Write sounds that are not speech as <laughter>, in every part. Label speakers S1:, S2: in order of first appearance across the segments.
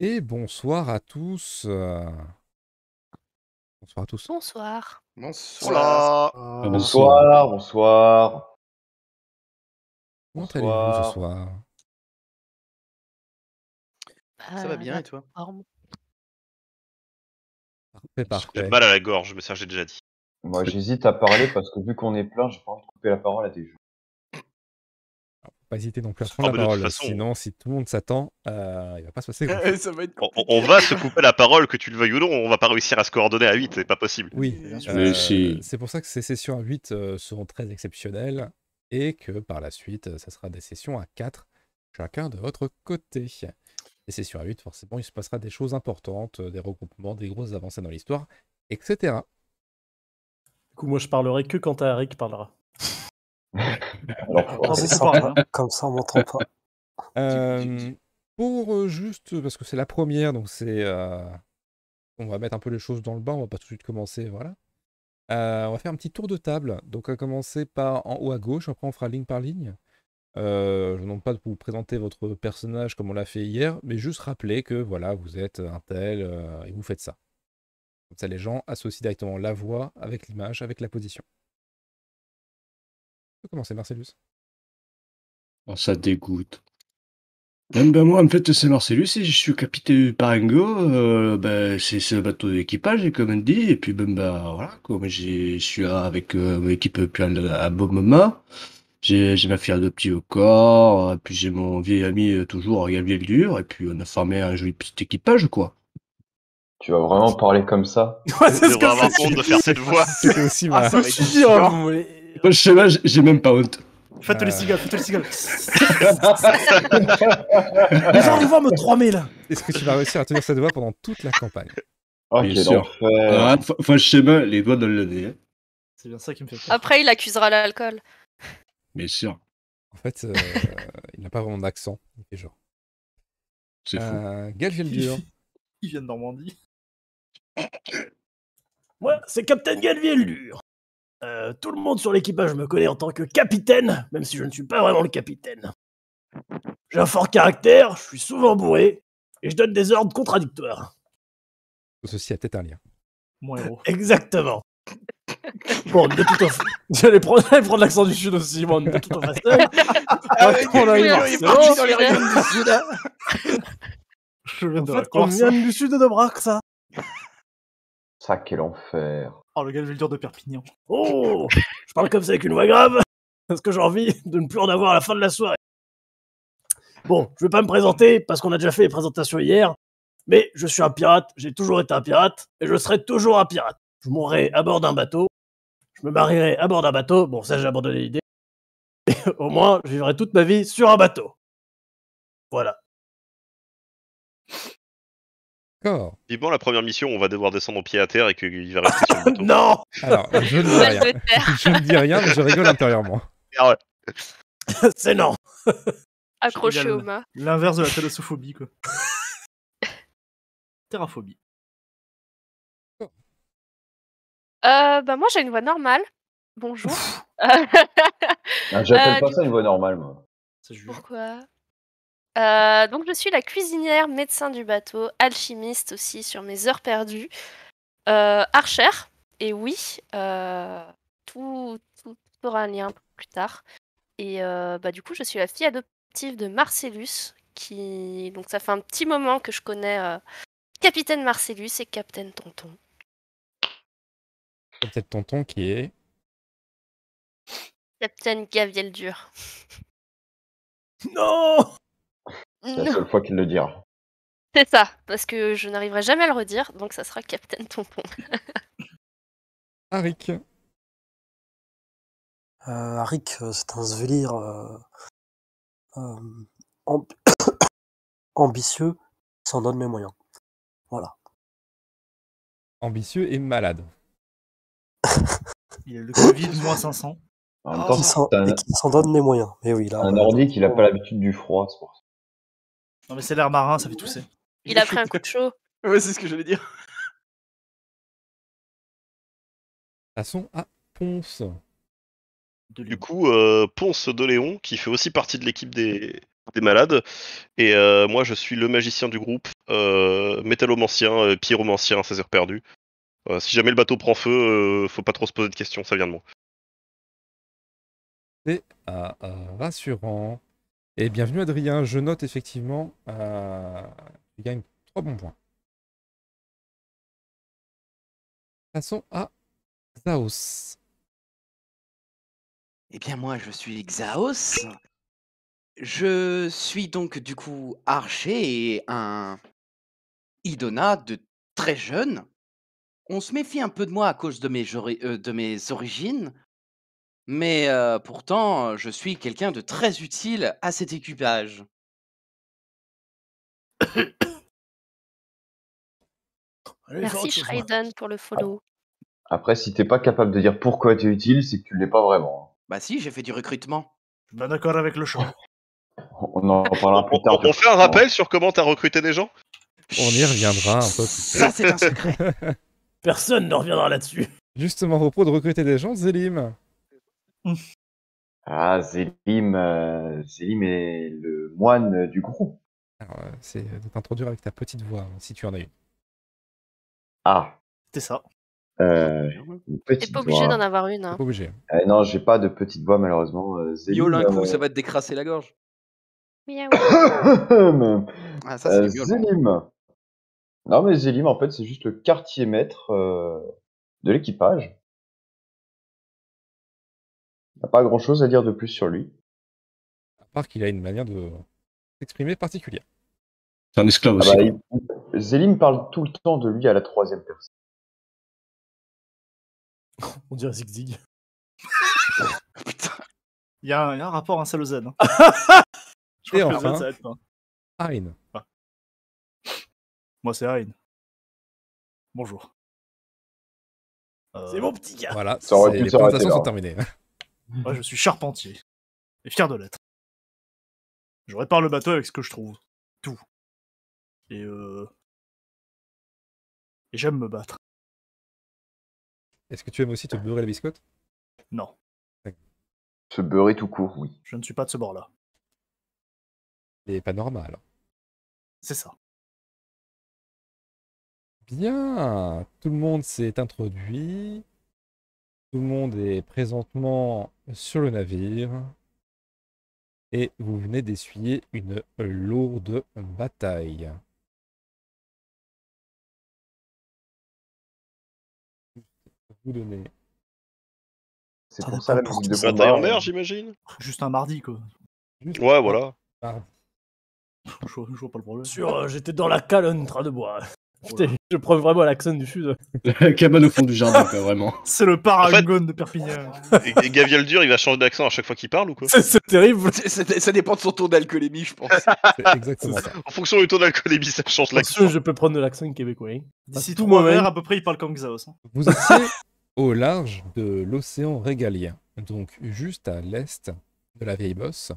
S1: Et bonsoir à tous. euh, Bonsoir à tous.
S2: Bonsoir.
S3: Bonsoir.
S4: Ah,
S5: Ah,
S4: Bonsoir, bonsoir.
S1: Comment
S4: Bonsoir.
S1: allez-vous ce soir
S3: Ça
S6: Euh,
S3: va bien et toi
S1: Parfait,
S5: J'ai
S1: parfait.
S5: mal à la gorge, mais ça j'ai déjà dit.
S4: Moi, j'hésite à parler parce que vu qu'on est plein, j'ai pas envie de couper la parole à des gens.
S1: Pas hésiter donc à
S5: Ah,
S1: prendre
S5: mais
S1: la
S5: de toute
S1: parole.
S5: façon-
S1: Sinon, si tout le monde s'attend, euh, il va pas se
S5: <laughs>
S1: passer grand-chose.
S3: ça va être
S5: On, on- on va se couper la parole, que tu le veuilles ou non, on va pas réussir à se coordonner à 8, c'est pas possible.
S1: Oui.
S3: Bien sûr.
S7: Mais
S1: euh,
S7: si.
S1: C'est pour ça que ces sessions à 8 euh, seront très exceptionnelles et que par la suite, euh, ça sera des sessions à 4, chacun de votre côté. Les sessions à 8, forcément, il se passera des choses importantes, euh, des regroupements, des grosses avancées dans l'histoire, etc.
S8: Du coup, moi, je parlerai que quand Tariq
S9: <laughs>
S8: parlera.
S4: Alors,
S6: Quand
S4: c'est
S6: vous
S4: ça.
S6: parlez, hein. Comme ça, on m'entend pas.
S1: Ah, Euh, pour euh, juste, parce que c'est la première, donc c'est. euh, on va mettre un peu les choses dans le bain, on va pas tout de suite commencer, voilà. Euh, on va faire un petit tour de table. Donc, à commencer par en haut à gauche, après on fera ligne par ligne. Euh, je ne demande pas de vous présenter votre personnage comme on l'a fait hier, mais juste rappeler que voilà, vous êtes un tel euh, et vous faites ça. Comme ça, les gens associent directement la voix avec l'image, avec la position. On peut commencer, Marcellus.
S7: Oh, ça dégoûte. Même ben moi, en fait, c'est Marcellus et je suis capitaine du Parango. euh, ben, c'est c'est le bateau d'équipage, et comme on dit. Et puis, ben, ben voilà, comme j'ai- je suis là avec euh, mon équipe depuis un, un bon moment. J'ai j'ai ma fille adoptive au corps, et puis j'ai mon vieil ami euh, toujours, Gabriel Dur, et puis on a formé un joli petit équipage, quoi.
S4: Tu vas vraiment parler
S1: <laughs>
S4: comme ça
S8: Ouais,
S5: On devrait avoir honte de faire cette voix.
S1: C'était aussi
S8: Ah,
S7: euh,
S1: ma-
S8: ça me
S3: va être
S8: suis
S7: hein,
S8: dit,
S3: dur.
S8: oh, vous
S9: <laughs>
S8: voulez-
S7: Moi, je sais pas, j'ai- j'ai même pas honte.
S8: Faites
S1: Euh.
S8: les cigales, faites les cigales. Les gens vont voir me 3000 là.
S1: Est-ce que tu vas réussir à tenir cette voix pendant toute la campagne
S4: Ah,
S7: Bien
S4: quel
S7: sûr.
S4: enfer.
S7: Ah, fa- Enfin, je sais pas, les doigts dans le nez, hein.
S8: C'est bien ça qui me fait peur.
S2: Après, il accusera l'alcool.
S7: bien sûr,
S1: En fait, euh, il n'a pas vraiment d'accent. Il fait genre.
S7: c'est fou.
S1: Euh, Gal
S6: <laughs>
S8: <laughs>
S1: Geldur.
S6: Ils viennent de Normandie.
S8: <coughs> Moi, c'est Captain Galviel Lure. Euh, tout le monde sur l'équipage me connaît en tant que capitaine, même si je ne suis pas vraiment le capitaine. J'ai un fort caractère, je suis souvent bourré, et je donne des ordres contradictoires.
S1: Ceci a peut-être un lien.
S6: Mon héros.
S8: <laughs> Exactement. Bon, de toute façon, j'allais prendre, j'allais prendre l'accent du sud aussi, bon, de
S2: <laughs>
S8: toute façon. Attends, on a eu
S2: Galviel,
S8: un
S2: Ah, Oh il est
S8: accent.
S2: parti dans les rayons
S3: du Sud.
S6: <laughs> Je viens
S8: En
S6: de
S8: fait,
S9: <laughs>
S6: la
S8: on
S6: Corse.
S8: vient du sud de Braque, ça.
S4: Ça, quel enfer.
S6: Oh, le gars, je vais le dire de Perpignan.
S8: Oh,
S4: <laughs>
S8: je parle comme ça avec une voix grave. <laughs> Parce que j'ai envie de ne plus en avoir à la fin de la soirée. Bon, je vais pas me présenter parce qu'on a déjà fait les présentations hier. Mais je suis un pirate, j'ai toujours été un pirate et je serai toujours un pirate. Je mourrai à bord d'un bateau. Je me marierai à bord d'un bateau. Bon, ça, j'ai abandonné l'idée. Mais Euh, au moins, je vivrai toute ma vie sur un bateau. Voilà. <laughs>
S1: D'accord.
S5: Vivement la première mission, on va devoir descendre au pied à terre et qu'il va rester sur le bateau.
S8: Non
S1: Alors, je ne dis rien. Je ne dis rien, mais je rigole intérieurement.
S8: <laughs>
S5: Ah
S8: C'est non
S6: Je
S2: accroché
S6: rigole.
S2: au mât.
S6: L'inverse de la thalassophobie, quoi. Terraphobie.
S2: Euh, bah, moi, j'ai une voix normale. Bonjour. <laughs>
S4: Ah, J'appelle
S2: Euh,
S4: pas ça une voix normale, moi.
S6: C'est Julien.
S2: Pourquoi Euh, donc je suis la cuisinière, médecin du bateau, alchimiste aussi sur mes heures perdues, euh, archer, et oui, euh, tout, tout aura un lien plus tard. Et euh, bah, du coup, je suis la fille adoptive de Marcellus, qui donc ça fait un petit moment que je connais euh, Capitaine Marcellus et Capitaine Tonton.
S1: Capitaine Tonton qui est.
S2: Capitaine Gaviel Dur.
S8: Non
S4: C'est la
S2: Non,
S4: seule fois qu'il le dira.
S2: c'est ça, parce que je n'arriverai jamais à le redire, donc ça sera Capitaine
S8: <laughs>
S2: Tonton.
S1: Arik.
S6: Euh,
S7: Ah,
S6: Arik,
S7: Rick,
S6: euh,
S7: c'est
S6: c'est
S7: un
S6: un
S7: svelir.
S6: svelir
S7: euh,
S6: euh,
S7: euh,
S6: amb- <coughs> ambitieux, qui s'en donne mes moyens.
S1: Ambitieux et malade.
S6: Il a le Covid moins 500.
S4: En même
S3: Oh,
S4: temps,
S6: qui
S4: c'est un,
S6: Et qui s'en donne mes moyens. Mais oui, là.
S4: un
S6: voilà. Oh.
S4: ordi qu'il a pas l'habitude du froid, c'est pour ça.
S6: Non, mais c'est l'air marin, ça fait tousser.
S2: Il a pris un coup de chaud.
S3: <laughs> Ouais, c'est ce que j'allais dire.
S1: Passons à Ponce.
S6: De
S5: Du coup, euh, Ponce de Léon, qui fait aussi partie de l'équipe des, des malades. Et euh, moi, je suis le magicien du groupe, euh, métallomancien, euh, pyromancien, 16 heures perdues. Euh, si jamais le bateau prend feu, euh, faut pas trop se poser de questions, ça vient de moi.
S1: C'est euh, euh, rassurant. Et bienvenue Adrien, je note effectivement, euh, tu gagnes 3 bons points. Passons à Xaos.
S10: Eh bien, moi, je suis Xaos. Je suis donc, du coup, archer et un Idona de très jeune. On se méfie un peu de moi à cause de mes, jori- euh, de mes origines, mais euh, pourtant, je suis quelqu'un de très utile à cet équipage.
S8: Allez, fais
S2: Merci
S8: autre chose, moi.
S2: Shraiden pour le follow.
S4: Après, si t'es pas capable de dire pourquoi tu es utile, c'est que tu l'es pas vraiment.
S10: Bah si, j'ai fait du recrutement.
S8: Je suis pas d'accord avec le champ.
S4: On en reparlera plus
S5: On,
S4: tard.
S5: on fait un rappel sur comment t'as recruté des gens
S1: On y reviendra un peu plus
S10: Ça, c'est un secret.
S8: Personne <laughs> ne reviendra là-dessus.
S1: Justement, au propos de recruter des gens, Zélim.
S4: Ah, Zélim, euh, Zélim est le moine du groupe.
S1: Alors, euh, c'est de t'introduire avec ta petite voix, hein, si tu en as une.
S4: Ah,
S8: C'était ça.
S4: euh, une
S2: T'es
S4: petite
S2: pas
S4: voix.
S2: obligé d'en avoir une.
S1: T'es
S2: hein.
S1: pas obligé.
S4: Euh, non, j'ai pas de petite voix malheureusement. Euh, Zélim,
S10: Yo, l'un coup,
S4: euh,
S10: ça va te décrasser la gorge. <coughs>
S2: Miaou.
S4: <laughs>
S10: Ah, ça, c'est
S4: Euh,
S10: violent.
S4: Zélim. Non, mais Zélim, en fait, c'est juste le quartier maître euh, de l'équipage. Y a pas grand chose à dire de plus sur lui.
S1: À part qu'il a une manière de s'exprimer particulière.
S7: C'est un esclave
S4: Ah
S7: aussi.
S4: bah, il- Zélim parle tout le temps de lui à la troisième personne.
S8: On dirait zigzag.
S10: Putain.
S9: Il y, a un il y a un rapport, hein, ça, le Z. hein. Je
S1: Et
S9: crois que le
S1: enfin-
S9: Z, ça aide pas.
S1: Ayn.
S9: Ah. Moi, c'est Ayn. Bonjour. Euh,
S8: C'est mon petit gars.
S1: Voilà,
S4: Ça aurait
S1: c'est-
S4: pu
S1: les
S4: s'arrêter
S1: présentations
S4: là.
S1: sont terminées. <laughs>
S9: Moi, je suis charpentier. Et fier de l'être. Je répare le bateau avec ce que je trouve. Tout. Et euh... Et j'aime me battre.
S1: Est-ce que tu aimes aussi te beurrer la biscotte
S9: Non,
S4: Se beurrer tout court, oui.
S9: je ne suis pas de ce bord-là.
S1: Et pas normal.
S9: C'est ça.
S1: Bien, tout le monde s'est introduit. Tout le monde est présentement sur le navire. Et vous venez d'essuyer une lourde bataille. Vous donnez.
S4: C'est
S8: Ça
S4: pour
S8: n'a
S4: ça hein.
S8: pas
S4: la
S8: de
S4: musique de
S8: sens.
S4: combat,
S5: Bataille en
S4: on-
S5: mer, j'imagine
S9: Juste un mardi, quoi.
S1: juste
S5: Ouais, voilà.
S1: par-
S9: Ah. Je vois, je vois pas le problème.
S8: Sur, euh, j'étais dans la cale en train de boire. Putain, je prends vraiment l'accent du sud.
S7: La cabane <laughs> au fond du jardin, quoi, vraiment.
S9: C'est le paragon de Perpignan.
S5: <laughs> Et, et Gavial Dur, il va changer d'accent à chaque fois qu'il parle ou quoi
S8: C'est- C'est terrible.
S10: C'est- c'est- Ça dépend de son taux d'alcoolémie, je pense.
S1: C'est exactement ça.
S5: En fonction du taux d'alcoolémie, ça change l'accent.
S8: Attention, je peux prendre l'accent québécois. hein.
S9: D'ici
S8: Tout
S9: trois
S8: moi-même.
S9: verres, à peu près, il parle comme Xaos. hein.
S1: Vous étiez au large de l'océan régalien, donc juste à l'est de la vieille bosse,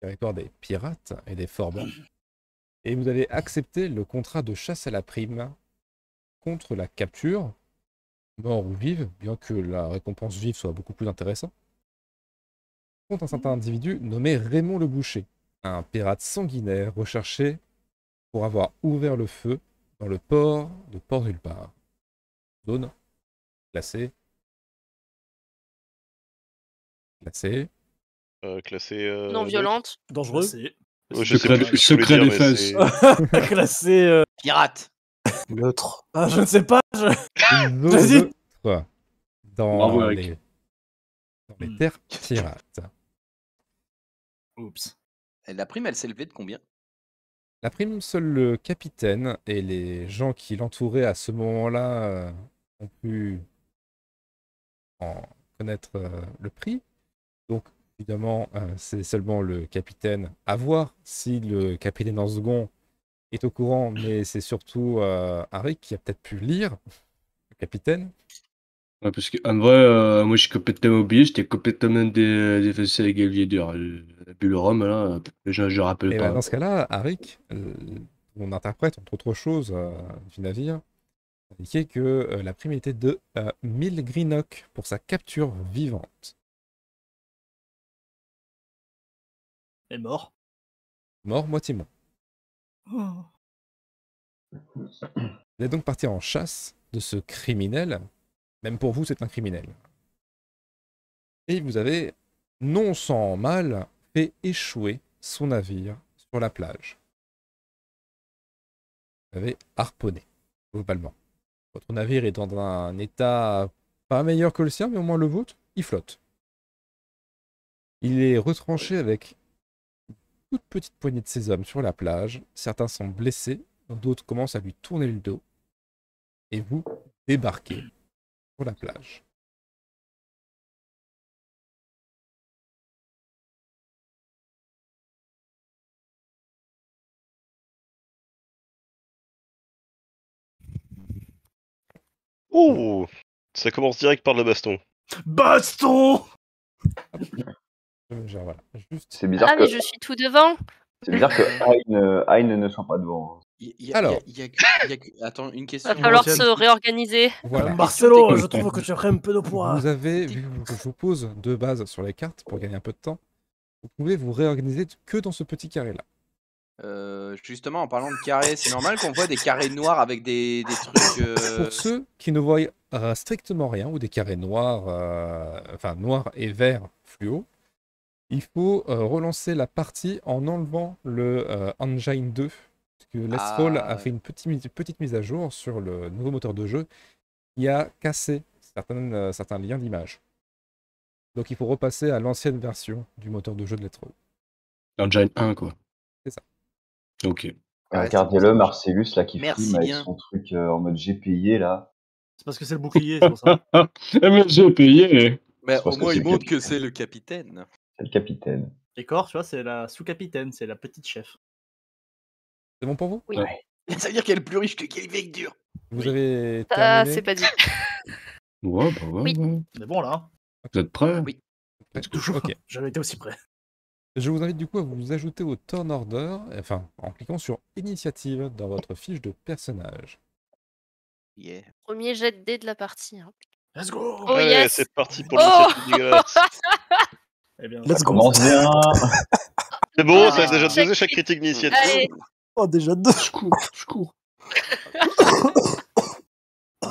S1: territoire des pirates et des forbans. Et vous avez accepté le contrat de chasse à la prime contre la capture, mort ou vive, bien que la récompense vive soit beaucoup plus intéressante, contre un certain individu nommé Raymond le Boucher, un pirate sanguinaire recherché pour avoir ouvert le feu dans le port de Port Nulle Part zone, classé, classé,
S5: Euh, classé. euh,
S2: Non violente.
S10: Bah,
S8: Dangereux.
S9: C'est-
S5: Euh, je sais
S7: Secret,
S5: plus ce que je
S7: secret
S5: voulais
S7: des
S5: dire, mais
S7: fesses.
S5: c'est-
S8: Classé. euh,
S10: Pirate.
S6: Neutre.
S8: ah, je ne sais pas. je-
S1: une
S8: Vas-y.
S1: zone neutre dans,
S7: Bravo, Eric.
S1: les, dans les
S9: Hmm.
S1: terres pirates.
S9: Oups.
S10: Et La prime, elle s'est levée de combien
S1: La prime, seul le capitaine et les gens qui l'entouraient à ce moment-là euh, ont pu en connaître euh, le prix. Donc, évidemment, euh, c'est seulement le capitaine à voir si le capitaine en second est au courant, mais c'est surtout euh, Harry qui a peut-être pu lire le capitaine.
S7: Ouais, parce que, en vrai, euh, moi, je suis complètement oublié, j'étais complètement dé- défoncé avec Gavier dur. Euh, La bulle rhum, là, je, je rappelle
S10: Eh
S1: Et
S7: pas.
S10: ben,
S1: bah, dans ce cas-là, Arik, euh, on interprète entre autres choses euh, du navire, indiquait que euh, la prime était de euh, 1000 greenock pour sa capture vivante.
S9: Est mort.
S1: Mort, moitié mort. Vous allez donc partir en chasse de ce criminel. Même pour vous, c'est un criminel. Et vous avez, non sans mal, fait échouer son navire sur la plage. Vous avez harponné, globalement. Votre navire est dans un état pas meilleur que le sien, mais au moins le vôtre, il flotte. Il est retranché avec une toute petite poignée de ses hommes sur la plage. Certains sont blessés, d'autres commencent à lui tourner le dos. Et vous débarquez sur la plage.
S5: Oh Ça commence direct par le baston.
S9: Baston
S1: Euh, genre, voilà, juste-
S4: C'est bizarre
S2: ah,
S4: que
S2: mais je suis tout devant.
S4: c'est bizarre que Hein, euh, Hein ne soit pas devant.
S10: Y- y a-
S1: Alors.
S10: y a- y a que- y a que- Attends, une question.
S2: Va falloir se réorganiser.
S1: Voilà.
S8: Marcelo, je trouve que tu ferais un peu de poids.
S1: Vous avez, vu que je vous pose deux bases sur les cartes pour gagner un peu de temps, vous pouvez vous réorganiser que dans ce petit carré-là.
S10: Euh, justement, en parlant de carrés, c'est normal qu'on voit des carrés noirs avec des, des trucs. euh,
S1: Pour ceux qui ne voient euh, strictement rien, ou des carrés noirs, euh, enfin noirs et verts fluo, il faut euh, relancer la partie en enlevant le euh, Engine 2. Parce que Lastfall
S10: Ah,
S1: a fait une petite, mise- petite mise à jour sur le nouveau moteur de jeu qui a cassé certaines, euh, certains liens d'image. Donc il faut repasser à l'ancienne version du moteur de jeu de Let's Roll.
S7: Engine 1, quoi.
S1: C'est ça.
S7: Ok.
S10: Ouais,
S4: Regardez-le, Marcellus, là, qui
S10: Merci
S4: filme avec
S10: bien.
S4: son truc euh, en mode j'ai payé, là.
S9: C'est parce que c'est le bouclier, c'est pour
S7: <laughs>
S9: ça.
S7: Mais j'ai payé.
S10: mais
S4: c'est
S10: au
S4: parce que
S10: moins,
S4: c'est
S10: il
S4: le
S10: montre que
S4: capitaine.
S10: c'est le capitaine.
S4: C'est le capitaine.
S9: Et Cor, tu vois, c'est la sous-capitaine, c'est la petite chef.
S1: C'est bon pour vous
S10: <laughs> Ça veut dire qu'elle est plus riche que Kelvin Dur.
S1: Vous avez
S2: Ah,
S1: terminé
S2: c'est
S9: <laughs>
S2: pas dit.
S7: Ouais, bah ouais,
S2: Oui.
S7: ouais.
S9: On est bon là. hein.
S7: Vous êtes prêts
S10: Oui.
S9: Toujours.
S1: Ok.
S9: <laughs> J'avais été aussi près.
S1: Je vous invite du coup à vous ajouter au turn order, enfin en cliquant sur initiative dans votre fiche de personnage.
S10: Yeah.
S2: Premier jet de dés de la partie. hein.
S9: Let's go
S2: Oh
S5: Ouais,
S2: yes
S5: c'est parti pour
S2: Oh <laughs>
S5: le dégueulasse.
S9: Eh bien,
S8: Let's go.
S4: Commence bien
S5: <laughs> C'est bon,
S10: Ah.
S5: ça a déjà
S2: Check
S5: deux échecs critiques d'initiative.
S2: Allez,
S6: Oh, déjà deux.
S7: Je cours, je cours.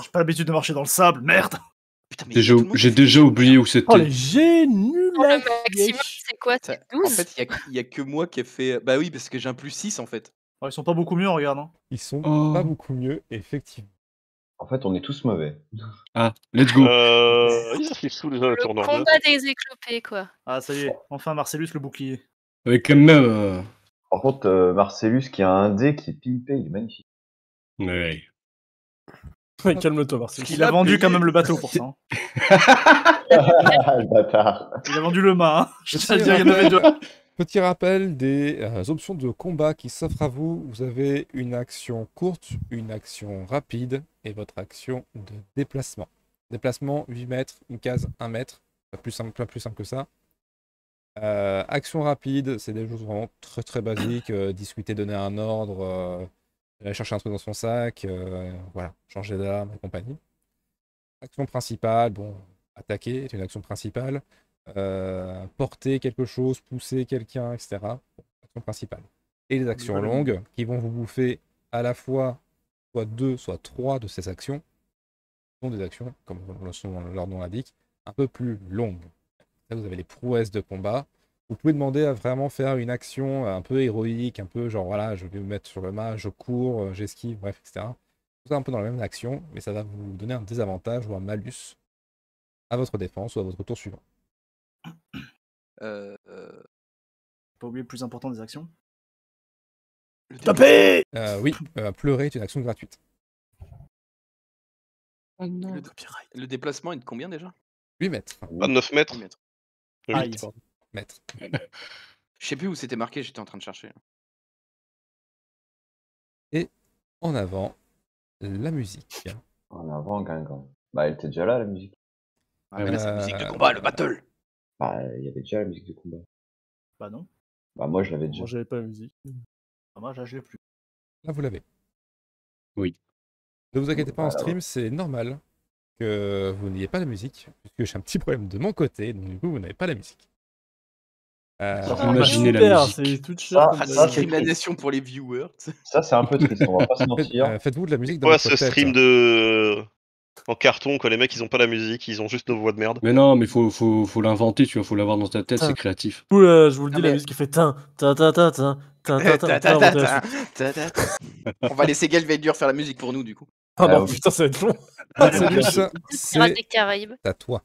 S9: j'ai pas l'habitude de marcher dans le sable, merde
S10: Putain, mais il y a
S7: Déjà-
S10: tout le monde
S7: J'ai
S10: qui-
S7: déjà oublié où c'était.
S10: hein.
S8: Oh, les nuls
S2: pour le maximum, c'est quoi
S10: Ça-
S2: C'est
S10: En
S2: 12
S10: fait, il y a, il y a que moi qui ai fait. Bah oui, parce que j'ai un plus 6 en fait.
S9: Ouais, Ils sont pas beaucoup mieux, regarde. hein.
S1: Ils sont
S7: Oh.
S1: pas beaucoup mieux, effectivement.
S4: En fait, on est tous mauvais.
S7: Ah, let's go.
S5: Euh, ils arrivent sous déjà le
S2: Le
S5: tour normal.
S2: combat des éclopés, quoi.
S9: Ah, ça y est, enfin Marcellus le bouclier.
S7: Avec quand même. euh,
S4: Par contre, euh, Marcellus, qui a un dé qui est pimpé, il est magnifique.
S7: ouais.
S8: Calme-toi, Marcelo.
S9: Il a vendu quand même le bateau pour ça. hein.
S4: Ah, <laughs> le bâtard
S9: Il a vendu le mât. hein. <laughs> Je tiens à le dire, il y en avait deux.
S1: <laughs> Petit rappel des euh, options de combat qui s'offrent à vous. Vous avez une action courte, une action rapide et votre action de déplacement. Déplacement 8 mètres, une case 1 mètre, pas plus simple, pas plus simple que ça. Euh, action rapide, c'est des choses vraiment très très basiques. euh, discuter, donner un ordre, euh, aller chercher un truc dans son sac, euh, voilà, changer d'arme et compagnie. Action principale, bon, attaquer est une action principale euh, porter quelque chose, pousser quelqu'un, etc. Action principale. Et les actions
S9: Voilà.
S1: longues qui vont vous bouffer à la fois soit deux, soit trois de ces actions. Ce sont des actions, comme le- euh, son- leur nom l'indique, un peu plus longues. Là, vous avez les prouesses de combat. Vous pouvez demander à vraiment faire une action euh, un peu héroïque, un peu genre voilà, je vais me mettre sur le mât, je cours, euh, j'esquive, bref, etc. Tout ça un peu dans la même action, mais ça va vous donner un désavantage ou un malus à votre défense ou à votre tour suivant.
S10: Euh, euh,
S9: Pas oublier le plus important des actions.
S10: le
S8: Tapez
S1: Euh, oui, euh, pleurer est une action gratuite.
S10: dé- le, dé- le déplacement est de combien déjà
S1: 8 mètres.
S5: 29 mètres.
S10: 10 mètres.
S5: Huit,
S9: Aïe.
S5: pardon.
S1: mètres.
S10: Je sais plus où c'était marqué, j'étais en train de chercher.
S1: En avant, la musique.
S4: En avant, Guingamp. Bah, elle était déjà là, la musique.
S10: Ah, mais là, c'est la musique de
S1: Euh,
S10: combat, le battle
S4: Bah, il y avait déjà la musique de combat.
S9: Bah non,
S4: Bah, moi, je l'avais déjà.
S8: Moi, j'avais pas la musique.
S9: dommage, Ah, là je l'ai plus.
S1: Là, vous l'avez.
S7: Oui.
S1: Ne vous inquiétez pas, en
S4: Voilà.
S1: stream, c'est normal que vous n'ayez pas la musique, puisque j'ai un petit problème de mon côté, donc du coup, vous n'avez pas la musique. Euh,
S4: Ça fait
S7: Imaginez la
S8: Ah, Super,
S7: musique.
S8: c'est tout
S4: Ah,
S8: cher.
S4: ah,
S8: comme-
S4: c'est
S10: Discrimination pour les viewers. <laughs>
S1: <laughs>
S4: Ça, c'est un peu triste, on va pas se
S1: Faites-
S4: mentir.
S1: euh, Faites-vous de la musique dans
S5: Quoi,
S1: votre
S5: ce
S1: tête. hein.
S5: stream de. En carton, quoi, les mecs, ils ont pas la musique, ils ont juste nos voix de merde.
S7: Mais non, mais faut, faut, faut l'inventer, tu vois, faut l'avoir dans ta tête,
S10: Ah.
S1: Ah.
S7: c'est
S10: <laughs>
S7: créatif.
S8: Ouh là, je vous le dis,
S10: Non,
S8: la
S10: Ah, mais-
S8: musique qui fait tin, tin, tin, tin, tin,
S10: <laughs>
S8: tin, tin, tin, tin, tin, tin, tin, tin.
S10: On va laisser Galveldur faire la musique pour nous, du coup.
S8: Ah
S4: Ah,
S8: non,
S4: oui.
S8: putain, ça va être long.
S1: Ah, salut, ça,
S2: Pirates
S1: c'est
S2: des Caraïbes.
S1: à toi.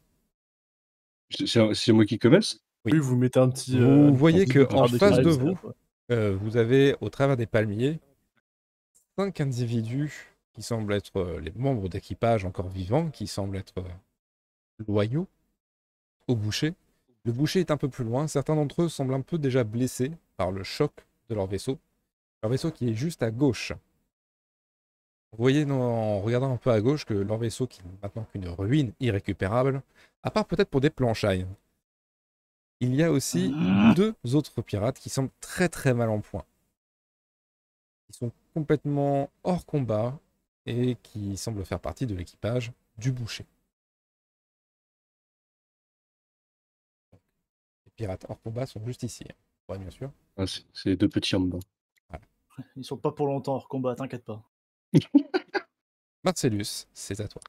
S7: C'est- C'est c'est moi qui commence Ah,
S1: Oui.
S8: Oui, vous mettez un petit.
S7: euh,
S1: Vous voyez que en
S8: en
S1: face de vous, Euh, vous avez au travers des palmiers cinq individus qui semblent être euh, les membres d'équipage encore vivants, qui semblent être euh, loyaux au boucher. Le boucher est un peu plus loin. Certains d'entre eux semblent un peu déjà blessés par le choc de leur vaisseau. Leur vaisseau qui est juste à gauche. Vous voyez dans- en regardant un peu à gauche que leur vaisseau, qui n'est maintenant qu'une ruine irrécupérable, à part peut-être pour des planchailles, il y a aussi
S7: Mmh.
S1: deux autres pirates qui semblent très très mal en point. Ils sont complètement hors combat et qui semblent faire partie de l'équipage du boucher. Les pirates hors combat sont juste ici. hein. Ouais, bien sûr.
S7: Ah, c'est- C'est les deux petits en dedans.
S9: <laughs>
S7: <laughs>
S9: Ils sont pas pour longtemps hors combat, t'inquiète pas.
S1: Marcellus, c'est à toi.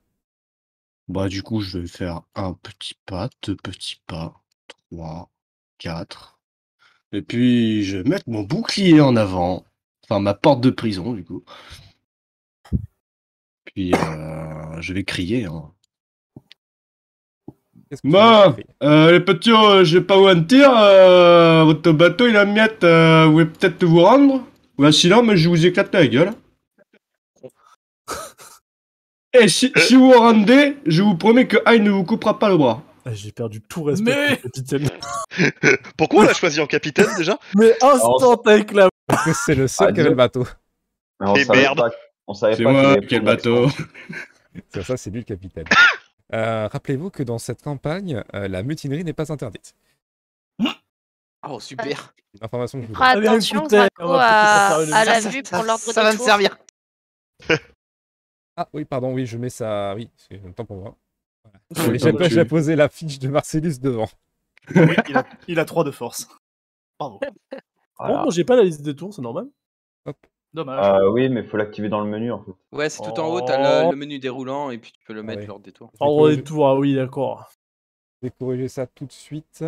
S7: Bah, du coup, je vais faire un petit pas, deux petits pas, trois, quatre. Et puis, je vais mettre mon bouclier en avant. Enfin, ma porte de prison, du coup. Puis, euh, je vais crier. hein.
S1: Qu'est-ce que tu as
S7: Bah,
S1: fait
S7: euh, les petits, euh, je vais pas vous mentir, euh, votre bateau, il a miette. euh, vous pouvez peut-être vous rendre. Ou sinon, mais je vous éclate la gueule. Et si, si vous vous rendez, je vous promets que Aïe ne vous coupera pas le bras.
S8: Ah, J'ai perdu tout respect
S9: Mais-
S8: pour le capitaine.
S7: <laughs>
S5: Pourquoi on l'a choisi en capitaine déjà
S8: Mais instant Oh, avec la.
S1: Parce que c'est le seul
S4: Oh. Ah,
S1: qui avait le bateau.
S4: Mais on
S5: Et
S4: savait
S5: merde.
S4: pas. On savait
S7: C'est
S4: pas
S7: moi,
S4: qu'il y
S7: quel
S4: avait plein
S7: bateau.
S1: Sur ça, c'est lui
S7: <laughs>
S1: le capitaine. Euh, Rappelez-vous que dans cette campagne, euh, la mutinerie n'est pas interdite.
S10: Oh, super.
S1: L'information que je vous donne.
S2: Fera
S8: Ah, mais
S2: attention,
S8: écoutez, on
S2: Draco,
S8: va peut-être
S2: à,
S8: faire une-
S2: à
S10: Ça,
S2: la
S10: ça-
S2: vue
S10: ça-
S2: pour l'ordre
S10: Ça va
S2: des
S10: me
S2: tours.
S10: servir.
S1: Ah oui, pardon, oui, je mets ça. Oui, c'est le temps pour moi.
S7: Oui,
S1: Oui,
S7: t'en
S1: J'ai
S7: as
S1: j'ai
S7: tué.
S1: posé la fiche de Marcellus devant.
S9: Oui, il, a, il a 3 de force.
S1: <laughs>
S9: Bravo.
S4: Voilà.
S8: Bon, bon, j'ai pas la liste des tours, c'est normal.
S9: Dommage.
S4: Ah oui, mais faut l'activer dans le menu en fait.
S10: Ouais, c'est tout en haut, t'as le,
S8: Oh.
S10: le menu déroulant et puis tu peux le mettre
S1: Ouais.
S10: lors des tours.
S1: J'ai
S8: Ordre des
S1: corrigé,
S8: tours, ah oui, d'accord.
S1: j'ai corrigé ça tout de suite.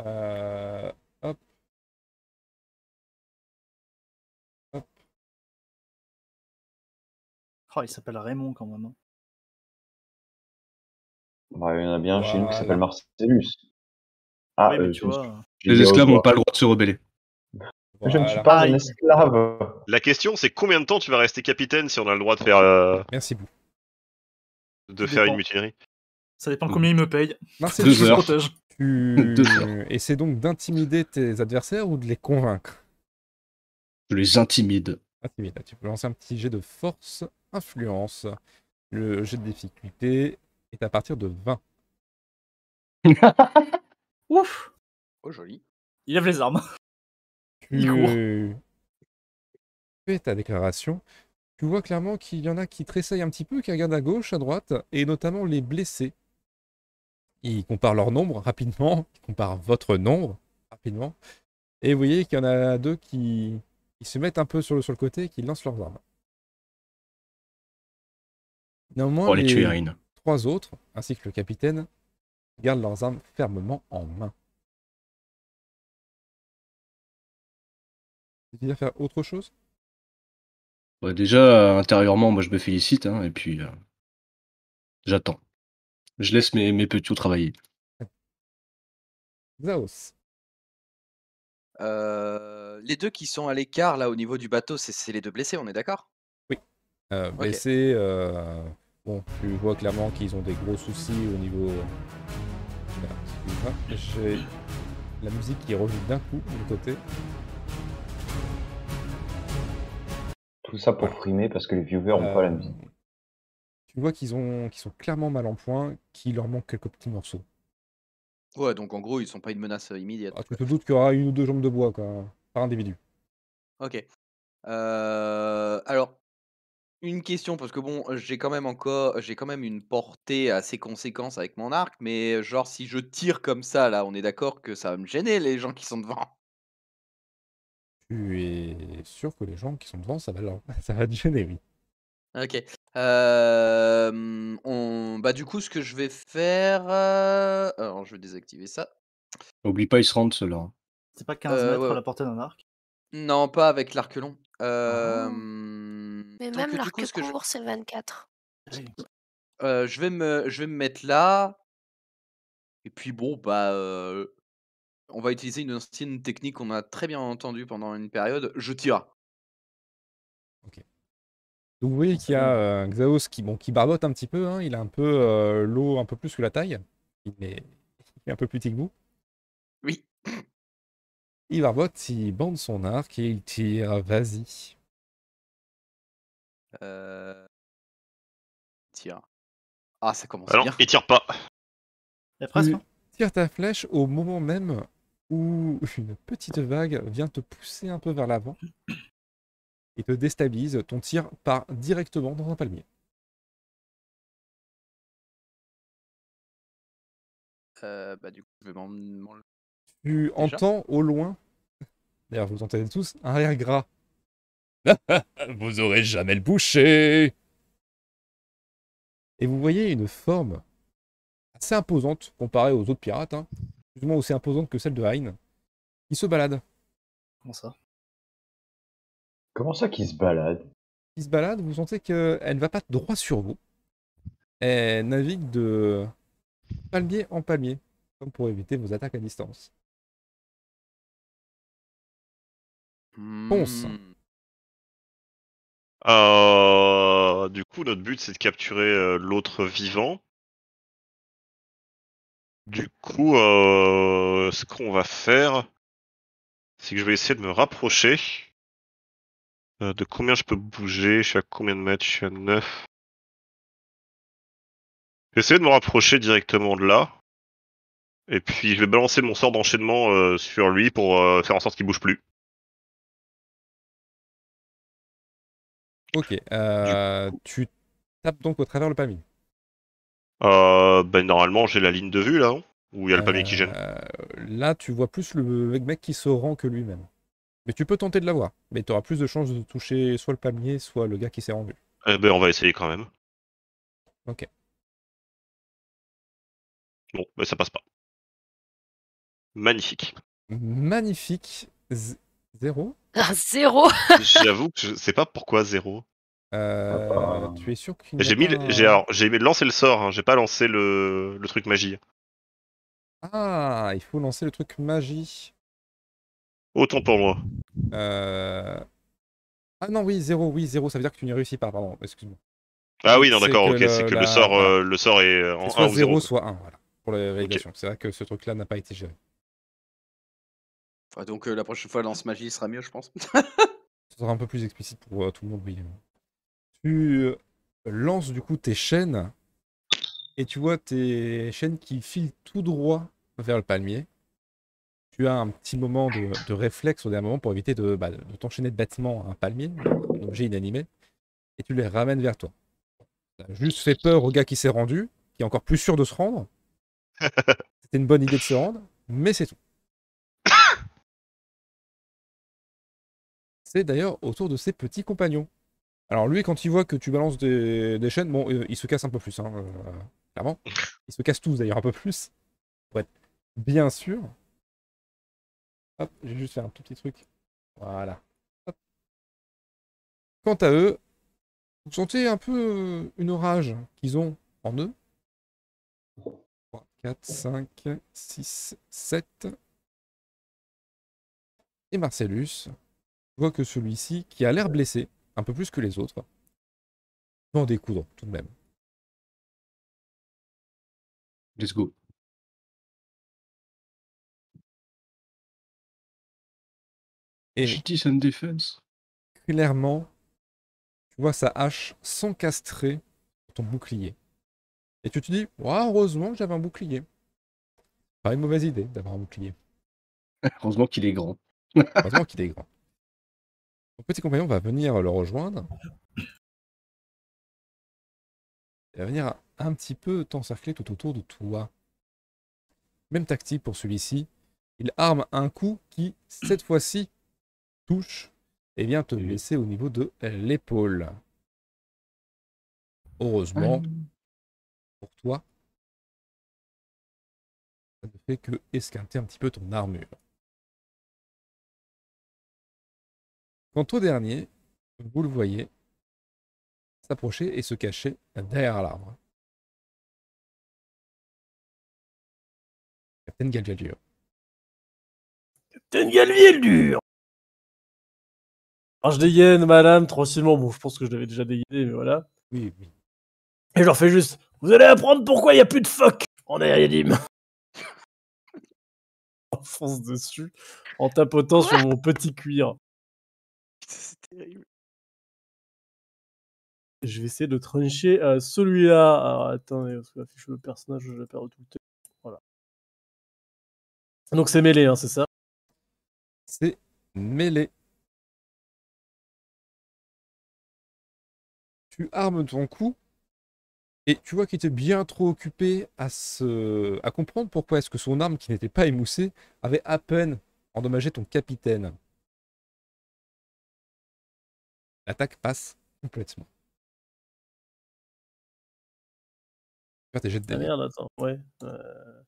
S1: Euh, hop.
S9: Oh, il s'appelle Raymond quand même. hein.
S4: Bah, il y en a bien chez nous qui
S1: Voilà.
S4: s'appelle Marcellus. Ah,
S9: oui,
S4: euh,
S9: mais tu
S4: je ne suis-
S9: vois.
S7: <laughs>
S4: j'ai
S7: Les
S4: dit au
S7: esclaves n'ont
S4: revoir.
S7: pas le droit de se rebeller.
S4: Je ne
S1: Voilà.
S4: suis pas un
S9: Aïe.
S4: esclave.
S5: La question, c'est combien de temps tu vas rester capitaine si on a le droit de faire, euh,
S1: Merci beaucoup.
S5: de
S9: Tout
S5: faire
S9: dépend.
S5: une mutinerie
S9: Ça dépend combien il me paye.
S1: Marcellus,
S7: Deux
S9: Je me
S7: heures.
S9: protège.
S1: tu
S7: <laughs> Deux heures.
S1: essaies donc d'intimider tes adversaires ou de les convaincre
S7: Je les intimide.
S1: Intimide. Tu peux lancer un petit jet de force, influence. Le jet de difficulté est à partir de 20.
S9: Ouf
S10: Oh, joli.
S9: Il lève les armes. Il
S1: Tu fais ta déclaration. Tu vois clairement qu'il y en a qui tressaillent un petit peu, qui regardent à gauche, à droite, et notamment les blessés. Ils comparent leur nombre rapidement, <laughs> ils comparent votre nombre rapidement, et vous voyez qu'il y en a deux qui, qui se mettent un peu sur le, sur le côté et qui lancent leurs armes. Néanmoins,
S7: Pour les
S1: les
S7: tuer, Aïn.
S1: trois autres, ainsi que le capitaine, gardent leurs armes fermement en main. C'est-à-dire faire autre chose
S7: Bah, déjà, euh, intérieurement, moi, je me félicite. hein, et puis, euh, j'attends. Je laisse mes, mes petits travailler.
S1: Zaos.
S10: Euh, les deux qui sont à l'écart là au niveau du bateau, c'est- c'est les deux blessés, on est d'accord
S1: Euh, blessés, euh, bon, tu vois clairement qu'ils ont des gros soucis au niveau. Merde, excuse-moi. J'ai la musique qui est revenue d'un coup de mon côté.
S4: Tout ça pour frimer parce que les viewers n'ont pas la
S1: Euh,
S4: musique.
S1: Tu vois qu'ils ont, qu'ils sont clairement mal en point, qu'il leur manque quelques petits morceaux.
S10: Ouais, donc en gros, ils sont pas une menace euh, immédiate.
S1: Ah, tu te doutes qu'il y aura une ou deux jambes de bois quoi, par individu.
S10: Ok. Euh, alors, une question, parce que bon, j'ai quand même encore, j'ai quand même une portée assez conséquence avec mon arc, mais genre si je tire comme ça, là, on est d'accord que ça va me gêner les gens qui sont devant.
S1: Tu es sûr que les gens qui sont devant, ça va, leur- <laughs> ça va te gêner, oui.
S10: Ok. Euh, hum, on... Bah du coup, ce que je vais faire... euh, Alors, je vais désactiver ça.
S7: Oublie pas, ils se rendent ceux-là. hein.
S9: C'est pas 15
S10: Euh,
S9: mètres
S10: ouais,
S9: à
S10: ouais.
S9: la portée d'un arc.
S10: Non, pas avec l'arc long.
S9: Ah.
S10: Euh, hum,
S2: Mais
S10: donc,
S2: même
S10: du
S2: l'arc
S10: coup, ce que je-
S2: court, c'est 24.
S9: Ah
S10: Euh, je, vais me, je vais me mettre là. Et puis bon, bah, euh, on va utiliser une ancienne technique qu'on a très bien entendue pendant une période. Je tire.
S1: Donc vous voyez qu'il y a euh, Xaos qui, bon, qui barbote un petit peu, hein, il a un peu euh, l'eau un peu plus que la taille, il est, <laughs> il est un peu plus petit que vous.
S10: Oui.
S1: Il barbote, il bande son arc et il tire, vas-y.
S10: Euh, Tire. Ah, ça commence
S5: Alors,
S10: bien.
S5: il tire pas.
S9: Et après,
S1: Tu tires ta flèche au moment même où <laughs> une petite vague vient te pousser un peu vers l'avant et te déstabilise, ton tir part Ah, directement dans un palmier.
S10: Euh, bah, du coup, je vais m'en- m'enlever.
S1: Tu
S10: Déjà
S1: entends au loin, d'ailleurs vous entendez tous, un rire gras. <laughs> vous aurez jamais le boucher Et vous voyez une forme assez imposante comparée aux autres pirates, hein, plus ou moins aussi imposante que celle de Hein, qui se balade.
S9: Comment ça
S4: Comment ça qu'il se balade
S1: Qui se balade, vous sentez qu'elle ne va pas droit sur vous. Elle navigue de palmier en palmier, comme pour éviter vos attaques à distance. Ponce.
S10: Hmm.
S5: Euh, du coup, notre but, c'est de capturer euh, l'autre vivant. Du coup, euh, ce qu'on va faire, c'est que je vais essayer de me rapprocher. Euh, de combien je peux bouger Je suis à combien de mètres Je suis à 9. Je vais essayer de me rapprocher directement de là. Et puis, je vais balancer mon sort d'enchaînement euh, sur lui pour euh, faire en sorte qu'il bouge plus.
S1: Ok, euh, tu tapes donc au travers le palmier.
S5: Euh, ben, normalement, j'ai la ligne de vue là, non où il y a le palmier qui gêne.
S1: Euh, là, tu vois plus le mec qui se rend que lui-même. Mais tu peux tenter de l'avoir. Mais tu auras plus de chances de toucher soit le palmier, soit le gars qui s'est rendu.
S5: Eh ben, on va essayer quand même.
S1: Ok.
S5: Bon, ben, ça passe pas.
S1: <laughs>
S5: Magnifique.
S1: Magnifique. Z- zéro.
S2: Ah, zéro <laughs>
S5: J'avoue que je sais pas pourquoi zéro.
S1: Euh, tu es sûr qu'il n'y a
S5: J'ai mis,
S1: pas-
S5: le- j'ai alors, j'ai lancé le sort, hein, j'ai pas lancé le, le truc magie.
S1: Ah, il faut lancer le truc magie.
S5: Autant pour moi.
S1: Euh, Ah non, oui, zéro, oui, zéro. Ça veut dire que tu n'y réussis pas, pardon. Excuse-moi.
S5: Ah oui, non,
S1: C'est
S5: d'accord,
S1: que
S5: ok, c'est
S1: le-
S5: que
S1: la-
S5: le sort,
S1: voilà.
S5: euh, le sort est euh, en
S1: C'est soit
S5: 1 ou 0.
S1: 0, soit 1, voilà. Pour la validation. C'est vrai que ce truc-là n'a pas été géré.
S10: Enfin, donc, euh, la prochaine fois, lance magie sera mieux, je pense. <laughs>
S1: Ce sera un peu plus explicite pour euh, tout le monde, oui. Tu euh, lances du coup tes chaînes et tu vois tes chaînes qui filent tout droit vers le palmier. Tu as un petit moment de, de réflexe au dernier moment pour éviter de, bah, de t'enchaîner de bêtement à un palmier, un objet inanimé, et tu les ramènes vers toi. Ça a juste fait peur au gars qui s'est rendu, qui est encore plus sûr de se rendre. C'était une bonne idée de se rendre, mais c'est tout. C'est d'ailleurs autour de ses petits compagnons. Alors lui, quand il voit que tu balances des, des chaînes, bon, euh, il se casse un peu plus, hein, euh, clairement. Ils se cassent tous d'ailleurs un peu plus, pour être bien sûr. Hop, j'ai juste fait un tout petit truc. Voilà. Hop. Quant à eux, vous sentez un peu euh, une orage qu'ils ont en eux. 3, 4, 5, 6, 7. Et Marcellus, tu vois que celui-ci, qui a l'air blessé, un peu plus que les autres, va en découdre tout de même.
S7: Let's go.
S1: Et-
S7: Justice and defense.
S1: clairement, tu vois sa hache s'encastrer sur ton bouclier. Et tu te dis, Ouah, heureusement que j'avais un bouclier. Pas une mauvaise idée d'avoir un bouclier.
S7: <laughs> Heureusement qu'il est
S1: <laughs>
S7: grand.
S1: Heureusement qu'il est grand. Mon petit compagnon va venir le rejoindre. Elle va venir un petit peu t'encercler tout autour de toi. Même tactique pour celui-ci. Il arme un coup qui, cette fois-ci, touche et vient te blesser au niveau de l'épaule. Heureusement, pour toi, ça ne fait que esquinter un petit peu ton armure. Quant au dernier, vous le voyez s'approcher et se cacher derrière l'arbre. Captain Galvalio.
S8: Captain Galvier le dur Alors je dégaine madame tranquillement, bon je pense que je l'avais déjà dégainé, mais voilà.
S1: Oui, oui.
S8: Et je leur fais juste, vous allez apprendre pourquoi il n'y a plus de phoque en <laughs> aériadim Enfonce dessus en tapotant sur mon petit cuir.
S3: C'est terrible.
S8: Je vais essayer de trancher euh, celui-là. Alors attendez, parce que la fiche de personnage, je la perds tout le temps. Voilà. Donc c'est mêlé, hein, c'est ça
S1: C'est mêlé. Tu armes ton coup et tu vois qu'il était bien trop occupé à, se... à comprendre pourquoi est-ce que son arme qui n'était pas émoussée avait à peine endommagé ton capitaine. L'attaque passe complètement. Faire tes jets de
S8: Ah
S1: dégâts.
S8: merde, attends, ouais. euh.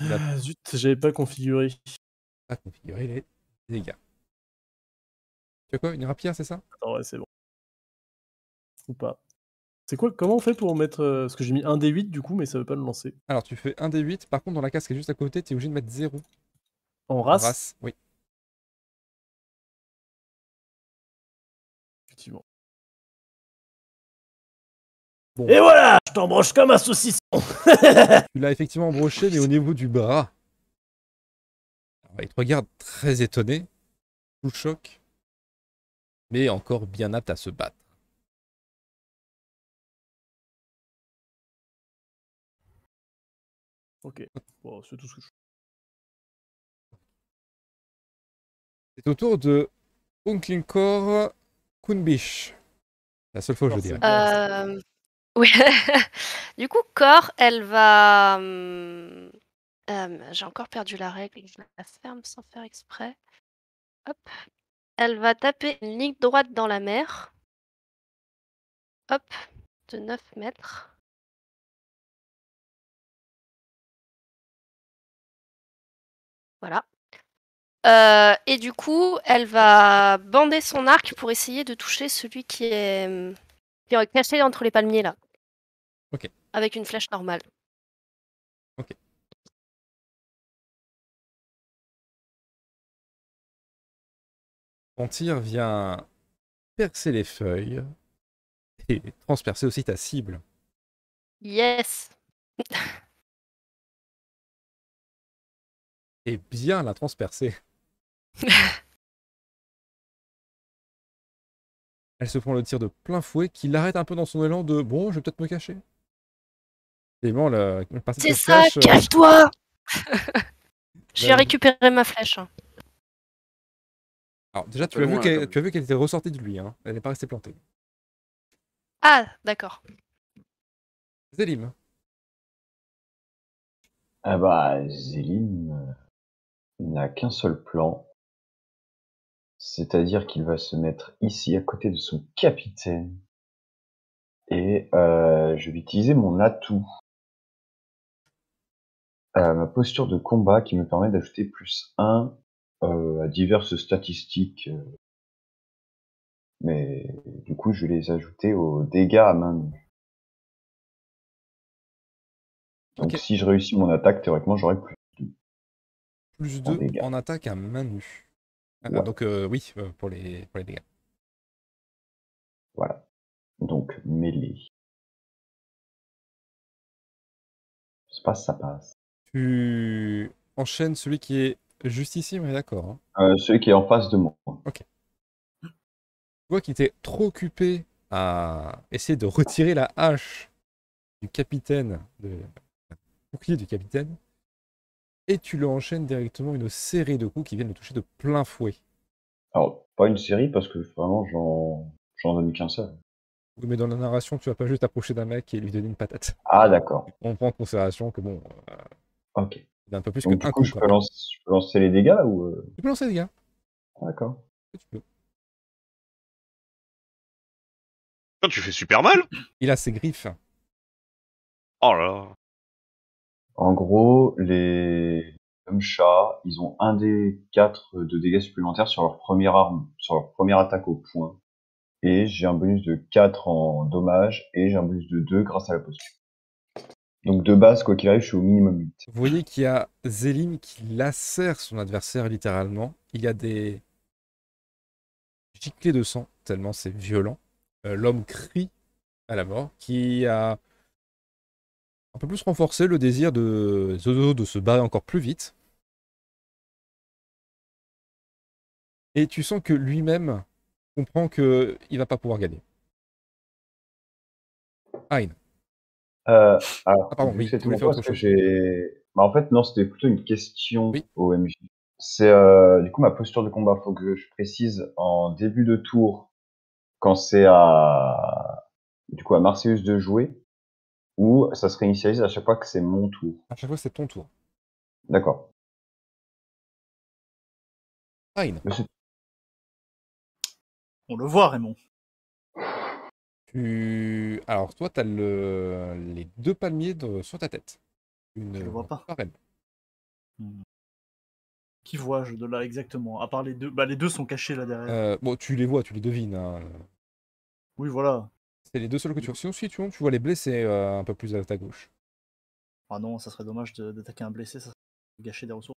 S1: Il a-
S8: Ah, Zut, j'avais pas configuré.
S1: à configurer les dégâts. Tu as quoi Une rapière, c'est ça
S8: Attends, ouais, c'est bon. Ou pas. C'est quoi Comment on fait pour mettre. euh, Parce que j'ai mis un D8 du coup, mais ça veut pas le lancer.
S1: Alors tu fais 1 des 8, par contre dans la case qui est juste à côté, tu es obligé de mettre 0.
S8: En race,
S1: oui.
S8: effectivement.
S1: Bon.
S8: Et voilà Je t'embranche comme un saucisson <laughs>
S1: Tu l'as effectivement
S3: <laughs>
S1: embroché, mais au niveau du bras. Alors, il te regarde très étonné, tout le choc, mais encore bien apte à se battre.
S8: Ok, bon, c'est tout ce que je
S1: C'est au tour de Unklinkor Kunbish. La seule fois que je le dirai.
S2: <laughs> Euh, Oui. du coup, Cor, elle va. hum, hum, J'ai encore perdu la règle. Je la ferme sans faire exprès. Hop. Elle va taper une ligne droite dans la mer. Hop. De 9 mètres. Voilà. Euh, et du coup, elle va bander son arc pour essayer de toucher celui qui est. hum, qui est caché entre les palmiers là.
S1: Ok.
S2: Avec une flèche normale.
S1: Ton tir vient percer les feuilles et transpercer aussi ta cible.
S2: Yes. <laughs>
S1: et bien la transpercer. Elle se prend le tir de plein fouet qui l'arrête un peu dans son élan de bon, je vais peut-être me cacher. Et bon, la, la partie de
S2: C'est
S1: cette
S2: ça,
S1: flèche, euh, <laughs>
S2: cache-toi J'ai
S1: Vas-y.
S2: récupéré ma flèche. hein.
S1: Alors, déjà, tu
S3: Pas
S1: as, vu
S3: loin, quand
S1: qu'elle,
S3: même.
S1: tu as vu qu'elle était ressortie de lui, hein. elle n'est pas restée plantée.
S2: Ah, d'accord.
S1: Zélim,
S4: Ah bah, Zélim euh, n'a qu'un seul plan. C'est-à-dire qu'il va se mettre ici, à côté de son capitaine. Et euh, je vais utiliser mon atout. Euh, ma posture de combat qui me permet d'ajouter plus 1 à diverses statistiques. euh, Mais du coup, je vais les ajouter aux dégâts à main nue. Donc
S1: Ok.
S4: si je réussis mon attaque, théoriquement, j'aurai plus.
S1: plus
S4: En
S1: 2
S4: dégâts.
S1: en attaque à main nue. Ah,
S4: Ouais.
S1: Donc, euh, oui, euh, pour les, pour les dégâts.
S4: Voilà. Donc, mêlée. Ça passe, ça passe.
S1: Tu enchaînes celui qui est juste ici, on est d'accord. hein.
S4: Euh, celui qui est en face de moi.
S1: Tu vois qu'il était trop occupé à essayer de retirer la hache du capitaine, de bouclier du capitaine, et tu le enchaînes directement une série de coups qui viennent le toucher de plein fouet.
S4: Alors, pas une série parce que vraiment, j'en, j'en donne qu'un seul.
S1: Oui, mais dans la narration, tu vas pas juste t'approcher d'un mec et lui donner une patate.
S4: Ah, d'accord.
S1: On prend en considération que bon, euh,
S4: Ok.
S1: il a un peu plus
S4: Donc,
S1: que un
S4: du coup,
S1: coup.
S4: je
S1: quoi.
S4: peux, lancer, je peux lancer les dégâts ou. euh,
S1: Tu peux lancer les gars.
S4: D'accord.
S1: tu peux.
S5: Putain, tu fais super mal
S1: Il a ses griffes.
S5: Oh là là.
S4: En gros, les hommes chats, ils ont un des quatre euh, de dégâts supplémentaires sur leur première arme, sur leur première attaque au point. Et j'ai un bonus de 4 en dommage et j'ai un bonus de 2 grâce à la posture. Donc de base, quoi qu'il arrive, je suis au minimum 8.
S1: Vous voyez qu'il y a Zélim qui lacère son adversaire littéralement. Il y a des giclées de sang, tellement c'est violent. Euh, L'homme crie à la mort, qui a un peu plus renforcé le désir de Zozo de se barrer encore plus vite. Et tu sens que lui-même comprend que il va pas pouvoir gagner. Aïn,
S4: Euh, alors,
S1: Ah, pardon,
S4: vu
S1: oui,
S4: que c'était
S1: tu voulais
S4: mon
S1: faire
S4: tour,
S1: autre
S4: est-ce que
S1: chose.
S4: j'ai- bah, en fait, non, c'était plutôt une question
S1: Oui.
S4: au MJ. C'est euh, du coup ma posture de combat. Faut que je précise en début de tour quand c'est à du coup à Marceus de jouer ou ça se réinitialise à chaque fois que c'est mon tour.
S1: à chaque fois c'est ton tour.
S4: D'accord.
S1: Aïn.
S9: On le voit, Raymond.
S1: Tu... Alors, toi, t'as le... les deux palmiers de- sur ta tête. Une...
S9: Je le vois pas.
S1: Pareil.
S9: Hmm. Qui vois-je de là exactement À part les deux. Bah, les deux sont cachés là derrière.
S1: Euh, bon, tu les vois, tu les devines. hein.
S9: Oui, voilà.
S1: C'est les deux seuls que tu vois. Sinon, si tu, tu vois les blessés euh, un peu plus à ta gauche.
S9: Ah non, ça serait dommage de- d'attaquer un blessé, ça serait gâcher des ressources.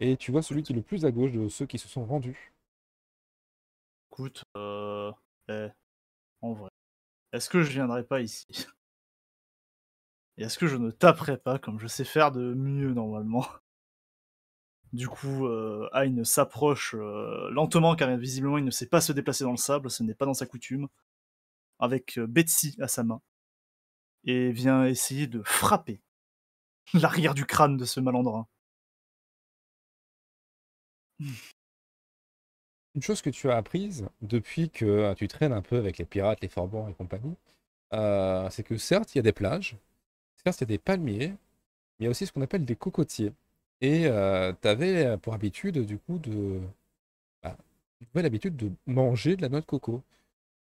S1: Et tu vois celui qui est le plus à gauche de ceux qui se sont rendus.
S9: Écoute, euh. eh, en vrai. Est-ce que je viendrai pas ici Et est-ce que je ne taperai pas comme je sais faire de mieux normalement Du coup, euh, Ayn s'approche euh, lentement car visiblement il ne sait pas se déplacer dans le sable, ce n'est pas dans sa coutume, avec euh, Betsy à sa main, et vient essayer de frapper <laughs> l'arrière du crâne de ce malandrin.
S1: Une chose que tu as apprise depuis que euh, tu traînes un peu avec les pirates, les forbans et compagnie, euh, c'est que certes, il y a des plages, certes, il y a des palmiers, mais il y a aussi ce qu'on appelle des cocotiers. Et euh, tu avais pour habitude, du coup, de. bah, tu avais l'habitude de manger de la noix de coco.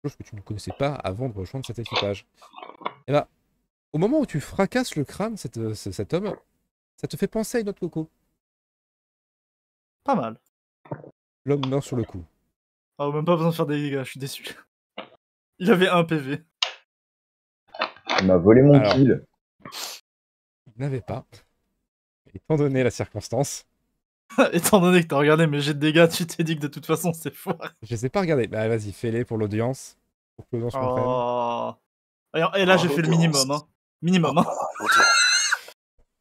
S1: Chose que tu ne connaissais pas avant de rejoindre cet équipage. Et bah, au moment où tu fracasses le crâne, cette- euh, ce- cet homme, ça te fait penser à une noix de coco.
S9: Pas mal.
S1: L'homme meurt sur le coup.
S9: Ah, même pas besoin de faire des dégâts, je suis déçu. Il avait un PV.
S4: Il m'a volé mon
S1: Alors.
S4: kill.
S1: Il n'avait pas. Étant donné la circonstance,
S9: <laughs> Étant donné que t'as regardé mes jets de dégâts, tu t'es dit que de toute façon c'est foiré.
S1: Je les ai pas regardés. Bah vas-y, fais-les pour l'audience. Pour que l'audience comprenne.
S9: Oh. Et et là,
S10: Oh,
S9: j'ai fait le
S10: l'audience.
S9: minimum. Hein. Minimum. Hein.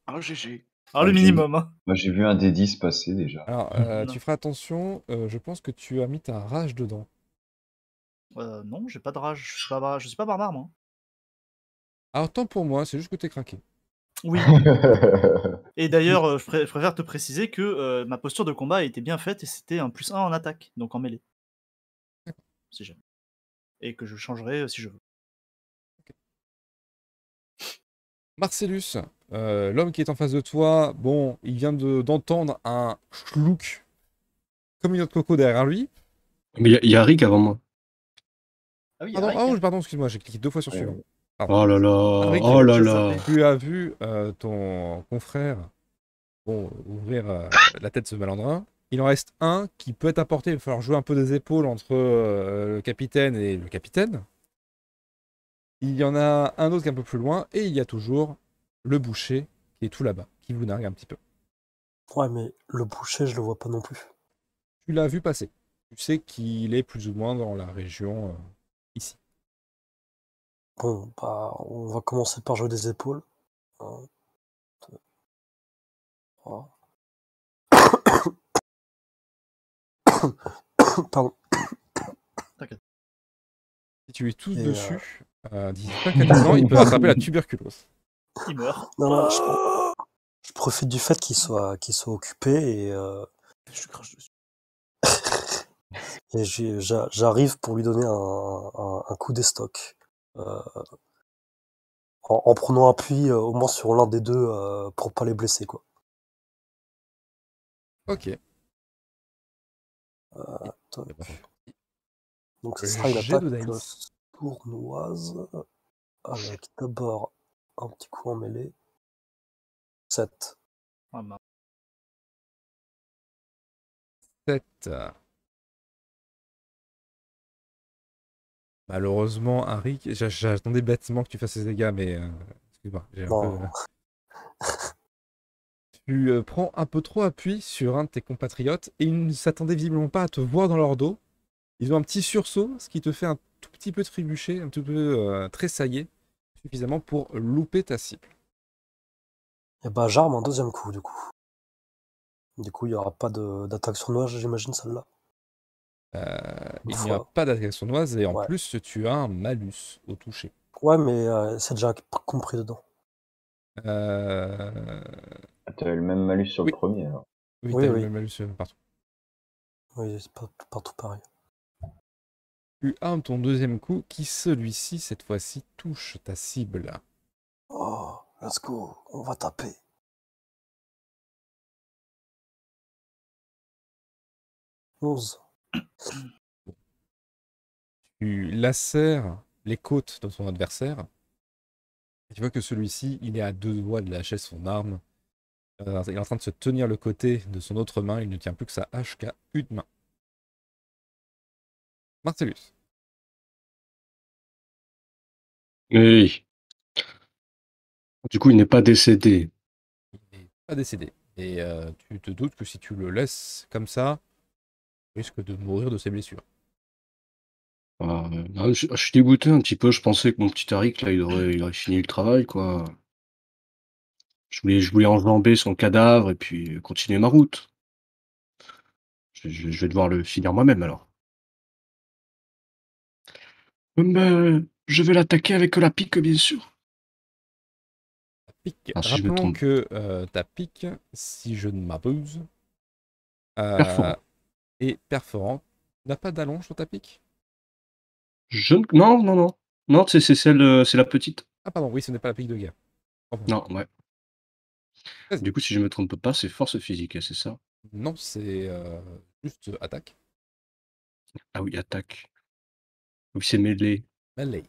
S10: Ah, GG.
S9: Ah, le
S4: j'ai-
S9: minimum. Hein.
S4: Moi j'ai vu un des 10 passer déjà.
S1: Alors, euh,
S9: Non.
S1: tu feras attention. euh, je pense que tu as mis ta rage dedans.
S9: Euh, non, j'ai pas de rage. Je suis pas, bar- je suis pas barbare, moi.
S1: Alors, tant Ah, pour moi, c'est juste que t'es craqué.
S9: Oui. Et d'ailleurs, euh, je, pré- je préfère te préciser que euh, ma posture de combat a été bien faite et c'était un plus 1 en attaque, donc en mêlée. Si jamais. Et que je changerai euh, si je veux.
S1: Marcellus, euh, l'homme qui est en face de toi, bon, il vient de- d'entendre un schlouk comme une autre coco derrière lui.
S7: Mais il y, a Rick avant moi.
S9: Ah oui,
S1: Pardon,
S9: Arik,
S1: ah,
S9: hein.
S1: oh, pardon excuse-moi, j'ai cliqué deux fois sur suivant.
S7: Oh là là,
S5: Ah,
S6: Ah
S1: Rick,
S7: oh là
S9: je
S7: là.
S9: savais.
S1: Ah Tu as vu euh, ton confrère bon, ouvrir euh, la tête de ce malandrin. Il en reste un qui peut être apporté. Il va falloir jouer un peu des épaules entre euh, le capitaine et le capitaine. Il y en a un autre qui est un peu plus loin. Et il y a toujours le boucher qui est tout là-bas, qui vous nargue un petit peu.
S6: Ouais, mais le boucher, je le vois pas non plus.
S1: Tu l'as vu passer. Tu sais qu'il est plus ou moins dans la région. euh,
S6: Bon, bah, on va commencer par jouer des épaules. Un, deux, trois. Pardon.
S1: Si tu es tous
S6: Et, euh,
S1: dessus, euh, dis pas qu'à 10 ans, il
S6: <laughs>
S1: peut attraper la tuberculose.
S9: Il meurt.
S6: Non, non, je, pro- je profite du fait qu'il soit, qu'il soit occupé et, euh,
S9: Je lui crache
S6: <laughs>
S9: dessus.
S6: et j'ai- j'a- j'arrive pour lui donner un, un- un coup d'estoc. euh, en, en prenant appui euh, au moins sur l'un des deux euh, pour pas les blesser quoi.
S1: Ok. bah,
S6: Euh, attends. Donc ce
S1: Le
S6: sera une
S1: jet
S6: attaque
S1: de
S6: euh,
S1: Dice.
S6: sournoise avec d'abord un petit coup en mêlée. 7.
S9: Ah, mince.
S1: 7. Malheureusement, Harry, j'a- j'attendais bêtement que tu fasses ces dégâts, mais euh, excuse-moi, j'ai un
S6: Non.
S1: peu. <laughs> tu euh, prends un peu trop appui sur un de tes compatriotes et ils ne s'attendaient visiblement pas à te voir dans leur dos. Ils ont un petit sursaut, ce qui te fait un tout petit peu trébucher, un tout peu euh, tressailler, suffisamment pour louper ta cible.
S6: Et bah j'arme un deuxième coup du coup. Du coup il n'y aura pas de- d'attaque sournoise j'imagine celle-là. Bah,
S1: Euh, il n'y
S6: Voilà.
S1: a pas d'attaque sournoise et en
S6: Ouais.
S1: plus tu as un malus au toucher.
S6: Ouais mais euh, c'est déjà compris dedans.
S1: Euh,
S4: T'avais le même malus sur
S1: Oui.
S4: le premier alors.
S1: Oui,
S6: Oui,
S1: t'as
S6: oui.
S1: le malus euh, partout.
S6: Oui c'est pas- partout pareil.
S1: Tu armes ton deuxième coup qui celui-ci cette fois-ci touche ta cible.
S6: Oh let's go on va taper. Onze.
S1: tu lacères les côtes de ton adversaire. Et tu vois que celui-ci, il est à deux doigts de lâcher son arme. Euh, il est en train de se tenir le côté de son autre main. Il ne tient plus que sa hache qu'à une main. Marcellus.
S7: Oui. Du coup, il n'est pas décédé.
S1: Il n'est pas décédé. Et euh, tu te doutes que si tu le laisses comme ça, il risque de mourir de ses blessures.
S7: Ah, euh, non, je, je suis dégoûté un petit peu. Je pensais que mon petit Tariq, là, il aurait, il aurait fini le travail, quoi. Je voulais, je voulais enjamber son cadavre et puis continuer ma route. Je, je- je vais devoir le finir moi-même, alors. Hum, ben, je vais l'attaquer avec la pique, bien sûr.
S1: Pique.
S7: Ah, si je me
S1: Rappelons
S7: trompe.
S1: que euh, ta pique, si je ne m'abuse, euh,
S7: Perforant.
S1: est perforante. N'a pas d'allonge sur ta pique
S7: Je... ne- Non, non, non. Non, c'est c'est celle, euh, c'est la petite.
S1: Ah pardon, oui, ce n'est pas la pique de guerre.
S7: Non, ouais.
S1: Vas-y.
S7: Du coup, si je me trompe pas, c'est force physique, hein, c'est ça?
S1: Non, c'est euh, juste attaque.
S7: Ah oui, attaque. Oui, c'est mêlé.
S1: Melee.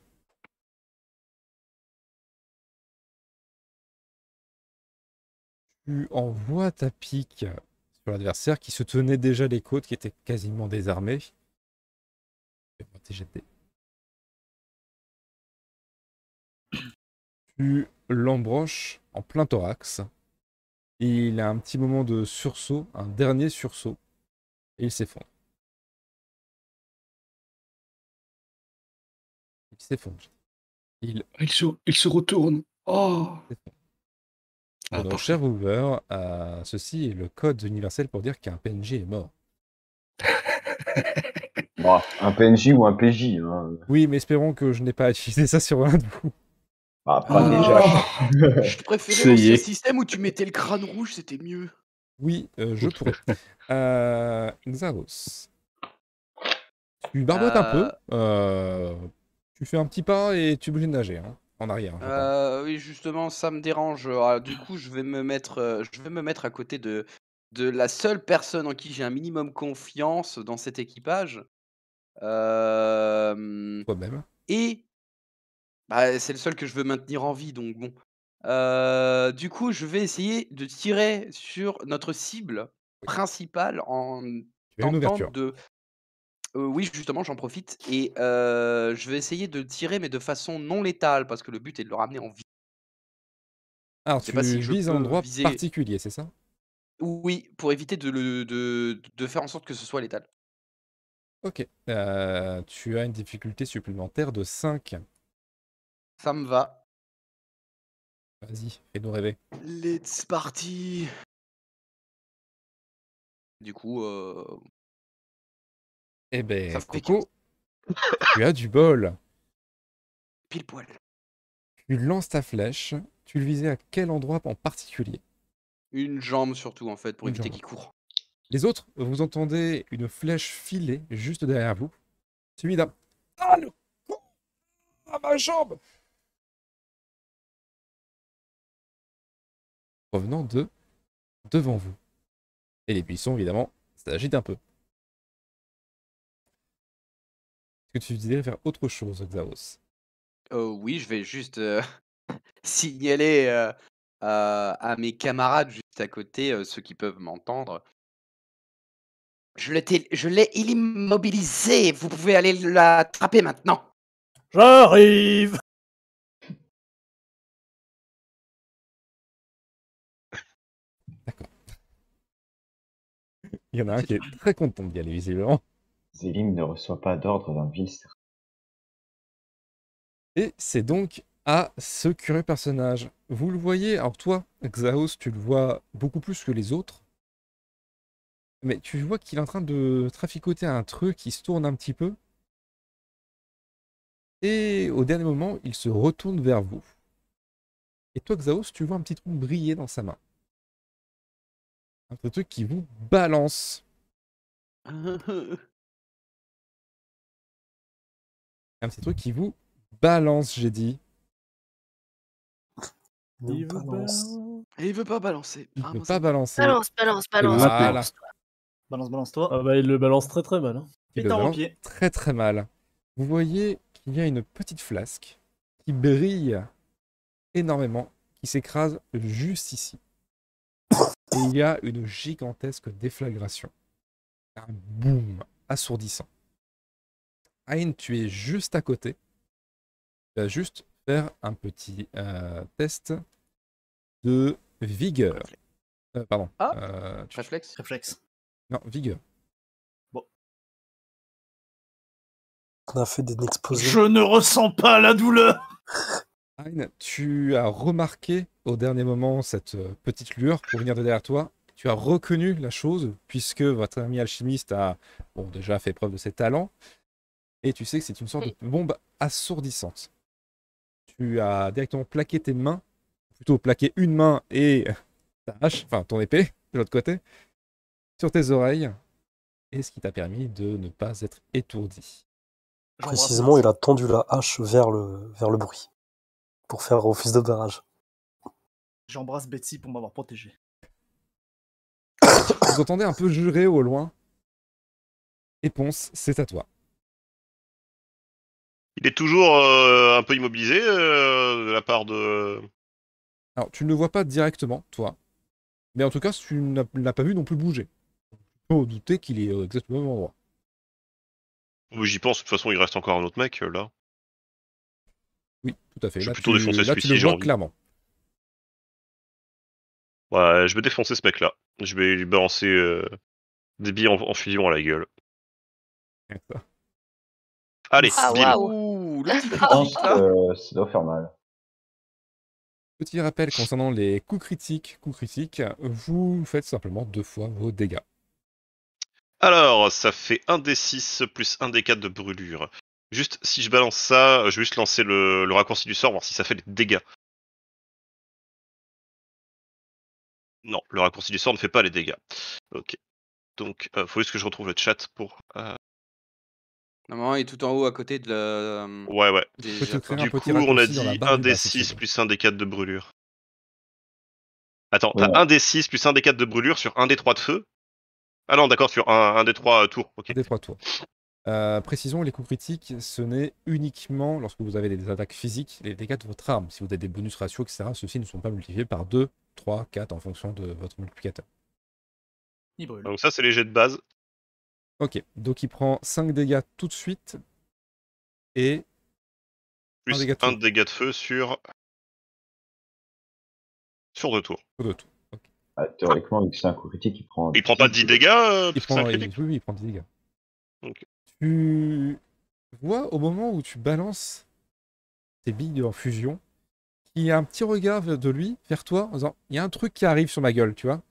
S1: Tu envoies ta pique sur l'adversaire qui se tenait déjà les côtes, qui était quasiment désarmé. Fais-moi tes jets de dés. Tu l'embroches en plein thorax. Il a un petit moment de sursaut, un dernier sursaut, et il s'effondre. Il s'effondre. Il
S7: Il se, il se retourne. Oh! Ah,
S1: Pour nos
S7: parfait.
S1: chers Hoover, euh, ceci est le code universel pour dire qu'un PNJ est mort.
S4: Bon, un PNJ ou un PJ. Hein.
S1: Oui, mais espérons que je n'ai pas utilisé ça sur un de vous.
S4: Bah, pas
S7: Ah.
S10: <laughs>
S4: déjà.
S10: Je préférais
S7: Ça y
S10: l'ancien
S7: est.
S10: système où tu mettais le crâne rouge, c'était mieux.
S1: Oui, euh, je pourrais. Euh, Xavos. Tu barbotes un peu. euh, tu fais un petit pas et tu es obligé de nager hein, en arrière. j'entends.
S10: Euh, oui, justement, ça me dérange. Ah, du coup, je vais me mettre, euh, je vais me mettre à côté de, de la seule personne en qui j'ai un minimum confiance dans cet équipage. Euh,
S1: Toi-même.
S10: et bah, c'est le seul que je veux maintenir en vie, donc bon. Euh, du coup, je vais essayer de tirer sur notre cible principale en
S1: Tu as une
S10: tentant
S1: ouverture.
S10: de. Euh, oui, justement, j'en profite et euh, je vais essayer de le tirer, mais de façon non létale, parce que le but est de le ramener en vie.
S1: Alors,
S10: je sais
S1: tu
S10: pas si je
S1: vises un
S10: peux
S1: endroit
S10: viser-
S1: particulier, c'est ça
S10: Oui, pour éviter de, le, de, de faire en sorte que ce soit létal.
S1: Ok. Euh, tu as une difficulté supplémentaire de 5.
S10: Ça me va.
S1: Vas-y, fais-nous rêver.
S10: Let's party. Du coup, euh,
S1: Eh ben,
S10: Ça fait
S1: Coco, tu as du bol.
S10: pile poil.
S1: Tu lances ta flèche. Tu le visais à quel endroit en particulier
S10: Une jambe surtout, en fait, pour
S1: Une
S10: éviter
S1: jambe.
S10: qu'il court.
S1: Les autres, vous entendez une flèche filer juste derrière vous, suivie d'un Ah, le con Ah, ma jambe Provenant de <laughs> devant vous. Et les buissons, évidemment, ça agite un peu. Est-ce que tu disais faire autre chose, Xaos
S10: Euh, oui, je vais juste euh, <laughs> signaler euh, à- à mes camarades juste à côté, euh, ceux qui peuvent m'entendre. Je l'ai tél- je l'ai immobilisé, vous pouvez aller l'attraper maintenant.
S8: J'arrive
S1: Il y en a un qui est très content d'y aller, visiblement.
S4: Zélim ne reçoit pas d'ordre d'un
S10: <laughs>
S4: vil serpent.
S1: Et c'est donc à ce curieux personnage. Vous le voyez, alors toi, Xaos, tu le vois beaucoup plus que les autres. Mais tu vois qu'il est en train de traficoter un truc, qui se tourne un petit peu. Et au dernier moment, il se retourne vers vous. Et toi, Xaos, tu vois un petit truc briller dans sa main. Un petit truc qui vous balance. Un petit truc qui vous
S10: <coughs>
S1: balance, j'ai dit.
S6: Nous
S8: Il veut
S6: balance.
S10: Ah. Et il veut pas balancer.
S1: Il
S10: Ah,
S1: ne peut
S10: mince.
S1: pas balancer.
S2: Balance, balance, balance.
S1: Voilà.
S9: Balance, balance toi.
S8: Ah bah il le balance très très mal. hein.
S1: Il
S9: Et
S1: le
S9: t'as
S1: balance
S9: pied.
S1: très très mal. Vous voyez qu'il y a une petite flasque qui brille énormément, qui s'écrase juste ici. Et il y a une gigantesque déflagration. Un boom assourdissant. Ayn, tu es juste à côté. Tu vas juste faire un petit euh, test de vigueur. Euh, pardon.
S10: Ah.
S1: Euh, tu-
S10: Réflexe.
S9: Réflexe.
S1: Non, vigueur.
S6: On a fait des exposés.
S9: Je ne ressens pas la douleur.
S1: Ayn, Hein, tu as remarqué au dernier moment cette euh, petite lueur pour venir de derrière toi. Tu as reconnu la chose puisque votre ami alchimiste a bon, déjà fait preuve de ses talents. Et tu sais que c'est une sorte de bombe assourdissante. Tu as directement plaqué tes mains, plutôt plaqué une main et ta hache, enfin ton épée de l'autre côté, sur tes oreilles. Et ce qui t'a permis de ne pas être étourdi.
S9: J'embrasse
S6: Précisément, il
S9: Mars.
S6: a tendu la hache vers le, vers le bruit pour faire office de barrage.
S9: J'embrasse Betsy pour m'avoir protégé.
S1: Vous entendez un peu jurer au loin. Et Ponce, c'est à toi.
S5: Il est toujours euh, un peu immobilisé euh, de la part de.
S1: Alors, tu ne le vois pas directement, toi. Mais en tout cas, tu n'as- l'as pas vu non plus bouger. Tu peux douter qu'il est euh, exactement au même endroit.
S5: Oh, J'y pense, de toute façon, il reste encore un autre mec euh, là.
S1: Oui, tout à fait.
S5: Je vais
S1: Là,
S5: plutôt
S1: tu,
S5: défoncer
S1: là,
S5: celui-ci,
S1: tu le
S5: j'ai
S1: vois
S5: envie.
S1: clairement.
S5: Ouais, je vais défoncer ce mec là. Je vais lui balancer euh, des billes en, en fusion à la gueule. Allez,
S2: Ah,
S5: deal.
S2: waouh.
S10: Ouh, le petit
S4: Je pense
S10: critique, là.
S4: que ça doit faire mal.
S1: Petit rappel concernant les coups critiques. Coups critiques, vous faites simplement deux fois vos dégâts.
S5: Alors, ça fait 1d6 plus 1d4 de brûlure. Juste, si je balance ça, je vais juste lancer le, le raccourci du sort, voir si ça fait des dégâts. Non, le raccourci du sort ne fait pas les dégâts. Ok. Donc, euh, faut juste que je retrouve le chat pour. euh,
S10: Normalement, il est tout en haut à côté de la. hum,
S5: Ouais, ouais.
S1: <laughs>
S10: des-
S1: Faut te créer un
S5: Du
S1: petit
S5: coup, on a
S1: raccourci dans la
S5: dit
S1: barre du bas, <laughs> si tu
S5: 1d6
S1: veux.
S5: plus 1d4 de brûlure. Attends,
S4: Ouais.
S5: t'as 1d6 plus 1d4 de brûlure sur 1d3 de feu Ah non, d'accord, sur 1d3 euh, tours. Ok.
S1: Des trois tours. Euh, précisons, les coups critiques, ce n'est uniquement lorsque vous avez des attaques physiques, les dégâts de votre arme. Si vous avez des bonus ratios, etc., ceux-ci ne sont pas multipliés par 2, 3, 4 en fonction de votre multiplicateur.
S9: Il brûle.
S5: Donc, ça, c'est les jets de base.
S1: Ok, donc il prend 5 dégâts tout de suite. Et
S5: Plus
S1: Un dégât de feu.
S5: 1 dégât de feu sur. Sur 2 tours.
S1: de tout.
S4: Ah, théoriquement, vu que c'est un coup critique, il prend.
S5: Il prend pas 10 dégâts euh,
S1: Il
S5: parce que c'est
S1: prend,
S5: un
S1: il-
S5: critique
S1: oui, oui, il prend 10 dégâts.
S5: Ok.
S1: Tu vois au moment où tu balances tes billes en fusion, il y a un petit regard vers- de lui vers toi en disant Il y a un truc qui arrive sur ma gueule, tu vois.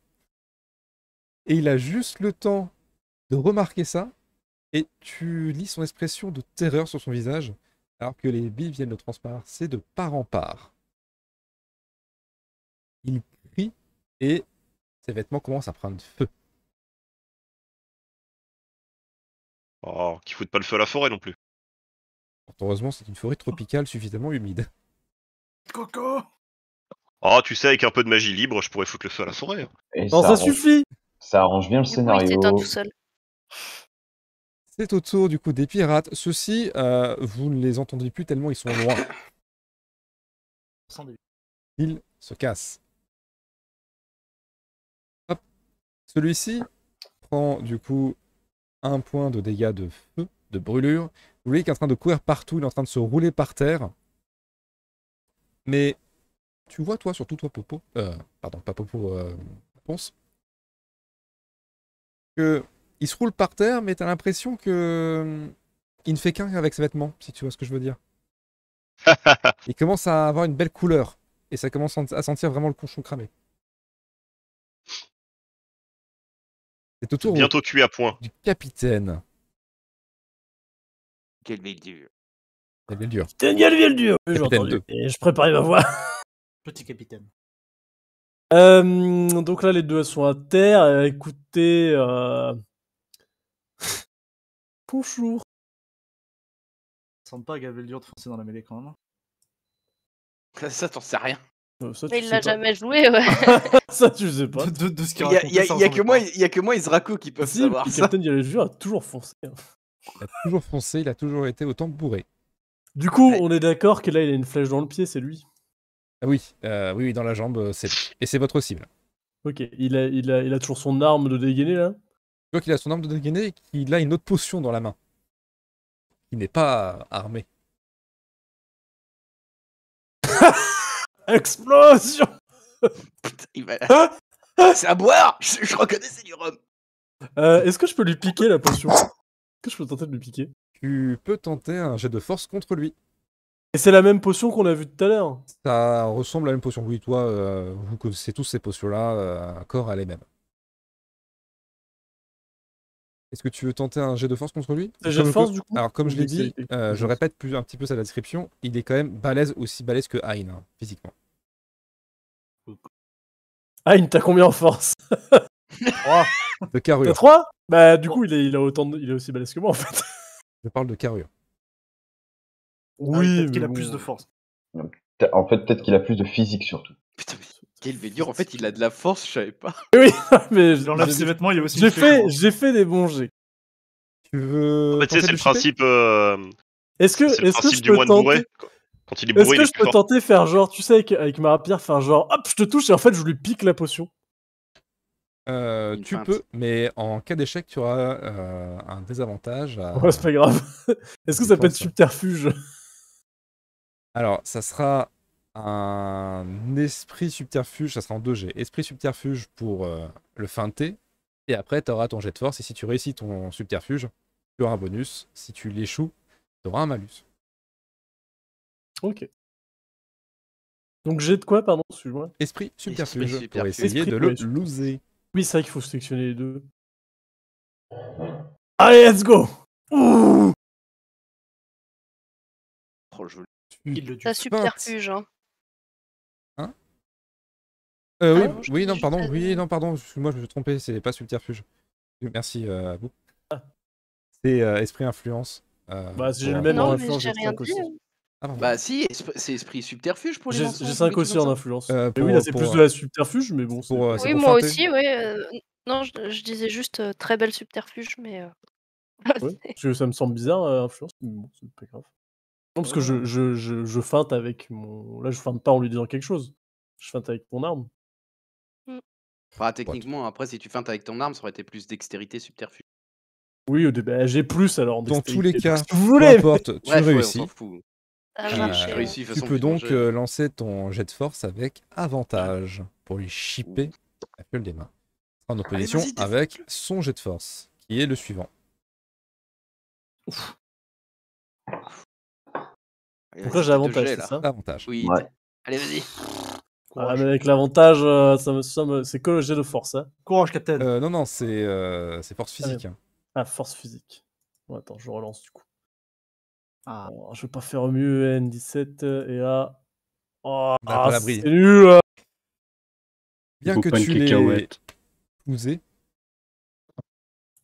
S1: Et il a juste le temps de remarquer ça. Et tu lis son expression de terreur sur son visage, alors que les billes viennent le transpercer de part en part. Il crie et ses vêtements commencent à prendre feu.
S5: Oh, qui foutent pas le feu à la forêt non plus.
S1: Fort Heureusement, c'est une forêt tropicale suffisamment humide.
S9: Coco
S5: Ah, tu sais, avec un peu de magie libre, je pourrais foutre le feu à la forêt. hein.
S4: Et
S8: Non, ça
S4: arrange-
S8: suffit
S4: Ça arrange bien le
S2: Du coup, il
S4: scénario.
S2: s'éteint tout seul.
S1: C'est au tour du coup des pirates. Ceux-ci, euh, vous ne les entendez plus tellement ils sont loin.
S9: Sans début.
S1: Ils se cassent. Hop. Celui-ci prend du coup un point de dégâts de feu, de brûlure. Vous voyez qu'il est en train de courir partout, il est en train de se rouler par terre. Mais tu vois toi, surtout toi Popo, euh, pardon, pas Popo, euh, Ponce, que il se roule par terre, mais t'as l'impression que hum, il ne fait qu'un avec ses vêtements, si tu vois ce que je veux dire. il commence à avoir une belle couleur et ça commence à sentir vraiment le conchon cramé. C'est au tour
S5: Bientôt cuit à point.
S1: du capitaine.
S10: Quelle ville dure.
S1: Ça devient dur.
S8: T'es une gueule, vielle dure Oui, j'ai
S1: Capitaine
S8: entendu.
S1: deux.
S8: Et je préparais ma voix. <laughs>
S9: Petit capitaine.
S8: Euh, donc là, les deux elles sont à terre. Euh, écoutez. euh, <laughs> Bonjour.
S10: <laughs>
S9: Ça semble pas Gaveldur de foncer dans la mêlée quand même. hein.
S10: Ça, <laughs> ça, t'en sais rien.
S8: Euh, ça, tu
S2: Mais il
S8: sais
S2: l'a
S8: pas.
S2: jamais joué, ouais.
S8: ça, tu sais pas.
S9: De, de, de ce qu'il
S10: Il y a,
S9: racontait,
S10: y a- y
S9: ça
S10: a
S9: ressemble
S10: que moi,
S9: pas.
S10: il y a que moi et Zraco qui peuvent
S8: Si,
S10: savoir
S1: <laughs>
S8: puis
S10: ça.
S8: Captain Yalejur a toujours foncé. hein.
S1: Il a
S10: <laughs>
S1: toujours foncé, il a toujours été autant bourré.
S8: Du coup,
S10: Ouais.
S8: on est d'accord que là, il a une flèche dans le pied, c'est lui.
S1: Ah oui, euh, oui, oui, dans la jambe, euh, c'est lui. et c'est votre cible.
S8: Ok, il a, il, a, il a toujours son arme de dégainer là.
S1: Tu vois qu'il a son arme de dégainer et qu'il a une autre potion dans la main. Il n'est pas armé.
S8: Explosion
S10: Putain, il va- c'est à boire <laughs> je, je reconnais, c'est du rhum
S8: Euh, Est-ce que je peux lui piquer la potion Est-ce que je peux tenter de lui piquer
S1: Tu peux tenter un jet de force contre lui.
S8: Et c'est la même potion qu'on a vue tout à l'heure.
S1: Ça ressemble à la même potion. Oui, toi, euh, vous connaissez tous ces potions-là, euh, corps à les mêmes. Est-ce que tu veux tenter un jet de force contre lui
S8: Un jet de
S1: Comme-
S8: force, du coup
S1: Alors, comme je
S8: Ou
S1: l'ai dit,
S8: dextérité
S1: euh, je
S8: Force.
S1: répète plus, un petit peu sa description, il est quand même balèze, aussi balèze que Hein, hein, physiquement.
S8: Ah, il t'a combien en force
S1: De
S8: T'as
S1: carrure.
S8: 3 Bah, du coup, il est, il, a autant de- il est aussi balèze que moi en fait.
S1: Je parle de carrure.
S9: Ah oui, peut-être
S8: mais
S9: qu'il a
S8: bon.
S9: plus de force.
S4: T'as- En fait, peut-être qu'il a plus de physique surtout.
S10: Putain, mais quel Gaveldur, en fait, il a de la force, je savais pas.
S1: <laughs>
S8: mais
S9: Il enlève
S8: j'ai-
S9: ses vêtements, il est aussi.
S8: J'ai
S9: musclé que
S8: fait,
S9: moi.
S8: j'ai fait des bons jets.
S1: Tu veux.
S5: Bah, tu sais,
S1: tenter
S5: c'est
S1: de
S5: le
S1: shipper
S5: principe, euh,
S8: Est-ce que,
S5: c'est le
S8: est-ce que
S5: principe
S8: je
S5: du
S8: peux
S5: moine
S8: tenter
S5: bourré. Quand il est
S8: Est-ce
S5: bourré, il
S8: que je
S5: est plus
S8: peux
S5: fort.
S8: tenter faire genre, tu sais, avec, avec ma rapière, faire genre, hop, je te touche et en fait, je lui pique la potion.
S1: Euh,
S10: Une
S1: Tu
S10: feinte.
S1: peux, mais en cas d'échec, tu auras euh, un désavantage. à-
S8: Ouais, Oh, c'est pas grave. <laughs> Est-ce que
S1: je
S8: ça peut
S1: pense,
S8: être subterfuge
S1: Alors, ça sera un esprit subterfuge, ça sera en 2G. Esprit subterfuge pour euh, le feinter, et après, tu auras ton jet de force, et si tu réussis ton subterfuge, tu auras un bonus. Si tu l'échoues, tu auras un malus.
S8: Ok. Donc j'ai de quoi, pardon, excuse-moi.
S1: Esprit subterfuge pour
S10: subterfuge.
S1: essayer
S8: Esprit
S1: de
S8: pour
S1: le
S8: les subterfuges.
S1: loser.
S8: Oui, c'est vrai qu'il faut sélectionner les deux. Allez, let's go Ouh
S10: Oh, joli.
S9: Il le tue.
S2: Ça superfuge, hein.
S1: Euh,
S2: Ah non,
S1: oui,
S2: je
S1: oui,
S2: t'ai
S1: non,
S2: dit,
S1: pardon,
S2: je
S1: oui,
S2: t'avais-
S1: non, pardon, excuse-moi, je me suis trompé, c'est pas subterfuge. Merci euh, à vous.
S2: Ah.
S1: C'est euh, esprit influence. euh,
S8: Bah, si j'ai
S1: pour-
S8: le même
S2: Non,
S8: en
S2: mais
S8: influence,
S2: j'ai
S8: j'ai
S2: rien
S8: 5
S2: dit,
S8: aussi.
S2: hein.
S1: Ah, pardon.
S10: Bah si, esp- c'est esprit subterfuge pour les
S8: J'ai
S10: mensonges,
S8: 5
S10: les
S8: aussi
S10: trucs
S8: en
S10: comme ça. Bah,
S8: influence.
S1: Euh,
S8: Mais oui,
S1: pour-
S8: là, c'est
S1: pour,
S8: plus
S1: euh,
S8: de la subterfuge, mais bon. c'est-
S1: pour,
S2: <laughs>
S1: euh, c'est
S2: Oui,
S1: pour
S2: moi
S1: feinter.
S2: aussi, oui. euh, Non, je, je disais juste euh, très belle subterfuge, mais. euh,
S9: <laughs>
S8: Ouais, parce que ça me semble bizarre, euh, influence, mais bon, c'est pas grave. Non, parce que je, je, je, je feinte avec mon. Là, je feinte pas en lui disant quelque chose. Je feinte avec mon arme.
S10: Enfin, techniquement, après, si tu feintes avec ton arme, ça aurait été plus dextérité, subterfuge.
S8: Oui, au début, bah, j'ai plus alors. en
S1: Dans tous
S8: dextérité,
S1: les
S8: donc,
S1: cas,
S8: si vous
S1: Peu
S8: voulez.
S10: <laughs>
S1: importe, tu
S10: Bref, ouais, on
S1: réussis.
S10: s'en fout.
S2: Ça a
S10: J'ai-
S2: marché,
S10: j'ai
S2: ouais.
S10: réussi de
S1: tu
S10: façon
S1: peux
S10: plus
S1: donc
S10: dangereuse.
S1: euh, lancer ton jet de force avec avantage
S10: Ah.
S1: pour lui chipper la gueule des mains. En opposition
S10: vas-y, défends-le.
S1: avec son jet de force, qui est le suivant.
S10: Allez,
S8: Donc là,
S10: vas-y,
S8: j'ai
S10: deux
S8: avantage,
S10: jets,
S8: c'est
S10: là.
S8: ça
S1: Avantage.
S10: Oui.
S4: Ouais.
S10: Allez, vas-y.
S8: Ah,
S9: Courage.
S8: mais avec l'avantage, euh, ça me, ça me- c'est que le jet de force, hein.
S9: Courage, capitaine.
S1: Euh, non, non, c'est euh, c'est force
S8: Ah,
S1: physique. hein.
S8: Ah, force physique. Bon, attends, je relance du coup.
S9: Ah.
S8: Alors, Oh, je vais pas faire mieux, N17 euh, et là. Oh,
S1: On a pas
S8: ah,
S1: l'abri.
S8: c'est nul euh.
S1: Bien
S7: Faut
S1: que
S7: pas une
S1: tu l'aies
S7: cacahuète.
S1: poussé,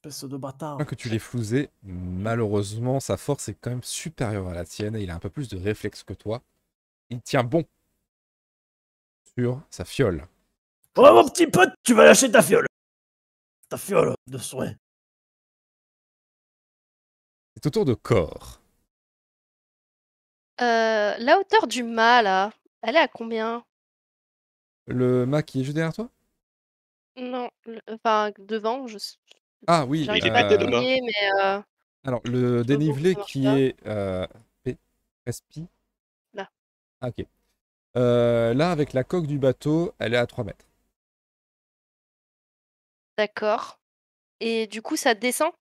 S8: Espèce de
S2: Ah,
S8: bâtard.
S1: Bien que tu l'aies flousé, malheureusement, sa force est quand même supérieure à la tienne et il a un peu plus de réflexe que toi. Il tient bon sur sa fiole.
S8: Oh mon petit pote, tu vas lâcher ta fiole. Ta fiole de soin.
S1: C'est au tour de corps.
S2: Euh, la hauteur du mât, là, elle est à combien
S1: Le mât qui est juste derrière toi
S2: Non, le- enfin, devant, je sais.
S1: Ah oui,
S2: j'arrive
S1: euh,
S2: pas à deviner, mais euh,
S1: Alors,
S2: sais
S1: le
S2: pas
S1: dénivelé
S2: pourquoi ça
S1: qui
S2: marche pas.
S1: est euh, P- SP.
S2: Là.
S1: Ah, ok. Euh, là, avec la coque du bateau, elle est à 3 mètres.
S2: d'accord. Et du coup, ça descend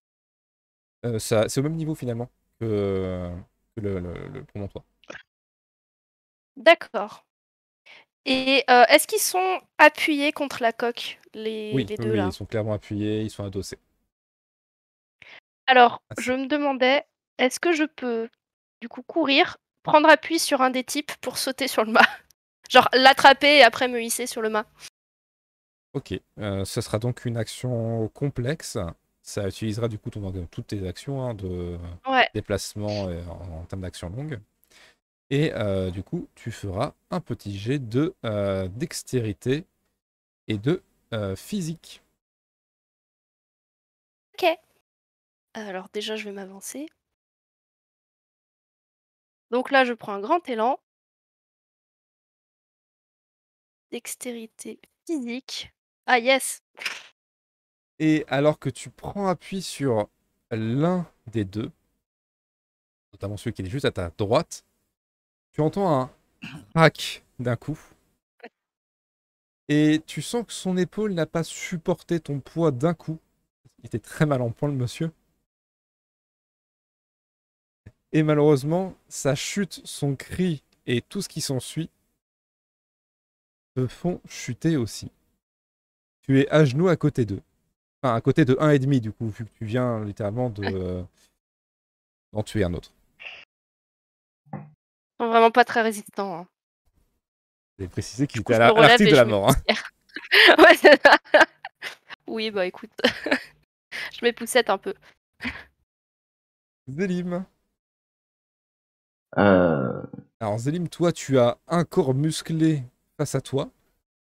S1: Euh, ça- c'est au même niveau finalement que, que le, le- le promontoire.
S2: D'accord. Et euh, est-ce qu'ils sont appuyés contre la coque, les,
S1: oui,
S2: les
S1: oui,
S2: deux
S1: oui,
S2: là
S1: ils sont clairement appuyés, ils sont adossés.
S2: Alors,
S1: Ah,
S2: je me demandais, est-ce que je peux, du coup, courir, prendre appui sur un des types pour sauter sur le mât <laughs> Genre l'attraper et après me hisser sur le mât.
S1: Ok, euh, ce sera donc une action complexe. Ça utilisera du coup ton, organe- toutes tes actions hein, de
S2: Ouais.
S1: déplacement et en, en termes d'action longue. Et euh, du coup, tu feras un petit jet de euh, dextérité et de euh, physique.
S2: Alors déjà, je vais m'avancer. Donc là, je prends un grand élan. Dextérité physique. Ah yes
S1: Et alors que tu prends appui sur l'un des deux, notamment celui qui est juste à ta droite, tu entends un crack d'un coup. Et tu sens que son épaule n'a pas supporté ton poids d'un coup. Il était très mal en point, le monsieur. Et malheureusement, sa chute, son cri et tout ce qui s'ensuit te font chuter aussi. Tu es à genoux à côté d'eux. Enfin, à côté de 1,5 du coup, vu que tu viens littéralement de. euh, d'en tuer un autre.
S2: Ils sont vraiment pas très résistants. hein.
S1: J'ai précisé qu'il
S2: coup,
S1: était à
S2: je
S1: la-
S2: me
S1: à
S2: relève
S1: l'article
S2: et
S1: de
S2: je
S1: la
S2: me
S1: mort. hein.
S2: <laughs>
S1: <laughs>
S2: Ouais, c'est ça. <laughs> Oui, bah écoute. <laughs> je m'époussette un peu.
S1: Zélim.
S4: Euh,
S1: Alors, Zélim, toi, tu as un corps musclé face à toi,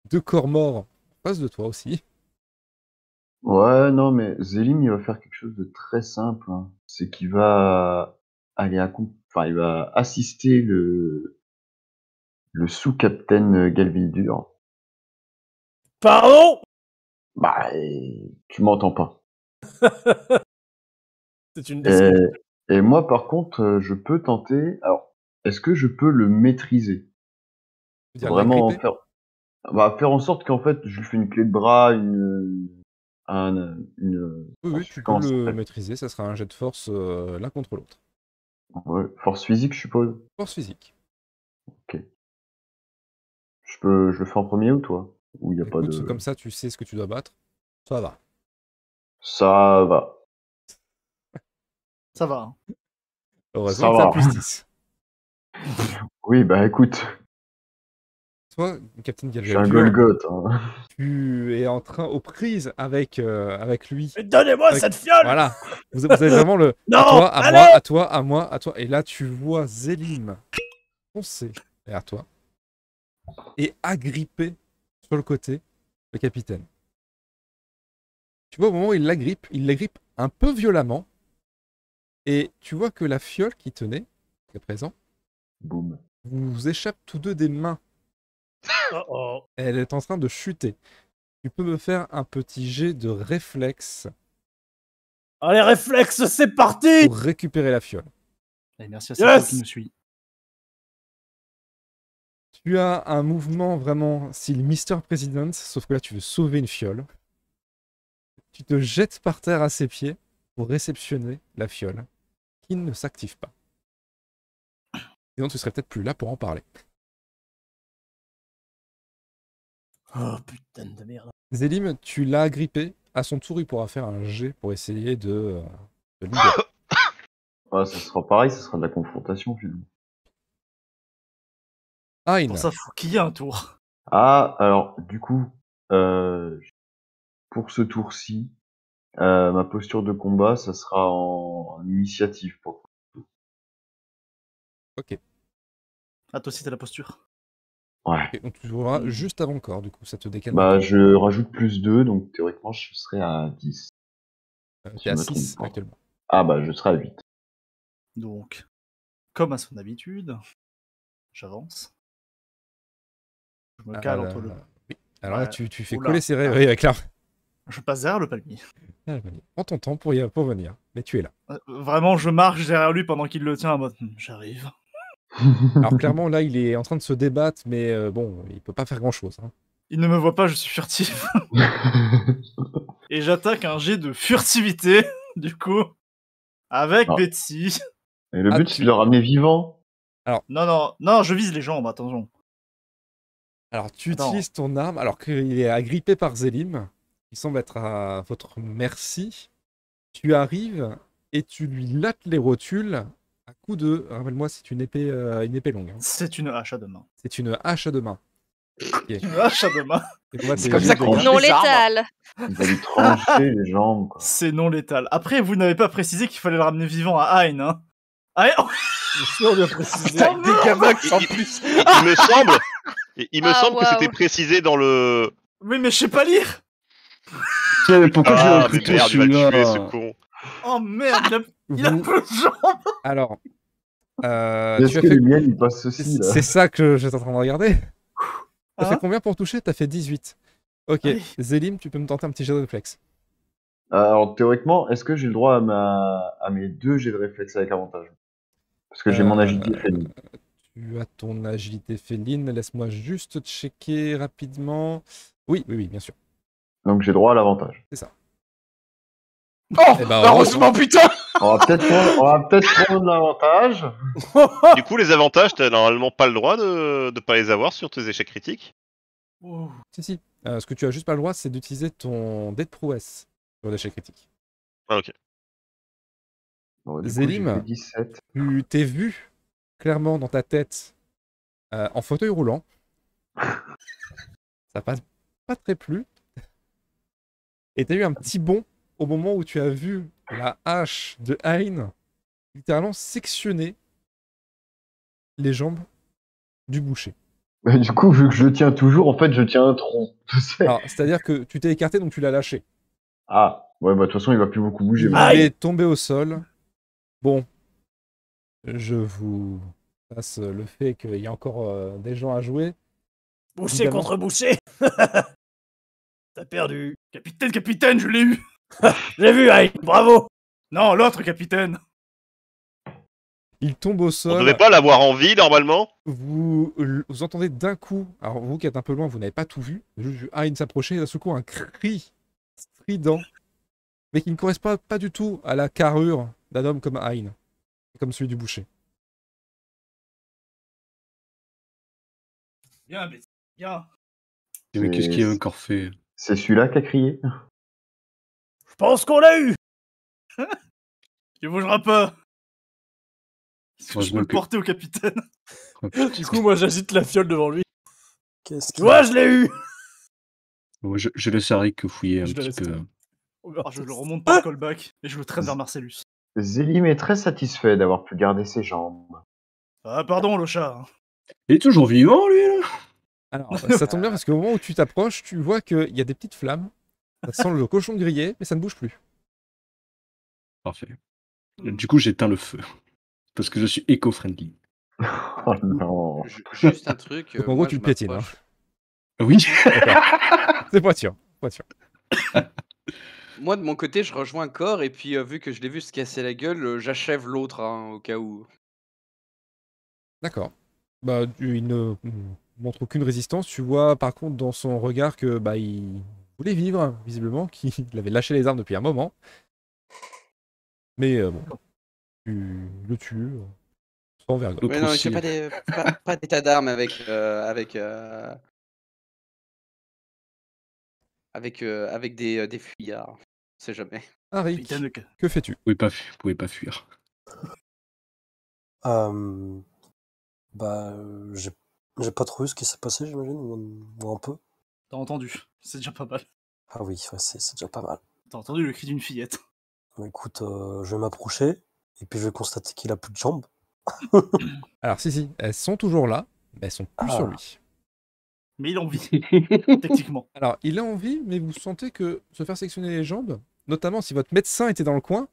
S1: deux corps morts face de toi aussi.
S4: ouais, non, mais Zélim, il va faire quelque chose de très simple. hein. C'est qu'il va aller accom- enfin, il va assister le, le sous-capitaine euh, Galvildur.
S2: <laughs>
S8: Pardon
S4: Bah, et- tu m'entends pas.
S8: C'est une
S4: Et,
S8: déception.
S4: et moi, par contre, euh, je peux tenter. Alors, est-ce que je peux le maîtriser
S1: Je veux dire,
S4: Vraiment
S1: la grippe,
S4: faire, bah, faire en sorte qu'en fait, je lui fais une clé de bras, une. un- une
S1: Oui, oui,
S4: je
S1: tu peux
S4: commence
S1: le
S4: à-
S1: maîtriser, ça sera un jet de force euh, l'un contre l'autre.
S4: ouais, force physique, je suppose.
S1: Force physique.
S4: Je, peux, je le fais en premier ou toi Ou il n'y a pas
S1: Écoute,
S4: de.
S1: comme ça, tu sais ce que tu dois battre. Ça va.
S4: Ça va.
S9: Ça va. hein.
S1: Heureusement
S4: Ça
S1: que t'as
S4: va.
S1: plus 10.
S4: <laughs> Oui, bah écoute,
S1: Toi, Captain
S4: je suis un
S1: Galvier,
S4: Golgoth. hein. <laughs>
S1: tu es en train, aux prises avec, euh, avec lui.
S8: Mais Donnez-moi
S1: Ouais,
S8: cette fiole
S1: Voilà. Vous, vous avez vraiment
S8: <laughs>
S1: le à
S8: Non
S1: toi, à
S8: Allez
S1: moi, à toi, à moi, à toi. Et là, tu vois Zélim foncer derrière euh, toi et agripper sur le côté le capitaine. Tu vois, au moment où il l'agrippe, il l'agrippe un peu violemment. Et tu vois que la fiole qui tenait, jusqu'à présent,
S4: Boum.
S1: vous échappe tous deux des mains.
S8: Oh, oh.
S1: Elle est en train de chuter. Tu peux me faire un petit jet de réflexe
S8: Allez, réflexe, Ah, c'est parti
S1: pour récupérer la fiole.
S9: Et Eh, merci à cette
S8: Yes
S9: fois qui me suit.
S1: Tu as un mouvement vraiment style Mr. President, sauf que là tu veux sauver une fiole. Tu te jettes par terre à ses pieds pour réceptionner la fiole, qui ne s'active pas. Sinon tu serais peut-être plus là pour en parler.
S8: Oh putain de merde.
S1: Zélim, tu l'as agrippé. À son tour, il pourra faire un jet pour essayer de, euh, de le
S4: <coughs>
S1: libérer.
S4: Ah, ça sera pareil, ça sera de la confrontation finalement.
S1: Aïn,
S9: Pour ça, faut qu'il y ait un tour.
S4: Ah, alors, du coup, euh, pour ce tour-ci, Euh, ma posture de combat, ça sera en, en initiative pour.
S9: Ah, toi aussi, t'as la posture.
S4: Ouais.
S1: Ok, donc tu joueras juste avant le corps, du coup, ça te décale.
S4: Bah, je rajoute plus 2, donc théoriquement, je serai à 10.
S1: Euh,
S4: je
S1: T'es à
S4: me trompe
S1: 6
S4: pas.
S1: actuellement.
S4: Ah, bah, je serai à 8.
S9: Donc, comme à son habitude, j'avance. Je me
S1: Ah,
S9: cale
S1: là,
S9: entre le.
S1: oui. Alors là,
S9: Ouais.
S1: tu, tu fais
S9: Oula. Ah.
S1: coller ses rêveries avec l'arme.
S9: Je passe derrière le palmier.
S1: Ah, je me dis, Prends ton temps pour, y, pour venir, mais tu es là.
S9: Euh, Vraiment, je marche derrière lui pendant qu'il le tient en mode Hum, j'arrive.
S4: <laughs>
S1: Alors clairement, là, il est en train de se débattre, mais euh, bon, il peut pas faire grand-chose. hein.
S9: Il ne me voit pas, je suis furtif. Et j'attaque un jet de furtivité, <laughs> du coup, avec
S4: Ah.
S9: Betsy.
S4: Et le
S1: Ah,
S4: but,
S1: tu-
S4: c'est de le ramener vivant.
S9: Non, non, non, je vise les jambes, attention.
S1: Alors, tu
S9: Attends.
S1: utilises ton arme, alors qu'il est agrippé par Zélim. Il semble être à votre merci. Tu arrives et tu lui lattes les rotules à coup de. Rappelle-moi, c'est une épée, euh, une épée longue. hein.
S9: C'est une hache à deux mains.
S1: C'est une hache à deux mains.
S9: Une
S8: Ah,
S9: hache à deux <laughs> mains,
S1: Et pour moi,
S4: C'est comme ça qu'on-
S2: Non
S10: Les arbres.
S2: létal
S4: Il va lui
S9: Ah.
S4: trancher les jambes, quoi.
S9: c'est non létal. Après, vous n'avez pas précisé qu'il fallait le ramener vivant à Hein. hein. <laughs> Oh, Hein,
S8: on lui a précisé.
S10: Avec des gamins en
S5: Il-
S10: plus.
S5: Il, il me semble, il, il me
S2: Ah,
S5: semble que
S2: waouh.
S5: c'était précisé dans le.
S9: Oui, mais je sais pas lire
S7: Tiens, mais pourquoi j'ai
S5: Ah,
S7: un
S5: mais
S7: couteau
S5: merde, il va le tuer, ce
S7: celui-là
S5: con.
S9: Oh merde, il a, il a
S1: Vous-
S9: peu de jambes
S1: Alors, euh,
S4: Est-ce
S1: tu as
S4: que
S1: fait-
S4: les miennes, ils passent ceci,
S1: c'est
S4: là
S1: c'est ça que j'étais en train de regarder. T'as
S9: Hein
S1: fait combien pour toucher T'as fait 18. Ok,
S9: Ah oui.
S1: Zélim, tu peux me tenter un petit jet de réflexe.
S4: Euh, Alors, théoriquement, est-ce que j'ai le droit à, ma... à mes deux jets de réflexe avec avantage Parce que j'ai mon
S1: Euh,
S4: agilité féline.
S1: Tu as ton agilité féline, laisse-moi juste checker rapidement. Oui, oui, oui, bien sûr.
S4: Donc, j'ai droit à l'avantage. <laughs>
S10: Oh,
S1: Eh
S8: bah,
S1: ben,
S10: heureusement, putain
S4: On va peut-être prendre- on va peut-être prendre l'avantage.
S5: <laughs> Du coup, les avantages, t'as normalement pas le droit de ne pas les avoir sur tes échecs critiques.
S9: Ouh.
S1: Si, si. Euh, ce que tu as juste pas le droit, c'est d'utiliser ton dé de prouesse sur l'échec critique.
S5: Ah, ok.
S4: Bon, du coup,
S1: Zélim.
S4: j'ai fait 17.
S1: Tu t'es vu clairement dans ta tête euh, en fauteuil roulant. Ça passe pas très plu. Et t'as eu un petit bond au moment où tu as vu la hache de Hein littéralement sectionner les jambes du boucher.
S4: Bah, du coup, vu que je tiens toujours, en fait, <laughs> je tiens un tronc. Tu sais.
S1: Alors, c'est-à-dire que tu t'es écarté, donc tu l'as lâché.
S4: Ah, ouais, bah, de toute façon, il va plus beaucoup bouger.
S1: Ah, Il
S4: mais-
S8: Aïe.
S1: est tombé au sol. Bon, je vous passe le fait qu'il y a encore euh, des gens à jouer.
S8: Boucher
S1: Évidemment.
S8: contre boucher. T'as perdu.
S9: Capitaine, capitaine, je l'ai eu <laughs>
S8: J'ai vu, Aïe, bravo.
S9: Non, l'autre capitaine
S1: Il tombe au
S5: On
S1: sol.
S5: devait pas l'avoir en vie, normalement.
S1: Vous, vous entendez d'un coup, alors vous qui êtes un peu loin, vous n'avez pas tout vu. ah, Juste vu Ayn s'approcher, et d'un seul coup, un cri strident, mais qui ne correspond pas, pas du tout à la carrure d'un homme comme Ayn, comme celui du boucher.
S9: Bien, Betsy, bien
S7: Mais qu'est-ce qu'il a encore fait
S4: C'est celui-là qui a crié.
S8: Je pense qu'on
S10: <laughs>
S8: l'a eu.
S9: Tu bougeras pas Est-ce que
S7: Heureusement
S9: je peux le
S7: que-
S9: porter au capitaine
S1: <laughs>
S7: Oh,
S8: Du coup, moi, j'agite la fiole devant lui.
S6: Qu'est-ce
S8: Tu
S6: qu'il
S8: vois, je l'ai eu.
S7: Moi, je, je laisse Harry que fouiller un
S9: Je le
S7: petit
S9: laisse
S7: peu.
S9: faire. Ah, je le remonte par le callback et je le traîne vers Marcellus.
S4: Zélim est très satisfait d'avoir pu garder ses jambes.
S9: Ah, pardon, le chat. hein.
S7: Il est toujours vivant, lui, là
S1: Alors, bah, ça tombe bien parce qu'au moment où tu t'approches, tu vois qu'il y a des petites flammes. Ça sent le cochon grillé, mais ça ne
S7: <laughs>
S1: bouge plus.
S7: Parfait.
S1: Mmh.
S7: Du coup, j'éteins le feu. <laughs> Parce que je suis éco-friendly.
S4: <laughs> Oh non.
S10: Ju- Juste un truc.
S1: Donc,
S10: euh,
S1: en gros,
S10: moi,
S1: tu
S10: je
S1: le piétines. hein.
S10: m'approche.
S7: Ah Oui
S1: C'est pas sûr. pas sûr.
S10: Moi, de mon côté, je rejoins corps et puis euh, vu que je l'ai vu se casser la gueule, euh, j'achève l'autre hein, au cas où.
S1: D'accord. Bah, tu- il ne montre aucune résistance. Tu vois, par contre, dans son regard que bah il voulait vivre, visiblement, <laughs> qu'il avait lâché les armes depuis un moment. Mais euh, bon, tu le tues euh, sans vergogne.
S7: L'autre
S10: Mais non,
S7: aussi.
S10: j'ai pas des- pas- pas d'état d'armes avec. euh, avec. euh, avec, euh, avec des, euh, des fuyards. On sait jamais.
S1: Harry,
S9: Capitaine de ca-
S1: que fais-tu
S7: Vous pouvez pas, fu- vous pouvez pas fuir.
S6: Euh, bah, euh, j'ai j'ai pas trop vu ce qui s'est passé, j'imagine, ou, ou un peu.
S9: T'as entendu, c'est déjà pas mal.
S6: Ah oui, ouais, c'est c'est déjà pas mal.
S9: T'as entendu le cri d'une fillette.
S6: Bon, Écoute, euh, je vais m'approcher et puis je vais constater qu'il a plus de jambes.
S1: <coughs> Alors, si, si, elles sont toujours là, mais elles sont plus
S6: Ah.
S1: sur
S9: <laughs>
S1: lui.
S9: Mais il en vit, techniquement.
S1: Alors, il a envie, mais vous sentez que se faire sectionner les jambes, notamment si votre médecin était dans le coin,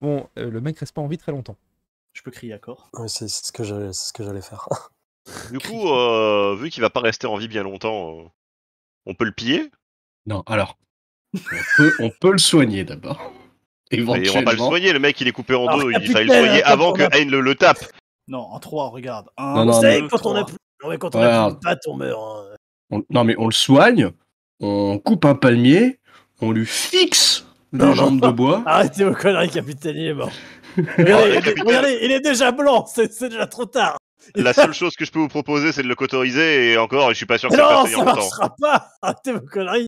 S1: bon, euh, le mec reste pas en vie très longtemps.
S9: Je peux crier à corps.
S6: Oui, c'est c'est ce que j'allais c'est ce que j'allais faire. <laughs>
S5: Du coup, euh, vu qu'il va pas rester en vie bien longtemps, euh, on peut le piller
S7: Non, alors, on peut, on peut le soigner d'abord.
S5: Mais on va pas le
S7: Éventuellement.
S5: soigner, le mec il est coupé en
S8: Alors,
S5: deux, il
S8: capitaine,
S5: fallait le soigner
S8: hein, comme
S5: avant
S8: on
S5: que
S8: a-
S5: Hein le, le
S8: <laughs>
S5: tape.
S9: Non, en 3, regarde. Un,
S7: Non,
S8: Vous
S7: non,
S8: savez,
S9: deux,
S8: quand on a
S9: trois.
S8: plus, non, mais quand on a plus
S7: Regarde.
S8: de pattes, on meurt. hein.
S7: On- non, mais on le soigne, on coupe un palmier, on lui fixe
S8: Non, non.
S7: des jambes de bois.
S8: Arrêtez vos conneries, capitaine, il est mort.
S5: Ah,
S8: regardez,
S5: capitaine.
S8: regardez, il est déjà blanc, c'est c'est déjà trop tard.
S5: La seule chose que je peux vous proposer, c'est de le cotoriser, et encore, je suis pas sûr que
S8: Mais
S5: ça
S8: non,
S5: fasse tenir
S8: ça
S5: longtemps.
S8: marchera pas. Arrêtez vos conneries.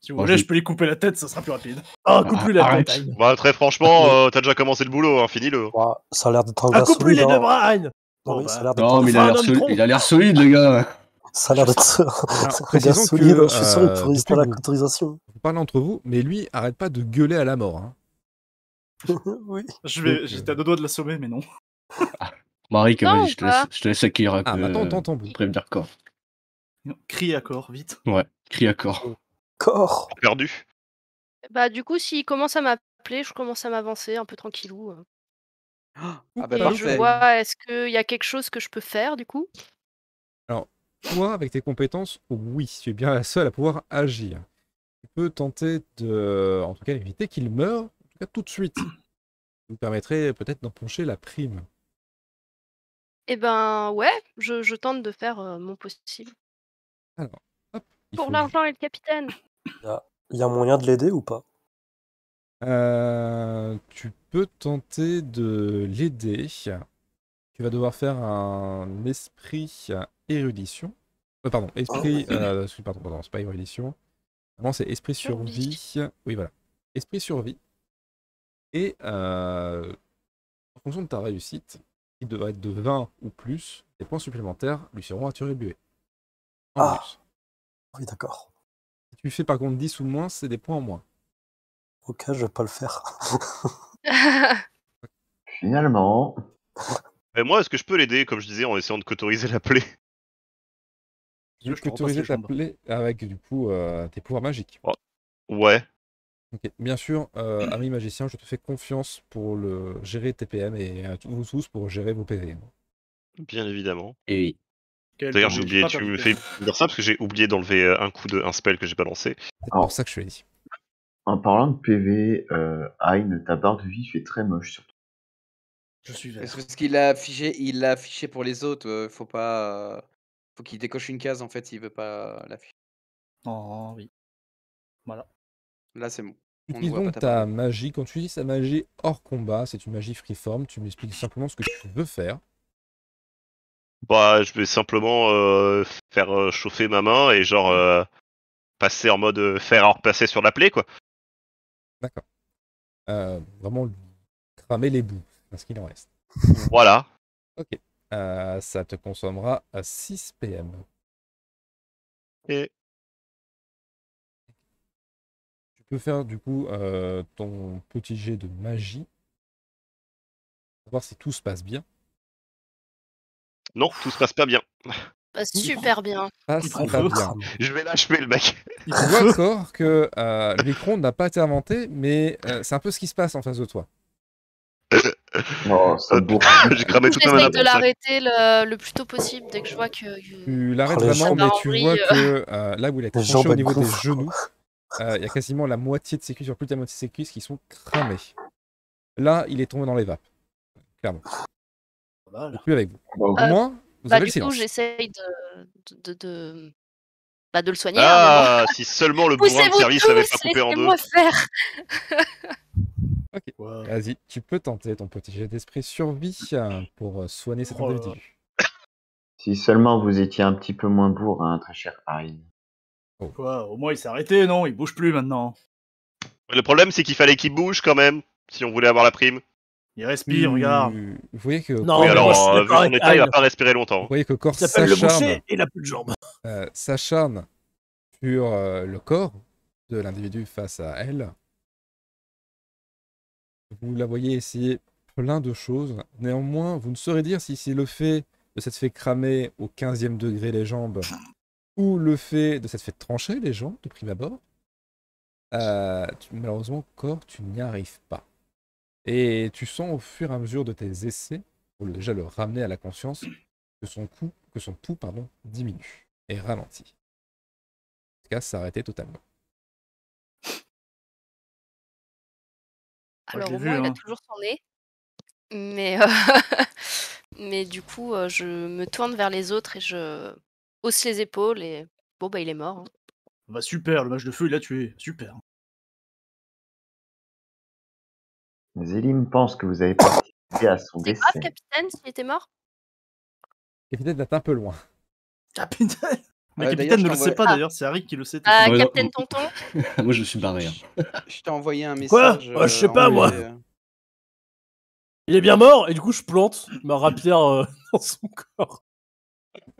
S9: Si vous
S7: Moi,
S9: voulez,
S7: je-
S9: je peux lui couper la tête, ça sera plus rapide.
S5: Ah,
S8: Oh, coupe-lui la
S7: Arrête.
S8: tête, Agne.
S5: Bah, très franchement, euh, t'as déjà commencé le boulot, hein, finis-le.
S6: Ouais,
S4: Bah,
S6: ça a l'air d'être un
S8: Ah,
S6: gars
S8: coupe-lui
S6: solide.
S8: les
S6: hein.
S8: deux bras, Agne.
S6: Non,
S8: Bon,
S6: mais ça a
S8: bah,
S6: l'air
S7: Non,
S6: d'être
S7: mais il
S6: un-
S7: a
S8: Enfin,
S7: l'air
S8: un homme
S7: soli-
S8: tronc.
S7: il a l'air solide, le gars.
S6: ça a l'air d'être
S1: Alors,
S6: <laughs> un gars
S1: précisons
S6: solide.
S1: que,
S6: hein. Je suis sûr qu'il
S1: euh,
S6: peut résister à
S1: depuis
S6: la
S1: que vous-
S6: cotorisation.
S1: Vous parlez entre vous, mais lui arrête pas de gueuler à la mort. hein.
S6: oui.
S9: Je
S1: Donc, euh,
S9: vais... J'étais à deux doigts de l'assommer, mais non.
S7: <laughs>
S9: <laughs>
S7: Marie, que-
S2: Non,
S7: vas-y,
S2: ou
S7: je, te laisse,
S2: pas
S7: je te laisse accueillir à
S1: Ah, bah attends, attends, attends.
S7: euh, prévenir corps.
S9: Non, Crie à corps, vite.
S7: Ouais, crie à corps.
S1: Oh.
S6: Corps.
S5: Perdu.
S2: Bah, du coup, s'il commence à m'appeler, je commence à m'avancer un peu tranquillou. hein.
S10: Ah bah
S2: Et je
S10: parfait.
S2: vois, est-ce qu'il y a quelque chose que je peux faire du coup
S1: Toi, avec tes compétences, oui, tu es bien la seule à pouvoir agir. Tu peux tenter de, en tout cas, éviter qu'il meure, en tout cas tout de suite. Ça vous permettrait peut-être d'empocher la prime.
S2: Eh ben, ouais, je, je tente de faire euh, mon possible.
S1: Il
S2: Pour
S1: faut-
S2: l'argent et le capitaine
S6: Il y a moyen de l'aider ou pas
S1: Euh, tu peux tenter de l'aider. Tu vas devoir faire un esprit érudition. Euh, pardon,
S6: Ah
S1: esprit. euh, excuse- pardon, pardon, c'est pas érudition. Non, c'est esprit
S2: Survie.
S1: survie. Oui, voilà. Esprit survie. Et euh, en fonction de ta réussite, il devrait être de 20 ou plus. Des points supplémentaires lui seront attribués. En
S6: Ah.
S1: plus.
S6: Oui, d'accord.
S1: Si tu fais par contre 10 ou moins, c'est des points en moins.
S6: Ok, je vais pas le faire.
S4: Finalement,
S5: Et moi, est-ce que je peux l'aider, comme je disais, en essayant de cotoriser la
S8: <laughs>
S5: plaie
S9: Je
S1: Juste
S9: te
S1: que
S9: repasse
S1: tu
S9: les jambes.
S1: t'appeler avec du coup euh, tes pouvoirs magiques.
S5: Ouais.
S1: Ok, Bien sûr, euh, ami magicien, je te fais confiance pour le gérer TPM et à tous- vous tous pour gérer vos PV.
S5: Bien évidemment.
S7: Et oui.
S9: Quel
S5: D'ailleurs,
S9: bon,
S5: j'ai
S9: j'ai
S5: oublié,
S9: pas
S5: tu
S9: perdu
S5: me
S9: de
S5: fais
S9: temps.
S5: dire ça parce que j'ai oublié d'enlever euh, un coup de un spell que j'ai balancé.
S1: C'est
S4: Alors.
S1: pour ça que je te l'ai dit.
S4: en parlant de PV, euh, Hein, ta barre de vie fait très moche surtout.
S9: Je suis vert.
S10: Parce que ce qu'il a affiché, il l'a affiché pour les autres. euh, faut pas. euh, Faut qu'il décoche une case en fait, il veut pas euh, l'afficher.
S9: Oh, oui.
S10: Là c'est bon. On ne
S1: Utilise
S10: voit pas
S1: donc
S10: ta
S1: ta
S10: barre.
S1: magie. Quand tu utilises ta magie hors combat, c'est une magie freeform. Tu m'expliques simplement ce que tu veux faire.
S5: Bah, je vais simplement euh, faire euh, chauffer ma main et genre euh, passer en mode euh, fer à repasser sur la plaie, quoi.
S1: Euh, vraiment lui cramer les bouts, parce qu'il en reste.
S5: Voilà.
S1: Euh, ça te consommera euh, à 6 PM.
S5: Et
S1: Tu peux faire du coup euh, ton petit jet de magie. Pour voir si tout se passe bien.
S5: non, tout se passe pas bien.
S2: Bah, Super bien.
S1: Ah,
S9: prend
S1: pas
S9: feu.
S1: bien.
S5: <laughs> Je vais l'achever, le mec.
S9: Il
S1: Tu
S9: prend
S1: vois
S9: feu.
S1: encore que euh, le micro-ondes n'a pas été inventé, mais euh, c'est un peu ce qui se passe en face de toi.
S4: <laughs> Oh, ça bourre.
S5: <laughs> j'ai cramé toute ma main.
S2: J'essaye de l'arrêter le, le plus tôt possible dès que je vois que. que-
S8: Mm.
S1: Tu l'arrêtes
S6: Oh, les
S1: vraiment,
S2: jambes
S1: mais
S2: à
S1: tu
S2: Henri,
S1: vois
S2: euh.
S1: que euh, là où il a
S6: Les
S1: tranché
S6: jambes
S1: au
S6: à
S1: niveau des
S6: gaufre.
S1: genoux, euh, il y a quasiment la moitié de ses cuisses, voire plus de la moitié de ses cuisses qui sont cramées. Là, il est tombé dans les vapes.
S9: Voilà.
S1: Il est plus avec vous.
S5: Ah
S4: Bon,
S1: Au moins, vous
S2: Ah, Bah,
S1: avez le
S2: du coup,
S1: silence.
S2: j'essaye de, de, de, de- bah, de le soigner. hein, mais bon.
S5: Ah, si seulement le bourrin de
S2: Poussez-vous
S5: service
S2: tous,
S5: l'avait pas coupé en deux.
S2: laissez-moi faire.
S9: Wow.
S1: Vas-y, tu peux tenter ton petit jet d'esprit survie euh, pour euh, soigner cet
S9: Oh là là.
S1: individu.
S4: Si seulement vous étiez un petit peu moins bourrin, très cher Hein.
S9: Quoi Au moins il s'est arrêté, non Il bouge plus maintenant.
S5: Le problème, c'est qu'il fallait qu'il bouge quand même, si on voulait avoir la prime.
S9: Il respire, regarde.
S1: Tu- Vous voyez que
S8: Non,
S5: Oui,
S8: mais moi, je suis
S5: alors, euh, vu
S8: d'accord
S5: son
S8: avec
S5: état, il va
S8: Anne.
S5: pas respirer longtemps.
S1: vous voyez que corps
S8: Il s'appelle le
S1: s'acharne
S8: boucher et il a plus de jambes.
S1: euh, s'acharne sur euh, le corps. de l'individu face à elle. Vous la voyez essayer plein de choses. Néanmoins, vous ne saurez dire si c'est le fait de s'être fait cramer au 15e degré les jambes ou le fait de s'être fait trancher les jambes de prime abord. Euh, tu- malheureusement, corps, tu n'y arrives pas. Et tu sens au fur et à mesure de tes essais, pour le- déjà le ramener à la conscience, que son, coup, que son pouls pardon, diminue et ralentit. cas s'arrêter totalement.
S9: Moi, je
S2: Alors
S9: l'ai
S2: au
S9: vu,
S2: moins, il a
S9: hein.
S2: toujours son nez. Mais, euh, <laughs> mais du coup, euh, je me tourne vers les autres et je hausse les épaules et bon, bah il est mort. hein.
S9: Bah super, le match de feu il l'a tué, super.
S4: Zélim pense que vous avez participé à son
S2: C'est grave,
S4: décès.
S2: capitaine, s'il était mort
S1: Capitaine d'être un peu loin.
S9: Capitaine Le
S10: Ouais, Bah, d'ailleurs,
S9: Bah, capitaine
S10: je
S9: ne le sait
S10: t'envoie-
S9: pas
S2: Ah.
S9: d'ailleurs, c'est Harry qui le sait.
S2: Ah,
S7: Ouais, non.
S2: capitaine tonton
S7: Moi, je me suis barré. hein.
S10: Ah, Je t'ai envoyé un
S8: Quoi
S10: message.
S9: Oh,
S8: Ah, je sais
S10: euh,
S8: pas,
S10: en
S8: moi.
S10: privé, euh.
S8: Il est bien mort, et du coup, je plante ma rapière euh, <laughs> dans son corps.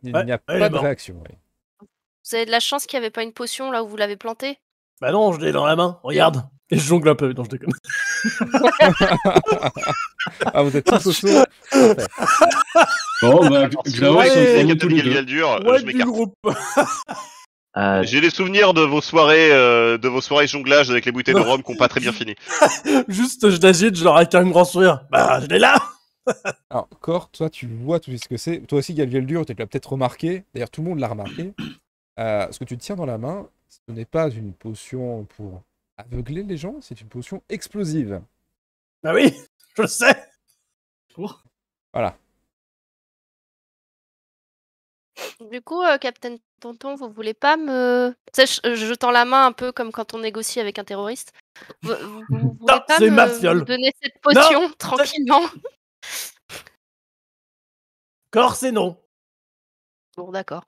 S1: Il
S8: Ouais,
S1: n'y a
S8: elle est
S1: pas de
S8: morte.
S1: réaction. oui.
S2: Vous avez de la chance qu'il n'y avait pas une potion là où vous l'avez planté
S8: Bah non, je l'ai dans la main, regarde. Et je jongle un peu, non, je déconne.
S1: <laughs> Ah, vous êtes tous au saut Parfait.
S7: Bon, bah,
S5: Ouais,
S7: Xaos,
S8: allez,
S5: c'est
S7: on-
S5: la
S7: on est
S5: capitaine
S7: tous les deux.
S5: Galviel Dur,
S8: Ouais,
S5: je
S8: du
S5: m'écarte.
S8: groupe.
S1: Euh,
S8: <laughs>
S4: Ah,
S5: J'ai des souvenirs de vos soirées, euh, de vos soirées jonglage avec les bouteilles de rhum qui n'ont pas très bien fini.
S1: Ah,
S8: Juste, je l'agite, je leur accorde un grand sourire. Bah, je l'ai là
S1: <laughs> Alors, Cor, toi, tu vois tout ce que c'est. Toi aussi, Galviel Dur, tu l'as peut-être remarqué. D'ailleurs, tout le monde l'a remarqué. Euh, ce que tu tiens dans la main, ce n'est pas une potion pour aveugler les gens, c'est une potion explosive.
S8: Bah oui, je le sais.
S1: Voilà.
S2: Du coup, euh, capitaine tonton, vous voulez pas me. Tu sais, je, je tends la main un peu comme quand on négocie avec un terroriste. Vous, vous- <laughs> vous voulez
S8: Non,
S2: pas me,
S8: c'est ma
S2: me
S8: fiole.
S2: donner cette potion <laughs> tranquillement
S8: Corps, c'est non.
S2: Bon, d'accord.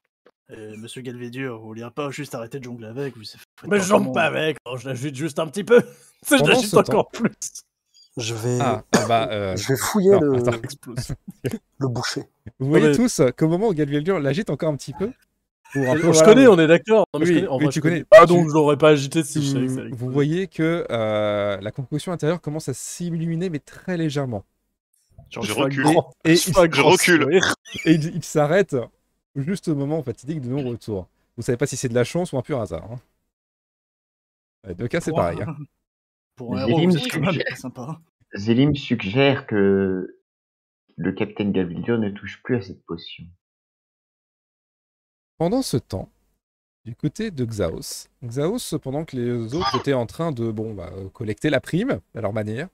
S9: Euh, Monsieur Galvédur, vous voulez pas Oh, juste arrêter de jongler avec vous faites
S8: Mais je jongle
S9: vraiment-
S8: pas avec, non, je l'agite juste un petit peu. <laughs> Tu sais, je
S1: Pendant
S8: l'agite
S1: ce temps-
S8: encore plus.
S6: Je vais, <coughs>
S1: Ah, ah bah, euh,
S6: je vais fouiller
S1: non,
S6: le,
S1: attends.
S9: <laughs>
S1: <laughs>
S8: Explose.
S6: le boucher.
S1: vous voyez
S8: mais-
S1: tous euh, qu'au moment où Galviel Dur l'agite encore un petit peu, pour un peu,
S8: je
S1: voilà,
S8: connais, Euh, on est d'accord. Non, mais je
S1: Oui,
S8: connais, en
S1: oui,
S8: vrai,
S1: tu
S8: je connais.
S1: connais.
S8: Ah, donc
S1: Tu- Mm.
S8: je l'aurais pas agité si je savais
S7: Hmm.
S8: que ça allait
S1: vous
S8: exploser.
S1: voyez que euh, la concoction intérieure commence à s'illuminer, mais très légèrement.
S5: Genre,
S8: Je
S5: je
S8: fais un
S5: recule.
S8: grand-
S1: Et
S8: je fais un
S5: je
S8: grand
S5: recule.
S8: sourire.
S1: Et il, il s'arrête juste au moment fatidique de non-retour. Vous savez pas si c'est de la chance ou un pur hasard. hein. Dans les deux cas, c'est
S9: Pour un-
S1: pareil. hein.
S9: Pour un
S4: Les
S9: héros, vous êtes
S4: limites.
S9: quand même pas sympa.
S4: Zélim suggère que le capitaine Galvidio ne touche plus à cette potion.
S1: Pendant ce temps, du côté de Xaos, Xaos, pendant que les autres étaient en train de bon, bah, euh, collecter la prime, à leur manière,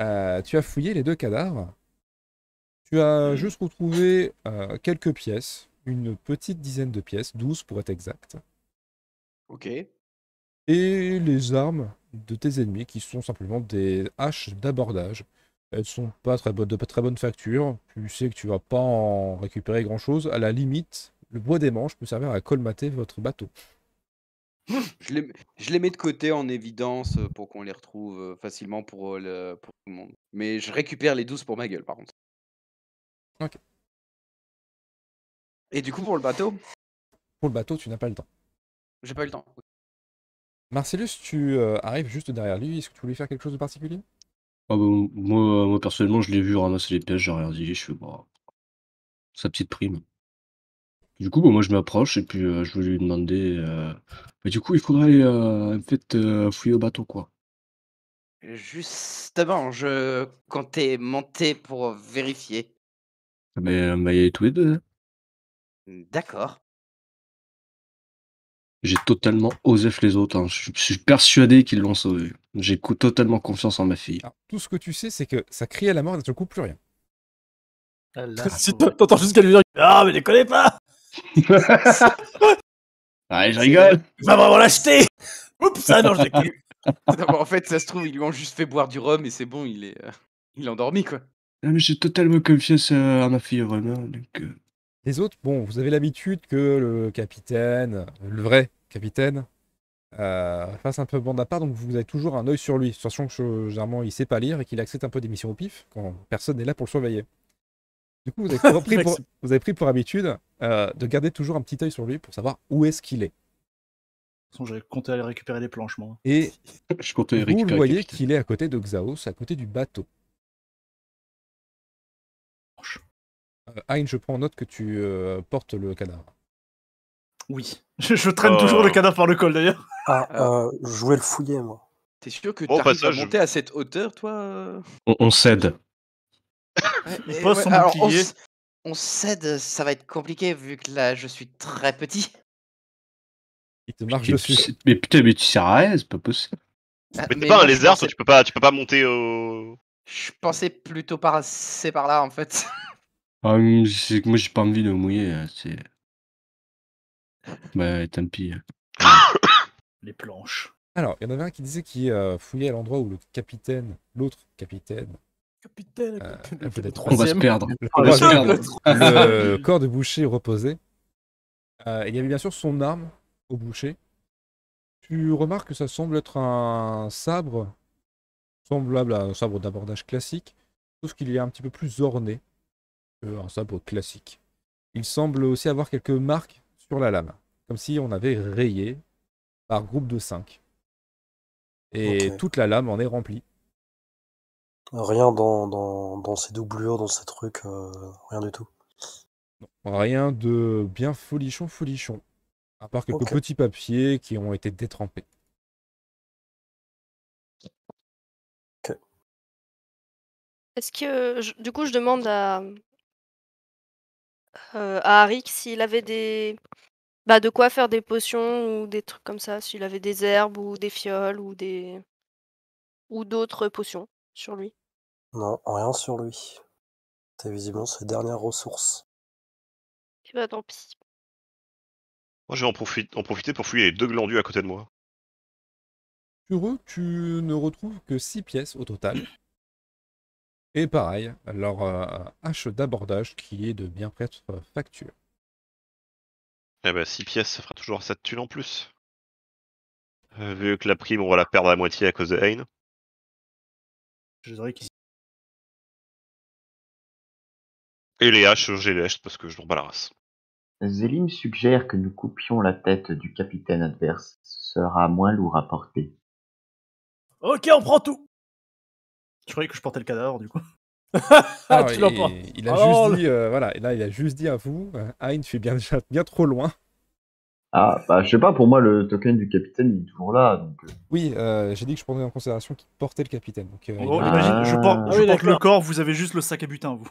S1: euh, tu as fouillé les deux cadavres. Tu as juste retrouvé euh, quelques pièces, une petite dizaine de pièces, 12 pour être exact,
S10: euh, Ok.
S1: et les armes de tes ennemis qui sont simplement des haches d'abordage. Elles sont pas très bonnes, de pas très bonne facture. Tu sais que tu vas pas en récupérer grand chose. À la limite, le bois des manches peut servir à colmater votre bateau.
S10: Je les, je les mets de côté en évidence euh, pour qu'on les retrouve euh, facilement pour, euh, le, pour tout le monde. Mais je récupère les 12 pour ma gueule, par contre.
S1: Ok.
S10: Et du coup, pour le bateau,
S1: Pour le bateau, tu n'as pas le temps.
S10: j'ai pas eu le temps.
S1: Marcellus, tu euh, arrives juste derrière lui. Est-ce que tu voulais faire quelque chose de particulier
S7: Ah bah, moi, moi, personnellement, je l'ai vu ramasser les pièges, j'ai rien dit, je suis bah, sa petite prime. Du coup, bah, moi, je m'approche et puis euh, je vais lui demander. euh, Mais du coup, il faudrait aller euh, en fait, euh, fouiller au bateau, quoi.
S10: Justement, je comptais monter pour vérifier.
S7: Mais on va y aller tous les deux. hein.
S10: D'accord.
S7: J'ai totalement osé les autres. hein. Je suis- je suis persuadé qu'ils l'ont sauvé. J'ai co- totalement confiance en ma fille.
S1: Alors, tout ce que tu sais, c'est que ça crie à la mort et d'un seul coup, plus rien.
S9: Ah, la
S8: <laughs> Si
S9: pauvre.
S8: t'entends juste qu'elle lui dit Ah, mais déconnez pas
S7: Allez, je rigole.
S8: Il va vraiment l'acheter Oups, ah non, je déconne.
S10: <laughs> Non, mais en fait, ça se trouve, ils lui ont juste fait boire du rhum et c'est bon, il est, euh, il est endormi, quoi.
S7: Non, Ah, mais j'ai totalement confiance euh, à ma fille, vraiment. donc, euh,
S1: Les autres, bon, vous avez l'habitude que le capitaine, le vrai capitaine, euh, fasse un peu bande à part, donc vous avez toujours un œil sur lui, sachant que euh, généralement il sait pas lire et qu'il accepte un peu des missions au pif quand personne n'est là pour le surveiller. Du coup, vous avez, repris pour,
S8: J'accepte.
S1: vous avez pris pour habitude euh, de garder toujours un petit œil sur lui pour savoir où est-ce qu'il est.
S9: toute façon, j'avais compté aller récupérer les planches, moi.
S1: Et
S7: <laughs> Je compte les
S1: vous
S7: récupérer.
S1: voyez
S7: capitaine.
S1: qu'il est à côté de Xaos, à côté du bateau. Euh, Hein, je prends en note que tu euh, portes le cadavre.
S9: Oui. <laughs> Je, je traîne
S5: Euh.
S9: toujours
S7: Oh.
S9: le cadavre par le col, d'ailleurs.
S6: Ah, euh, je voulais le fouiller, moi.
S10: T'es sûr que
S5: Bon, bah,
S10: t'arrives
S5: passage.
S10: à monter à cette hauteur, toi euh
S7: On, on cède.
S10: Ouais,
S9: Il
S10: et
S9: pose son
S10: alors, on,
S9: bouclier.
S10: s- on cède, ça va être compliqué vu que là je suis très petit.
S1: Il te marche
S7: Tu-
S1: dessus.
S7: tu- Mais putain, mais tu sers à rien, c'est pas possible.
S10: Ah,
S5: Mais t'es
S10: moi,
S5: pas un
S10: je
S5: lézard, toi,
S10: pensais-
S5: tu peux pas, tu peux pas monter au.
S10: Je pensais plutôt passer par là en fait.
S7: Ah, mais c'est que moi, j'ai pas envie de mouiller. hein, C'est. Bah, tant pis. hein.
S9: Les planches.
S1: Alors, il y en avait un qui disait qu'il euh, fouillait à l'endroit où le capitaine, l'autre capitaine,
S8: Capitaine,
S1: Euh,
S8: capitaine,
S1: peut-être pas.
S8: le
S7: On va se
S8: troisième.
S7: perdre.
S1: le,
S7: On va se
S1: le-
S7: perdre. <laughs>
S1: le corps de boucher reposait. Euh, il y avait bien sûr son arme au boucher. Tu remarques que ça semble être un sabre semblable à un sabre d'abordage classique, sauf qu'il est un petit peu plus orné qu'un sabre classique. Il semble aussi avoir quelques marques sur la lame, comme si on avait rayé par groupe de 5. Et
S6: Ok.
S1: toute la lame en est remplie.
S6: Rien dans, dans, dans ces doublures, dans ces trucs, euh, rien du tout.
S1: Rien de bien folichon folichon, à part quelques
S6: Ok.
S1: petits papiers qui ont été détrempés.
S2: Est-ce que. je- du coup, je demande à. euh, à Arik s'il avait des. Bah, de quoi faire des potions ou des trucs comme ça. S'il avait des herbes ou des fioles ou des. Ou d'autres potions sur lui.
S6: Non, rien sur lui. C'est visiblement ses dernières ressources.
S2: Et bah, tant pis.
S5: Moi, je vais en, profi- en profiter pour fouiller les deux glandus à côté de moi.
S1: Sur eux, tu ne retrouves que 6 pièces au total. Et pareil, leur euh, hache d'abordage qui est de bien prêtre facture.
S5: Eh ben, 6 pièces, ça fera toujours 7 thunes en plus. Euh, vu que la prime, on va la perdre à moitié à cause de Hain.
S9: Je dirais qu'ils
S5: Et les haches, j'ai les haches parce que je leur bats la race.
S4: Zélim suggère que nous coupions la tête du capitaine adverse. Ce sera moins lourd à porter.
S8: Ok, on prend tout.
S9: Je croyais que je portais le cadavre, du coup.
S8: Ah,
S1: Alors,
S8: tu
S1: il-
S8: l'emportes.
S1: il, a
S8: Oh,
S1: juste dit, euh, voilà, et là, il a juste dit à vous, euh, Hein, tu es bien, déjà bien trop loin.
S4: Ah, bah je sais pas, pour moi le token du capitaine il est toujours là. Donc, euh,
S1: Oui, euh, j'ai dit que je prendrais en considération qu'il portait le capitaine. Donc, euh,
S9: En
S1: il
S9: gros,
S1: a-
S9: Oh, imagine, je porte,
S4: Ah
S9: je
S8: oui,
S9: porte le
S8: d'accord.
S9: corps, vous avez juste le sac à butin, vous.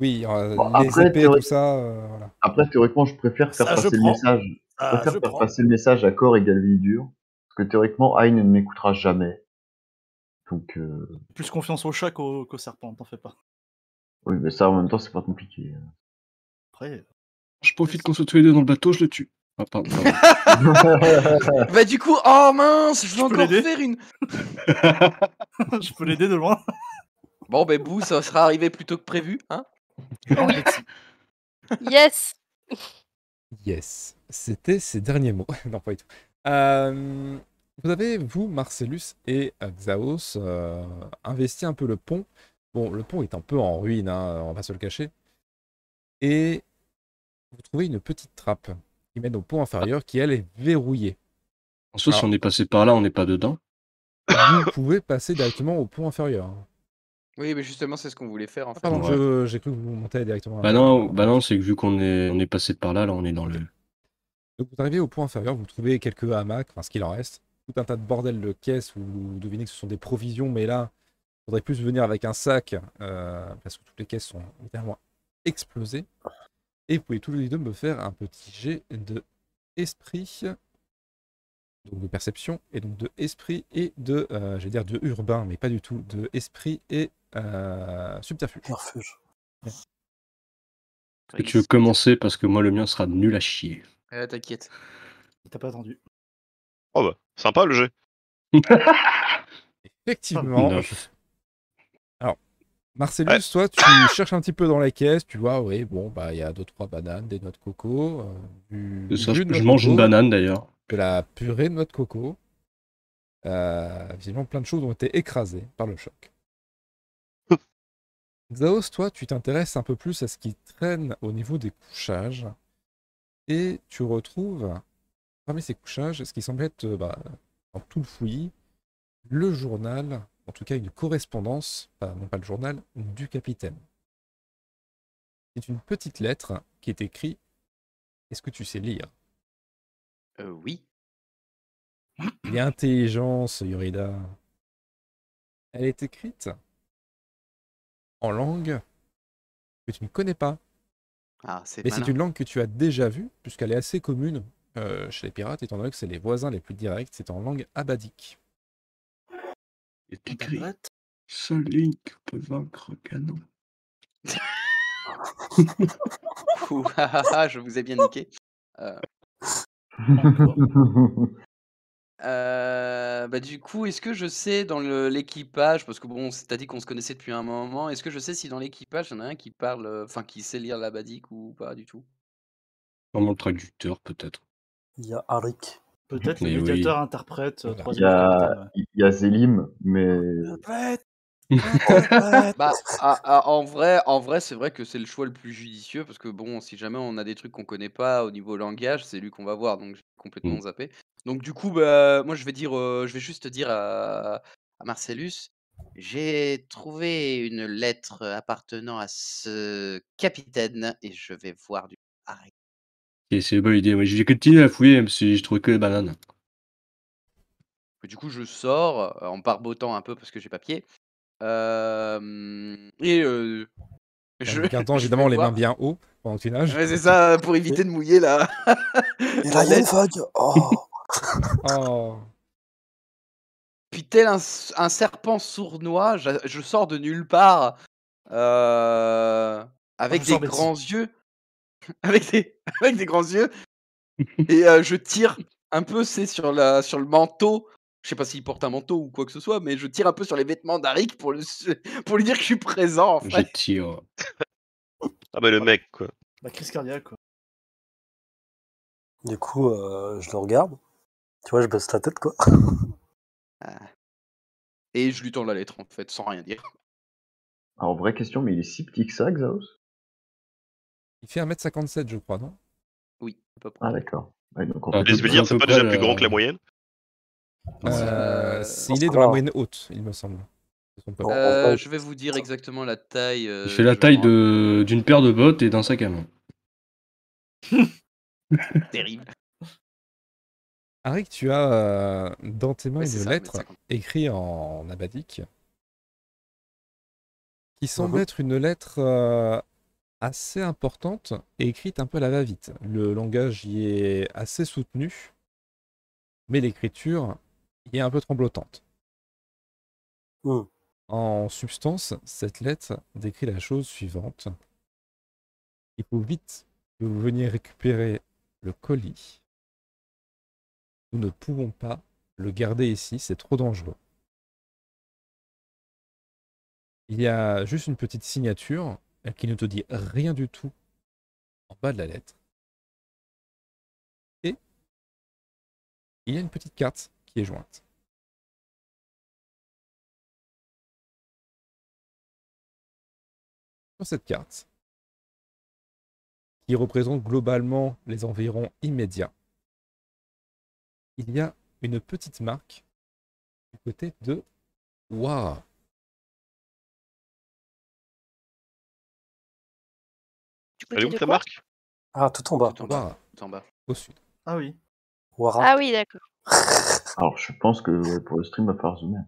S1: oui, euh,
S4: Bon,
S1: les
S4: après,
S1: épées,
S4: théorie-
S1: tout ça, euh, voilà.
S4: Après, théoriquement, je préfère faire
S8: Ça, je
S4: passer le
S8: prends.
S4: message. Je
S8: Ah,
S4: préfère
S8: je
S4: faire
S8: prends.
S4: passer le message à corps égal vie dure. Parce que théoriquement, Aïe ne m'écoutera jamais. Donc, euh,
S9: Plus confiance au chat qu'au qu'au serpent, t'en fais pas.
S4: oui, mais ça en même temps, c'est pas compliqué. hein.
S9: Après, euh,
S7: Je profite qu'on soit tous les deux dans le bateau, je le tue. Ah, pardon, pardon.
S1: <laughs>
S10: bah du coup, oh mince, je vais
S9: peux
S10: encore
S9: l'aider
S10: faire une.
S9: <laughs> je peux l'aider de loin.
S10: Bon, ben bouh, ça sera arrivé plus tôt que prévu, hein
S9: Non, je l'ai dessus.
S2: <laughs> Yes
S1: Yes, c'était ses derniers mots. <laughs> non, pas du tout. Euh, vous avez, vous, Marcellus et euh, Xaos, euh, investi un peu le pont. Bon, le pont est un peu en ruine, hein, on va se le cacher. Et vous trouvez une petite trappe qui mène au pont inférieur qui, elle, est verrouillée.
S7: En soi, si
S1: Alors.
S7: on est passé par là, on n'est pas dedans.
S1: Vous pouvez passer directement au pont inférieur. hein.
S10: <laughs> Oui, mais justement, c'est ce qu'on voulait faire en
S1: Ah,
S10: fait.
S1: pardon,
S7: Ouais.
S1: je- j'ai cru que vous montez directement. à-
S7: Bah non, bah non c'est que vu qu'on est, on est passé par là, là, on est dans le.
S1: Donc vous arrivez au point inférieur, vous trouvez quelques hamacs, enfin ce qu'il en reste, tout un tas de bordel de caisses, vous, vous devinez que ce sont des provisions, mais là, il faudrait plus venir avec un sac, euh, parce que toutes les caisses sont littéralement explosées. Et vous pouvez tous les deux me faire un petit jet de esprit, donc de perception, et donc de esprit et de, euh, j'allais dire de urbain, mais pas du tout, de esprit et euh, subterfuge.
S6: Refuge.
S7: Est-ce que tu veux commencer parce que moi, le mien sera nul à chier.
S10: Euh, T'inquiète.
S9: T'as pas attendu.
S5: Oh bah, sympa le jeu.
S10: bah.
S1: <laughs> Effectivement,
S7: Neuf.
S1: je- Marcellus,
S5: Ouais.
S1: toi, tu cherches un petit peu dans la caisse, tu vois, oui, bon, bah, il y a deux, trois bananes, des noix de coco, euh, du,
S7: <laughs> De ça,
S1: du
S7: je,
S1: jus
S7: je
S1: de noix de
S7: mange une
S1: coco,
S7: banane d'ailleurs.
S1: de la purée de noix de coco. Euh, visiblement, plein de choses ont été écrasées par le choc. Xaos, toi, tu t'intéresses un peu plus à ce qui traîne au niveau des couchages et tu retrouves Parmi ces couchages, ce qui semble être, euh, bah, dans tout le fouillis, le journal, en tout cas une correspondance, enfin, non pas le journal, du capitaine. C'est une petite lettre qui est écrite Est-ce que tu sais lire
S10: Euh, oui.
S1: Il est intelligent, ce Yorida. Elle est écrite en langue que tu ne connais pas.
S10: Ah, c'est
S1: Mais c'est
S10: malin.
S1: une langue que tu as déjà vue, puisqu'elle est assez commune euh, chez les pirates, étant donné que c'est les voisins les plus directs, c'est en langue abadique.
S7: est écrit Seul Link peut vaincre
S6: <laughs>
S7: Ganon.
S10: Ouh, ah, ah, je vous ai bien niqué. Euh, euh, bah, du coup, est-ce que je sais dans le- l'équipage, parce que bon, c'est- t'as dit qu'on se connaissait depuis un moment, est-ce que je sais si dans l'équipage, il y en a un qui parle, euh, enfin, qui sait lire l'abadique ou pas du tout
S7: Dans mon traducteur, peut-être.
S6: Il y a Arik.
S9: Peut-être
S7: Mais
S9: les
S7: oui.
S9: médiateurs interprètent. euh,
S4: Il
S9: troisième
S4: y
S9: capitaine, ouais.
S4: a, il y a Zélim, mais <laughs>
S10: Bah, ah, ah, en vrai, en vrai c'est vrai que c'est le choix le plus judicieux, parce que bon, si jamais on a des trucs qu'on connaît pas au niveau langage, c'est lui qu'on va voir, donc j'ai complètement
S1: Mmh.
S7: Mm.
S10: zappé. Donc du coup, bah, moi je vais dire, euh, je vais juste dire à, à Marcellus, j'ai trouvé une lettre appartenant à ce capitaine, et je vais voir du Harry.
S7: Et c'est une bonne idée. Ouais, je vais continuer à fouiller, même si je trouve que les bananes.
S10: Et Du coup, je sors euh, en barbotant un peu parce que j'ai pas pied. Euh, et euh,
S1: En
S10: je, <laughs>
S1: gardant
S10: je vais
S1: évidemment les
S10: voir-
S1: mains bien haut pendant Ah, que tu nages.
S10: Ouais, c'est ça, pour éviter de mouiller là.
S6: <laughs> Et là, il y a une vague. Oh,
S1: Oh.
S10: Puis tel un, s- un serpent sournois, j'a- je, sors de nulle part euh, avec
S9: je
S10: des
S9: sors Betsy.
S10: grands yeux, <laughs> avec des, avec des grands yeux, et euh, je tire un peu, c'est sur la sur le manteau. Je sais pas s'il porte un manteau ou quoi que ce soit, mais je tire un peu sur les vêtements d'Arik pour, le su- pour lui dire que je suis présent en
S7: Je
S10: fait.
S7: tire.
S5: Ah bah le mec quoi.
S9: La crise cardiaque, quoi.
S6: du coup, euh, je le regarde. Tu vois, je baisse la tête, quoi.
S10: Et je lui tends la lettre en fait, sans rien dire.
S4: Ah, en vraie question, mais il est si petit que ça, Xaos
S1: Il fait 1m57, je crois, non
S10: Oui, à peu près.
S4: Ah d'accord. Ouais, donc en
S7: Ah,
S4: fait,
S5: Je
S7: Tout-
S5: veux
S7: tout
S5: dire,
S7: à
S5: c'est
S7: peu
S5: pas déjà
S7: près,
S5: plus grand que
S7: euh,
S5: la moyenne
S1: Euh,
S10: Euh,
S1: Il est dans la
S6: alors-
S1: moyenne haute, il me semble. C'est son peuple.
S6: en
S10: Euh,
S6: fait-
S10: je vais vous dire exactement la taille.
S7: Il
S10: euh,
S7: fait la
S10: je
S7: taille
S10: crois.
S7: de- d'une paire de bottes et d'un sac à main.
S10: Terrible.
S1: Arik, tu as euh, dans tes mains
S10: Ouais, c'est
S1: une
S10: ça,
S1: lettre
S10: 1m50.
S1: écrite en abadique qui semble
S6: Mhm.
S1: être une lettre euh, assez importante et écrite un peu à la va-vite. Le langage y est assez soutenu, mais l'écriture y est un peu tremblotante.
S6: Hmm.
S1: En substance, cette lettre décrit la chose suivante. Il faut vite que vous veniez récupérer le colis. Nous ne pouvons pas le garder ici, c'est trop dangereux. Il y a juste une petite signature euh, qui ne te dit rien du tout en bas de la lettre. Et il y a une petite carte qui est jointe. Sur cette carte, qui représente globalement les environs immédiats, il y a une petite marque du côté de Wara.
S2: Du
S5: Elle
S2: côté
S5: est où
S2: de
S5: ta
S2: quoi
S5: marque
S6: Ah, tout en bas.
S10: Tout en bas.
S1: Wara,
S10: tout en bas.
S1: au sud.
S9: Ah oui.
S6: Wara.
S2: Ah oui, d'accord.
S4: alors je pense que ouais, pour le stream, il va falloir zoomer.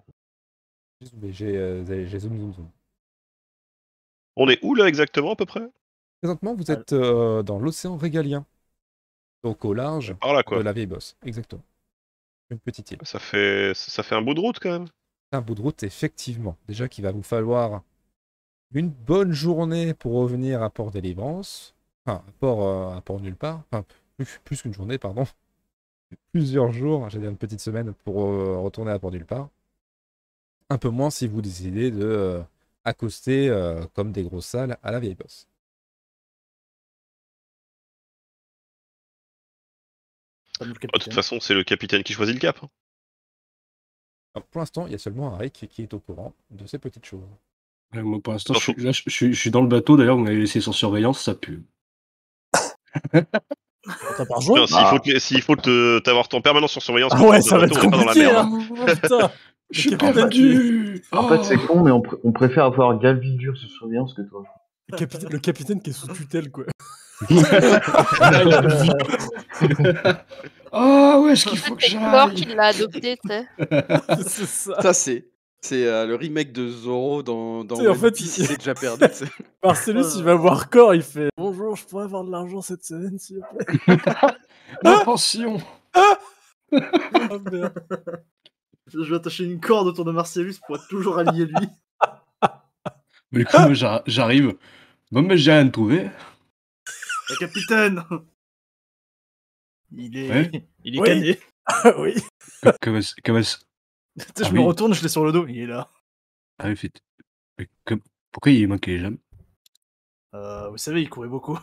S1: J'ai zoomé, j'ai euh, j'ai zoom, zoom, zoom.
S5: On est où là exactement à peu près
S1: Présentement, vous êtes euh, dans l'océan régalien, donc au large
S5: Par là quoi.
S1: de la vieille bosse. Exactement. Une petite île.
S5: Ça fait ça fait un bout de route quand même.
S1: C'est un bout de route, effectivement. Déjà qu'il va vous falloir une bonne journée pour revenir à Port Délivrance. Enfin, à Port, euh, à Port Nulle part. Enfin, plus, plus qu'une journée, pardon. <laughs> Plusieurs jours, j'allais dire une petite semaine, pour euh, retourner à Port Nulle part. Un peu moins si vous décidez de euh, accoster euh, comme des grosses salles à la vieille bosse.
S9: Pas nous le
S5: Ah, de toute
S9: capitaine.
S5: façon, c'est le capitaine qui choisit le cap. hein.
S1: Alors, pour l'instant, il y a seulement Arik qui est au courant de ces petites choses.
S7: Ouais, Euh, moi, pour l'instant,
S5: Dans
S7: je, suis- là, je, je suis- je suis dans le bateau. D'ailleurs, vous m'avez laissé sur surveillance, ça pue.
S8: T'as par jour
S5: Putain, S'il faut, te- s'il faut te- t'avoir en permanence sur surveillance,
S8: Ah
S5: quand
S8: ouais,
S5: tu
S8: ça va
S5: retournes,
S8: être
S5: on pas dans la
S8: compliqué.
S5: merde.
S8: hein. Oh,
S5: <laughs>
S8: putain.
S7: Je suis
S8: Quel
S7: perdu
S4: En fait, c'est
S7: Oh.
S4: con, mais on, pr- on préfère avoir Galvidur sous surveillance que toi.
S8: Le capitaine, le capitaine qui est sous
S10: <laughs>
S8: tutelle, quoi.
S7: Ah, où est-ce qu'il
S2: En
S7: faut que
S2: fait, c'est Clore
S7: j'aille
S2: qui l'a adopté, tu <laughs> sais.
S8: <laughs> C'est ça.
S10: Ça, c'est. C'est euh, le remake de Zoro dans, dans
S8: Tu sais, en
S10: One
S8: fait,
S10: Piece,
S8: il-
S10: il est déjà perdu. tu sais.
S8: <laughs>
S10: Euh.
S8: Marcellus, il va voir corps, il fait Bonjour, je pourrais avoir de l'argent cette semaine, s'il vous plaît.
S7: La pension
S8: Ah, merde.
S9: Je vais attacher une corde autour de Marcellus pour être toujours allié lui.
S7: Mais
S10: Ah
S7: écoute, moi, j'ar- j'arrive. Bon, mais j'ai rien trouvé. <laughs>
S9: Le capitaine Il est. <laughs>
S7: Ouais.
S9: Il est
S8: Oui.
S9: cané.
S8: Ah oui.
S7: Que- Comment c- comment c-
S9: Tu sais,
S7: Ah
S9: je me
S7: oui.
S9: retourne, je l'ai sur le dos, il est là.
S7: Ah, oui, fait- mais que- Pourquoi il manquait les jambes
S9: Euh, vous savez, il courait beaucoup.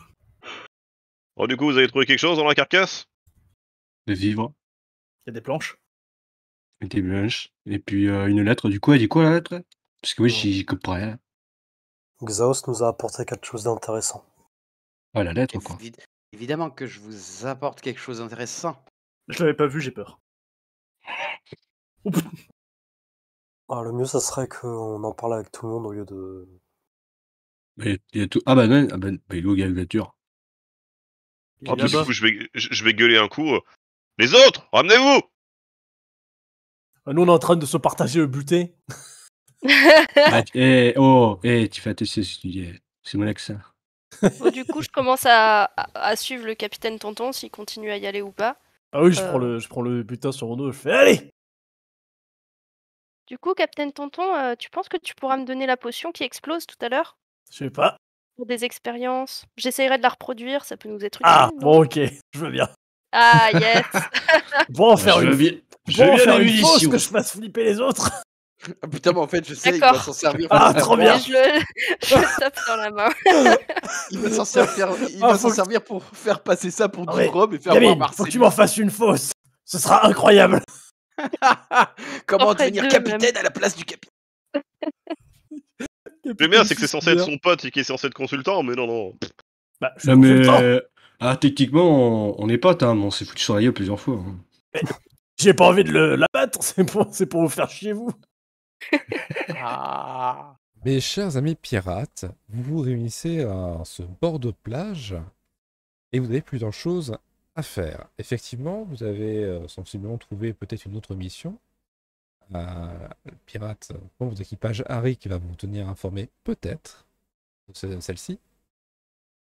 S5: Bon, Oh, du coup, vous avez trouvé quelque chose dans la carcasse
S7: De vivre,
S9: Il y a des planches.
S7: des blanches, et
S10: <laughs>
S7: puis euh, une lettre. Du coup, elle dit quoi la lettre Parce que oui,
S6: Oh.
S7: j'y j'y comprends rien.
S6: Xaos nous a apporté quelque chose d'intéressant.
S7: Ah, la lettre, quoi.
S10: Évi- Évidemment que je vous apporte quelque chose d'intéressant.
S9: Je l'avais pas vu, j'ai peur. Oh, putain.
S6: Ah, le mieux, ça serait qu'on en parle avec tout le monde au lieu de.
S7: Mais <laughs> il y a tout. Ah, bah non, ah, bah, bah, il est où, Galvature
S9: Il
S5: Ah,
S9: est
S5: puis, du
S9: là-bas.
S5: coup, je vais, je je vais gueuler un coup. euh, Les autres, ramenez-vous
S8: Ah, Nous, on est en train de se partager le butin.
S7: Ah, tu- Eh, oh, eh, tu fais attester si tu dis. eh, C'est mon accent.
S2: Bon, du coup, je commence à, à- à suivre le capitaine Tonton s'il continue à y aller ou pas.
S8: Ah oui, je,
S2: Euh.
S8: prends le, je prends le butin sur mon dos, je fais Allez
S2: Du coup, capitaine Tonton, euh, tu penses que tu pourras me donner la potion qui explose tout à l'heure
S8: Je sais pas.
S2: pour des expériences J'essayerai de la reproduire, ça peut nous être utile.
S8: Ah,
S2: non
S8: bon, ok, je veux bien.
S2: Ah, yes
S8: <laughs>
S2: <laughs>
S8: Bon, faire
S7: je
S8: une,
S7: viens,
S8: bon,
S7: je viens
S8: faire
S7: des
S8: une fausse
S7: munitions.
S8: que je fasse flipper les autres.
S10: Ah, putain, mais en fait, je sais, il va
S2: D'accord. Ah,
S10: s'en servir.
S8: Ah,
S10: pour-
S8: trop
S2: Et
S8: bien.
S2: je le, je le tape dans la main.
S10: <laughs> Il va s'en servir, il
S8: Ah,
S10: va
S8: faut
S10: s'en
S8: que-
S10: servir pour faire passer ça pour
S8: Ah
S10: du
S8: ouais.
S10: rhum et faire voir
S8: Gamine, faut que tu
S10: Marcel.
S8: m'en fasses une fausse. Ce sera incroyable.
S10: Ah, Comment
S2: Après
S10: devenir
S2: deux,
S10: capitaine
S2: même.
S10: à la place du capitaine
S5: Le bien, c'est que c'est censé être son pote et qui est censé être consultant, mais non, non.
S8: Bah, je suis
S7: Non, mais.
S8: consultant.
S7: euh, Ah, techniquement, on, on est potes, hein, mais on s'est foutu sur la gueule plusieurs fois. hein.
S8: J'ai pas envie de le- l'abattre, c'est pour, c'est pour vous faire chier, vous.
S10: ah.
S1: Mes chers amis pirates, vous vous réunissez à ce bord de plage et vous avez plusieurs choses à faire. Effectivement, vous avez euh, sensiblement trouvé peut-être une autre mission. Euh, le pirate, euh, pour votre équipage Harry qui va vous tenir informé peut-être de ce- celle-ci.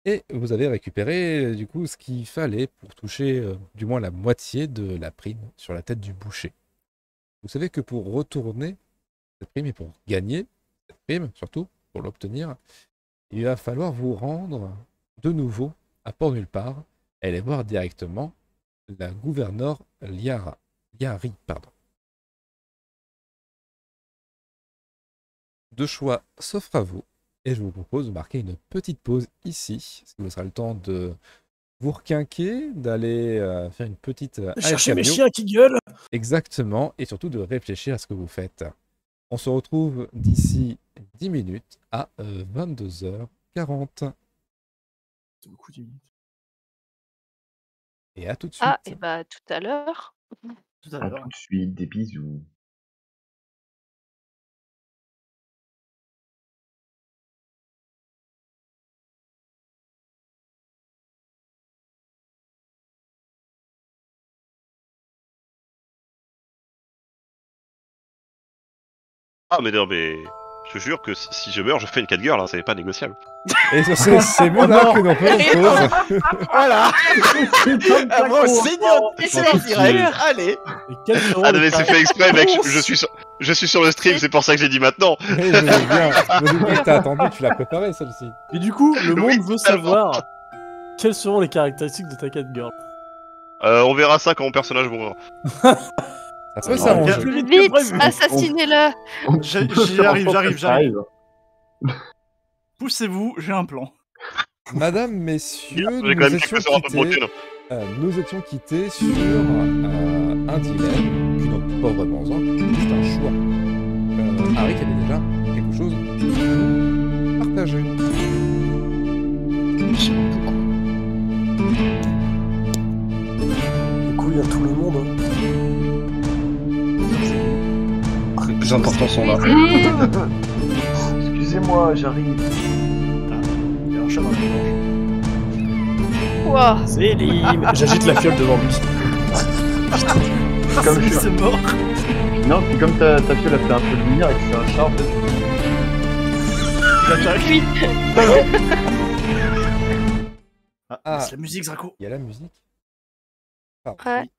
S1: Et vous avez récupéré euh, du coup ce qu'il fallait pour toucher euh, du moins la moitié de la prime sur la tête du boucher. Vous savez que pour retourner cette prime et pour gagner, cette prime, surtout, pour l'obtenir, il va falloir vous rendre de nouveau à Port Nulle Part et aller voir directement la gouverneure Liara. Liari, pardon. Deux choix s'offrent à vous et je vous propose de marquer une petite pause ici, ce qui vous sera le temps de vous requinquer, d'aller euh, faire une petite euh,
S8: Chercher mes
S1: alcamio.
S8: chiens qui gueulent.
S1: Exactement, et surtout de réfléchir à ce que vous faites. On se retrouve d'ici 10 minutes à euh, 22h40.
S8: C'est beaucoup diminué.
S1: Et à tout de suite.
S2: Ah, et bah, tout à l'heure.
S9: Tout à
S4: À
S9: l'heure.
S4: tout de suite,
S7: <laughs>
S4: des bisous.
S5: Ah, mais non, mais. Je te jure que si si je meurs, je fais une 4 girl, hein, c'est pas négociable.
S1: Et sur ces,
S8: <laughs>
S1: ces mots-là que l'on peut en pause. <laughs>
S10: Voilà Bravo, Seigneur C'est en direct Allez
S8: Mais quel héros,
S5: Ah,
S8: le
S5: non, mais c'est
S8: pirate.
S5: fait exprès, mec, je, je suis sur, je suis sur le stream, c'est pour ça que j'ai dit maintenant.
S1: Eh, je veux bien. Je me doute bien que t'as attendu, tu l'as préparé celle-ci.
S8: Et du coup, le
S5: Oui,
S8: monde veut
S5: totalement.
S8: savoir quelles seront les caractéristiques de ta catgirl.
S5: Euh, on verra ça quand mon personnage mourra.
S1: Ça peut
S4: Ouais,
S1: s'arranger.
S8: Plus vite que
S2: Vite,
S8: prévu.
S2: assassinez-le
S9: J'y- j'y arrive, j'arrive, j'arrive.
S4: Arrive.
S9: Poussez-vous, j'ai un plan.
S1: <laughs> Madame, messieurs,
S5: J'ai
S1: nous
S5: quand même quelque
S1: étions
S5: chose un peu
S1: quittés-
S5: broken.
S1: Euh, nous étions quittés sur euh, un dilemme, qui n'est pas vraiment un, juste un choix. Euh, Harry qui avait déjà quelque chose à partager.
S7: Je sais pas pourquoi.
S6: monde.
S7: Les plus importants sont là.
S4: Excusez-moi, j'arrive.
S9: Il y a un chat dans le mélange.
S2: Ouah.
S8: Zélim J'agite la fiole devant lui.
S4: Comme je-
S9: C'est mort.
S4: Non, puis comme ta, ta fiole a fait un peu de lumière et que c'est un chat, en fait, <laughs>
S9: J'attaque.
S2: Oui.
S9: Ah,
S1: Ah.
S9: laisse la musique, Draco.
S1: Il y a la musique.
S2: Ouais.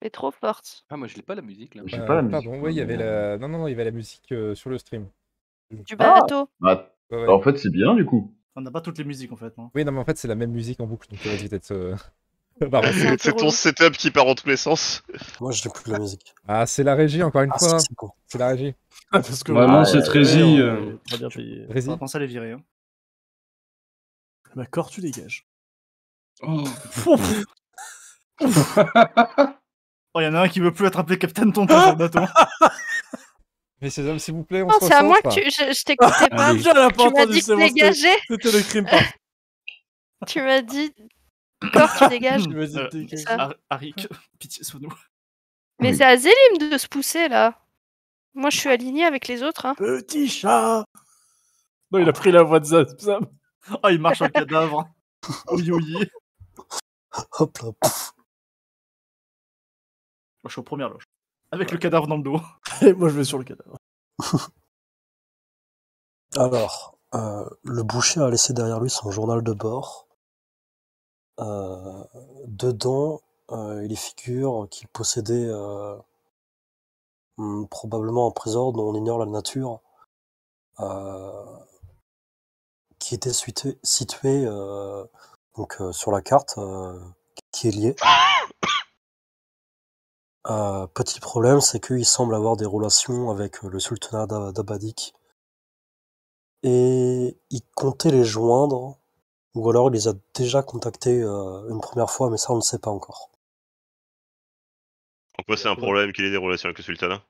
S2: Elle est trop forte.
S10: Ah, moi je l'ai pas la musique là.
S4: j'ai
S1: Euh,
S4: pas la musique.
S1: Pardon, ouais, il y avait la... Non, non, non, il y avait la musique euh, sur le stream.
S2: Du bateau.
S4: Bah,
S1: Ouais, ouais.
S4: en fait, c'est bien du coup.
S9: On n'a pas toutes les musiques en fait. hein. non
S1: Oui, non, mais en fait, c'est la même musique en boucle, donc euh, ça va éviter de <laughs> se... balancer.
S2: C'est un peu
S5: C'est ton
S2: relou.
S5: setup qui part en tous les sens.
S6: Moi, je n'ai plus la musique.
S1: Ah, c'est la régie, encore une
S6: Ah,
S1: fois.
S6: c'est c'est con.
S1: C'est la régie.
S8: Parce que
S7: Vraiment,
S4: Ah,
S7: cette
S4: ouais,
S7: résie. euh,
S8: on est très bien payé.
S9: On
S1: Régie.
S9: va penser à les virer. Hein.
S8: D'accord, Bah, tu dégages.
S7: oh.
S9: Oh, il y en a un qui veut plus attraper Captain Tonton sur le bateau.
S1: <laughs> Mais ces hommes, s'il vous plaît, on
S2: Non,
S1: se
S2: c'est à moi
S1: recentre.
S2: que tu. Je, je t'écoutais pas.
S7: Allez.
S8: Déjà, elle a pas
S2: Tu m'as
S8: entendu,
S2: dit
S8: c'est
S2: de
S8: bon, c'était
S2: dégager.
S8: c'était le crime parfait.
S2: Tu m'as dit. Corps, tu
S7: <laughs>
S2: dégages.
S8: <laughs> Je me dis,
S9: Euh,
S8: dégage.
S2: ça.
S9: Har- Harry, que- <laughs> pitié, sois-nous.
S2: Mais
S4: Oui.
S2: c'est à Zélim de se pousser là. Moi, je suis alignée avec les autres. Hein.
S8: Petit chat Non, il a pris la voix de Zab. Zab.
S9: Oh, il marche
S7: <laughs>
S9: un cadavre. Oui, oui.
S6: Hop là.
S9: Moi, je suis aux premières loges. Avec le cadavre dans le dos.
S8: Et moi, je vais sur le cadavre.
S6: Alors, euh, le boucher a laissé derrière lui son journal de bord. Euh, dedans, euh, il y figure qu'il possédait euh, hum, probablement un trésor dont on ignore la nature, euh, qui était situé, situé, euh, donc, euh, sur la carte, euh, qui est lié. Euh, petit problème, c'est qu'il semble avoir des relations avec euh, le sultanat d'A- d'Abadik et il comptait les joindre, ou alors il les a déjà contactés euh, une première fois, mais ça on ne sait pas encore.
S5: En quoi c'est un problème qu'il ait des relations avec le sultanat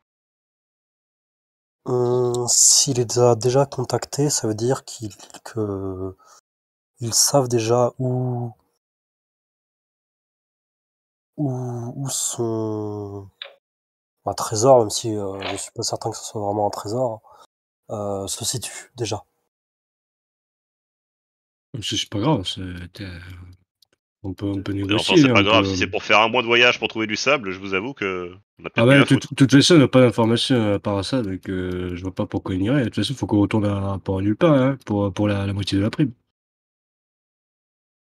S6: Hum, S'il les a déjà contactés, ça veut dire qu'ils que ils savent déjà où où, où sont un trésor, même si euh, je suis pas certain que ce soit vraiment un trésor, hein. euh, se situe déjà.
S7: C'est c'est pas grave. c'est- t'es- On peut, on
S5: Enfin,
S7: peut négocier.
S5: c'est
S7: on
S5: pas grave.
S7: peut-
S6: Bah,
S5: Si c'est pour faire un mois de voyage pour trouver du sable, je vous avoue que. On a
S7: Ah
S5: peut-être
S7: bah,
S5: rien
S7: de
S5: à foutre.
S7: toute de toute façon, on n'a pas d'informations à part ça, donc euh, je vois pas pourquoi il irait. De toute façon, il faut qu'on retourne à pour nulle part, hein, pour, pour la, la moitié de la prime.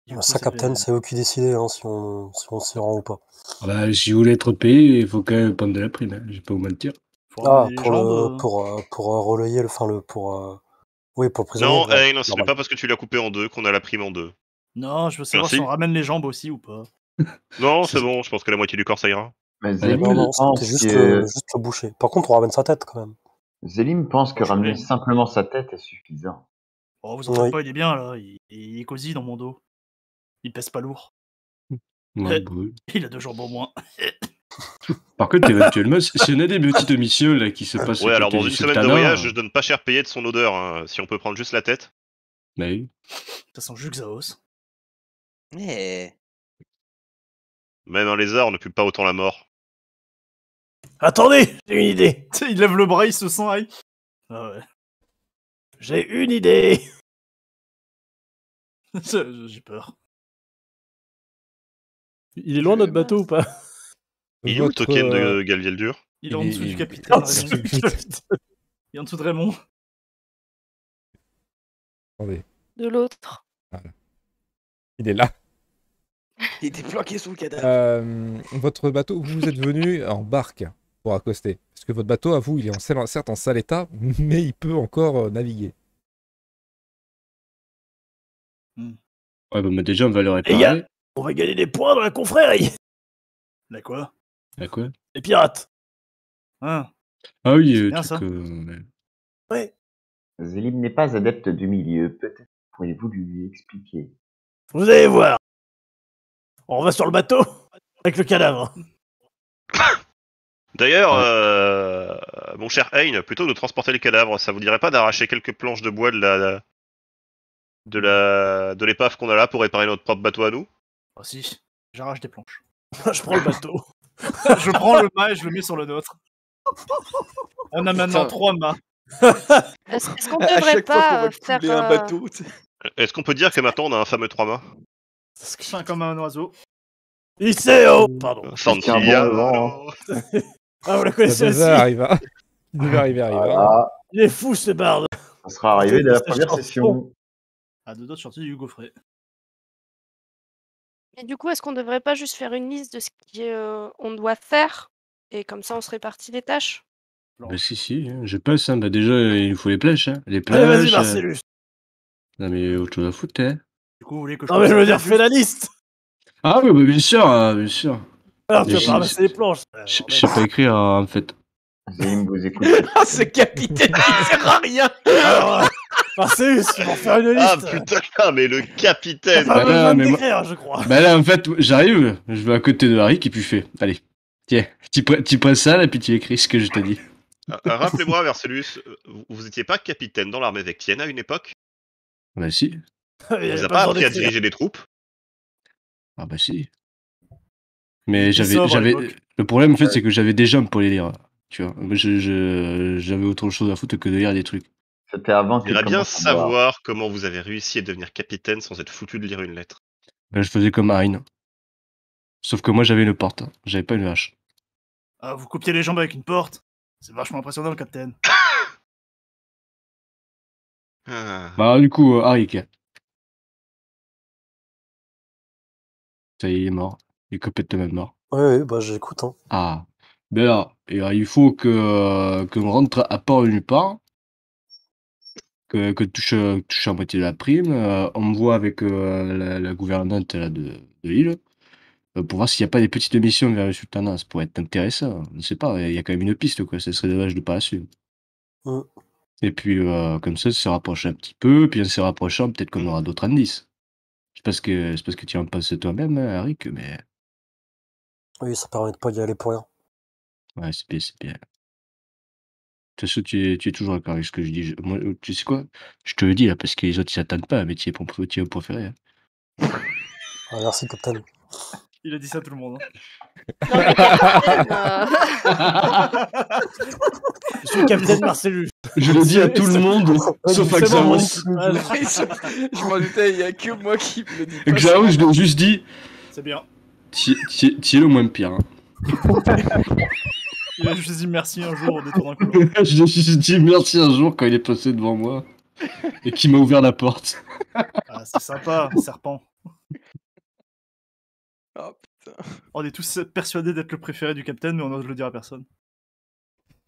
S9: Du coup,
S6: ça,
S9: c'est
S6: Captain,
S9: les-
S6: c'est eux qui décidez hein, si on si on s'y rend ou pas.
S7: Ah bah, si vous voulez être payé, il faut quand même prendre de la prime, hein, je vais pas vous mentir.
S9: Faut
S6: Ah,
S9: ramener les
S6: pour, le,
S9: jambes, euh.
S6: pour, euh, pour euh, relayer, le- enfin le pour euh, oui pour le prisonnier.
S5: Non,
S6: ouais,
S5: eh, non, ce n'est
S6: normal.
S5: pas parce que tu l'as coupé en deux qu'on a la prime en deux.
S9: Non, je veux savoir
S5: Merci.
S9: si on ramène les jambes aussi ou pas.
S5: Non,
S7: C'est-
S5: c'est bon. Je pense que la moitié du corps ça ira.
S4: Mais
S7: Zélim,
S6: Non,
S4: Zélim
S6: non,
S4: pense,
S6: c'était juste,
S4: que...
S7: euh,
S6: le- juste le boucher. Par contre, on ramène sa tête quand même.
S4: Zélim pense que
S9: Je
S4: ramener
S9: vais.
S4: simplement sa tête est suffisant.
S9: Oh, vous en faites
S6: Oui.
S9: pas, il est bien là. Il, il est cosy dans mon dos. Il pèse pas lourd.
S7: Ouais,
S9: <laughs> Euh.
S7: bah oui.
S9: Il a deux jambes au moins. <laughs>
S7: Par contre, éventuellement, si si on a des petites missions là, qui se passent
S5: Ouais,
S7: à
S5: alors
S7: côté
S5: dans
S7: du
S5: une semaine de
S7: sultanat,
S5: voyage, je donne pas cher payé de son odeur. hein. Si on peut prendre juste la tête.
S7: bah oui.
S9: Ça sent Juxaos.
S10: Eh,
S5: Même un lézard ne pue pas autant la mort.
S8: Attendez, j'ai une idée.
S9: Tu sais, Il lève le bras, il se sent. aïe. Ah ouais.
S8: J'ai une idée.
S9: <laughs> Je- J'ai peur.
S8: Il est loin notre bateau ou pas
S5: Il est où le
S1: Votre,
S5: token
S1: euh,
S5: de Galviel Dur
S9: Il est en
S1: Il est-
S9: dessous
S1: il-
S8: Il
S9: du
S8: est en
S9: capitaine.
S8: dessous
S9: Raymond.
S8: du capitaine.
S9: Il est en dessous de Raymond.
S1: Attendez,
S2: De l'autre.
S1: il est là.
S10: il était planqué sous le cadavre.
S1: Euh, votre bateau, vous êtes venu en barque pour accoster. Parce que votre bateau, à vous, il est en sale- certes en sale état, mais il peut encore euh, naviguer.
S7: Ouais, bah, mais déjà, on va le
S8: Les gars,
S7: réparer.
S8: on va gagner des points dans la confrérie.
S9: Là quoi
S7: Ah, quoi
S8: Les pirates.
S9: Hein
S7: Ah oui, euh,
S9: bien,
S7: truc,
S9: ça.
S7: euh, ouais.
S4: Zélim n'est pas adepte du milieu. Peut-être pourriez-vous lui expliquer.
S8: Vous allez voir. On va sur le bateau avec
S5: <laughs>
S8: le cadavre.
S5: D'ailleurs,
S7: Ouais.
S5: euh, mon cher Hein, plutôt que de transporter le cadavre, ça vous dirait pas d'arracher quelques planches de bois de la de la de l'épave qu'on a là pour réparer notre propre bateau à nous
S9: Oh si, j'arrache des planches.
S8: je prends le bateau.
S9: <laughs> je prends le mât et je le mets sur le nôtre. On a
S5: Putain.
S9: maintenant trois mâts.
S2: Est-ce est-ce qu'on devrait pas euh, faire euh,
S5: Est-ce qu'on peut dire que maintenant on a un fameux 3 mâts
S9: Fin comme un oiseau.
S8: ICO
S5: Euh,
S8: Pardon.
S5: Santi,
S4: un bon hein.
S5: alors.
S4: moment,
S8: Ah, vous la
S1: Ça
S8: connaissez
S1: devait
S8: aussi.
S1: arriver. hein. Il devait
S9: Ah
S1: arriver, arriver. hein.
S4: Voilà,
S8: Il est fou, ce barde.
S4: ça sera arrivé dès la
S8: Cette
S4: première
S8: chanson.
S4: session.
S9: À deux doigts Ah, de sortir du gaufret.
S2: Et du coup, est-ce qu'on devrait pas juste faire une liste de ce qu'on doit faire Et comme ça, on se répartit les tâches
S7: Bah, si, si, hein, je passe. Hein. Bah, déjà, il nous faut les plèches. Hein. Les
S8: Allez, vas-y,
S7: plèches. euh,
S8: Marcellus.
S7: Non, mais autre chose à foutre. Hein.
S9: Du coup, vous voulez que je.
S8: Non, mais je veux dire,
S9: fasse-
S8: fais la liste.
S7: Ah, oui, bah, bien sûr, hein, bien sûr.
S8: Alors, tu
S7: Mais
S8: vas
S7: je-
S8: pas ramasser les planches. euh,
S7: Je je sais pas écrire, hein, en fait.
S4: Zim, vous écoutez.
S10: Ah, ce capitaine qui sert à
S8: <laughs>
S10: rien
S8: Alors, euh, Marcellus, tu vas en faire une
S5: Ah
S8: liste.
S5: putain, <laughs> mais le
S8: T'as
S5: capitaine
S8: pas
S7: bah là,
S8: besoin de
S7: mais moi-
S8: t'écrire, je crois.
S7: Bah, là, en fait, j'arrive. Je vais à côté de Harry qui puis je fais, Allez, tiens, tu pre- tu presses ça, là, puis tu écris ce que je t'ai dit.
S5: Ah, ah, Rappelez-moi, Marcellus, euh, vous- vous étiez pas capitaine dans l'armée vectienne à une époque
S7: Bah, si.
S8: <laughs> Il
S5: On vous
S8: avait
S5: a pas
S8: besoin
S5: appris à
S8: d'écrire.
S5: diriger des troupes
S7: Ah, bah, si. Mais
S9: était
S7: j'avais.
S9: sobre à
S7: j'avais-
S9: l'époque.
S7: Le problème, en fait, c'est que j'avais des jambes pour les lire. Tu vois, Moi, je- je- j'avais autre chose à foutre que de lire des trucs.
S4: C'était avant
S5: Il
S4: que
S5: irait bien
S4: commence à boire.
S5: savoir comment vous avez réussi à devenir capitaine sans être foutu de lire une lettre.
S7: Bah, je faisais comme Marine. Sauf que moi, j'avais une porte. J'avais pas une hache.
S9: Ah, vous copiez les jambes avec une porte. C'est vachement impressionnant, capitaine.
S5: Ah.
S7: Bah, du coup, euh, Harry, qui- Ça y est, il est mort. Il est complètement mort.
S6: Oui, oui, bah j'écoute. Hein.
S7: Ah. Ben là, et, euh, il faut que euh, qu'on rentre à port nulle part. Que, que touche, euh, touche à moitié de la prime. euh, on me voit avec euh, la, la gouvernante là, de, de l'île euh, pour voir s'il n'y a pas des petites missions vers le sultanat. Ça pourrait être intéressant. Je ne sais pas, il y a quand même une piste, quoi. Ça serait dommage de ne pas la suivre.
S6: Mm.
S7: Et puis, euh, comme ça, ça se rapproche un petit peu. Puis, en se rapprochant, peut-être qu'on aura d'autres indices. Je sais pas ce que, je sais pas ce que tu en penses toi-même, hein, Harry, que- mais
S6: Oui, ça permet de pas y aller pour rien.
S7: Ouais, c'est bien, c'est bien. De toute façon, tu es, tu es toujours d'accord avec ce que je dis. Je- moi, euh, tu sais quoi? Je te le dis là, parce que les autres, ils s'attendent pas à un métier pour métier préféré. hein.
S6: Ah, merci, Captain.
S9: Il a dit ça à tout le monde. hein.
S2: Non, mais euh. capitaine, euh,
S9: <laughs>
S8: Je suis le <laughs> capitaine Marcellus.
S7: Je le dis à tout le monde, sauf à
S8: C'est bon, moi
S7: Xaos.
S8: aussi. <laughs> Voilà.
S10: Je m'en doutais, il n'y a que moi qui me le dis. pas,
S7: Xaos, je lui ai juste dit,
S9: C'est bien.
S7: tu es le moins pire. <laughs> hein.
S9: Il a juste dit merci un jour au détour d'un coup.
S7: Je lui ai juste dit merci un jour quand il est passé devant moi et qu'il m'a ouvert la porte.
S9: Ah, c'est sympa, serpent.
S10: Oh,
S9: On est tous persuadés d'être le préféré du capitaine, mais on n'ose le dire à personne.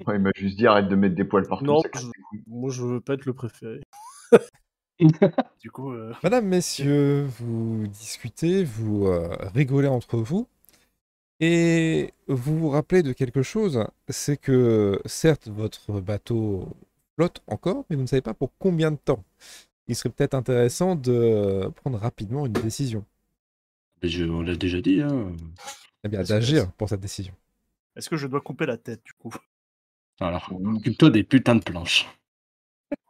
S4: Ouais, il m'a juste dit arrête de mettre des poils partout.
S8: Non,
S4: ça casse
S8: je-
S4: les couilles.
S8: moi je veux pas être le préféré.
S9: <laughs> Du coup, euh,
S1: Madame, messieurs, vous discutez, vous euh, rigolez entre vous, et vous vous rappelez de quelque chose, c'est que certes votre bateau flotte encore, mais vous ne savez pas pour combien de temps. Il serait peut-être intéressant de prendre rapidement une décision,
S7: Mais je- on l'a déjà dit, hein.
S1: eh bien
S9: Parce que
S1: d'agir pour cette décision.
S9: est-ce que je dois couper la tête du coup
S7: Alors, occupe-toi des putains de planches.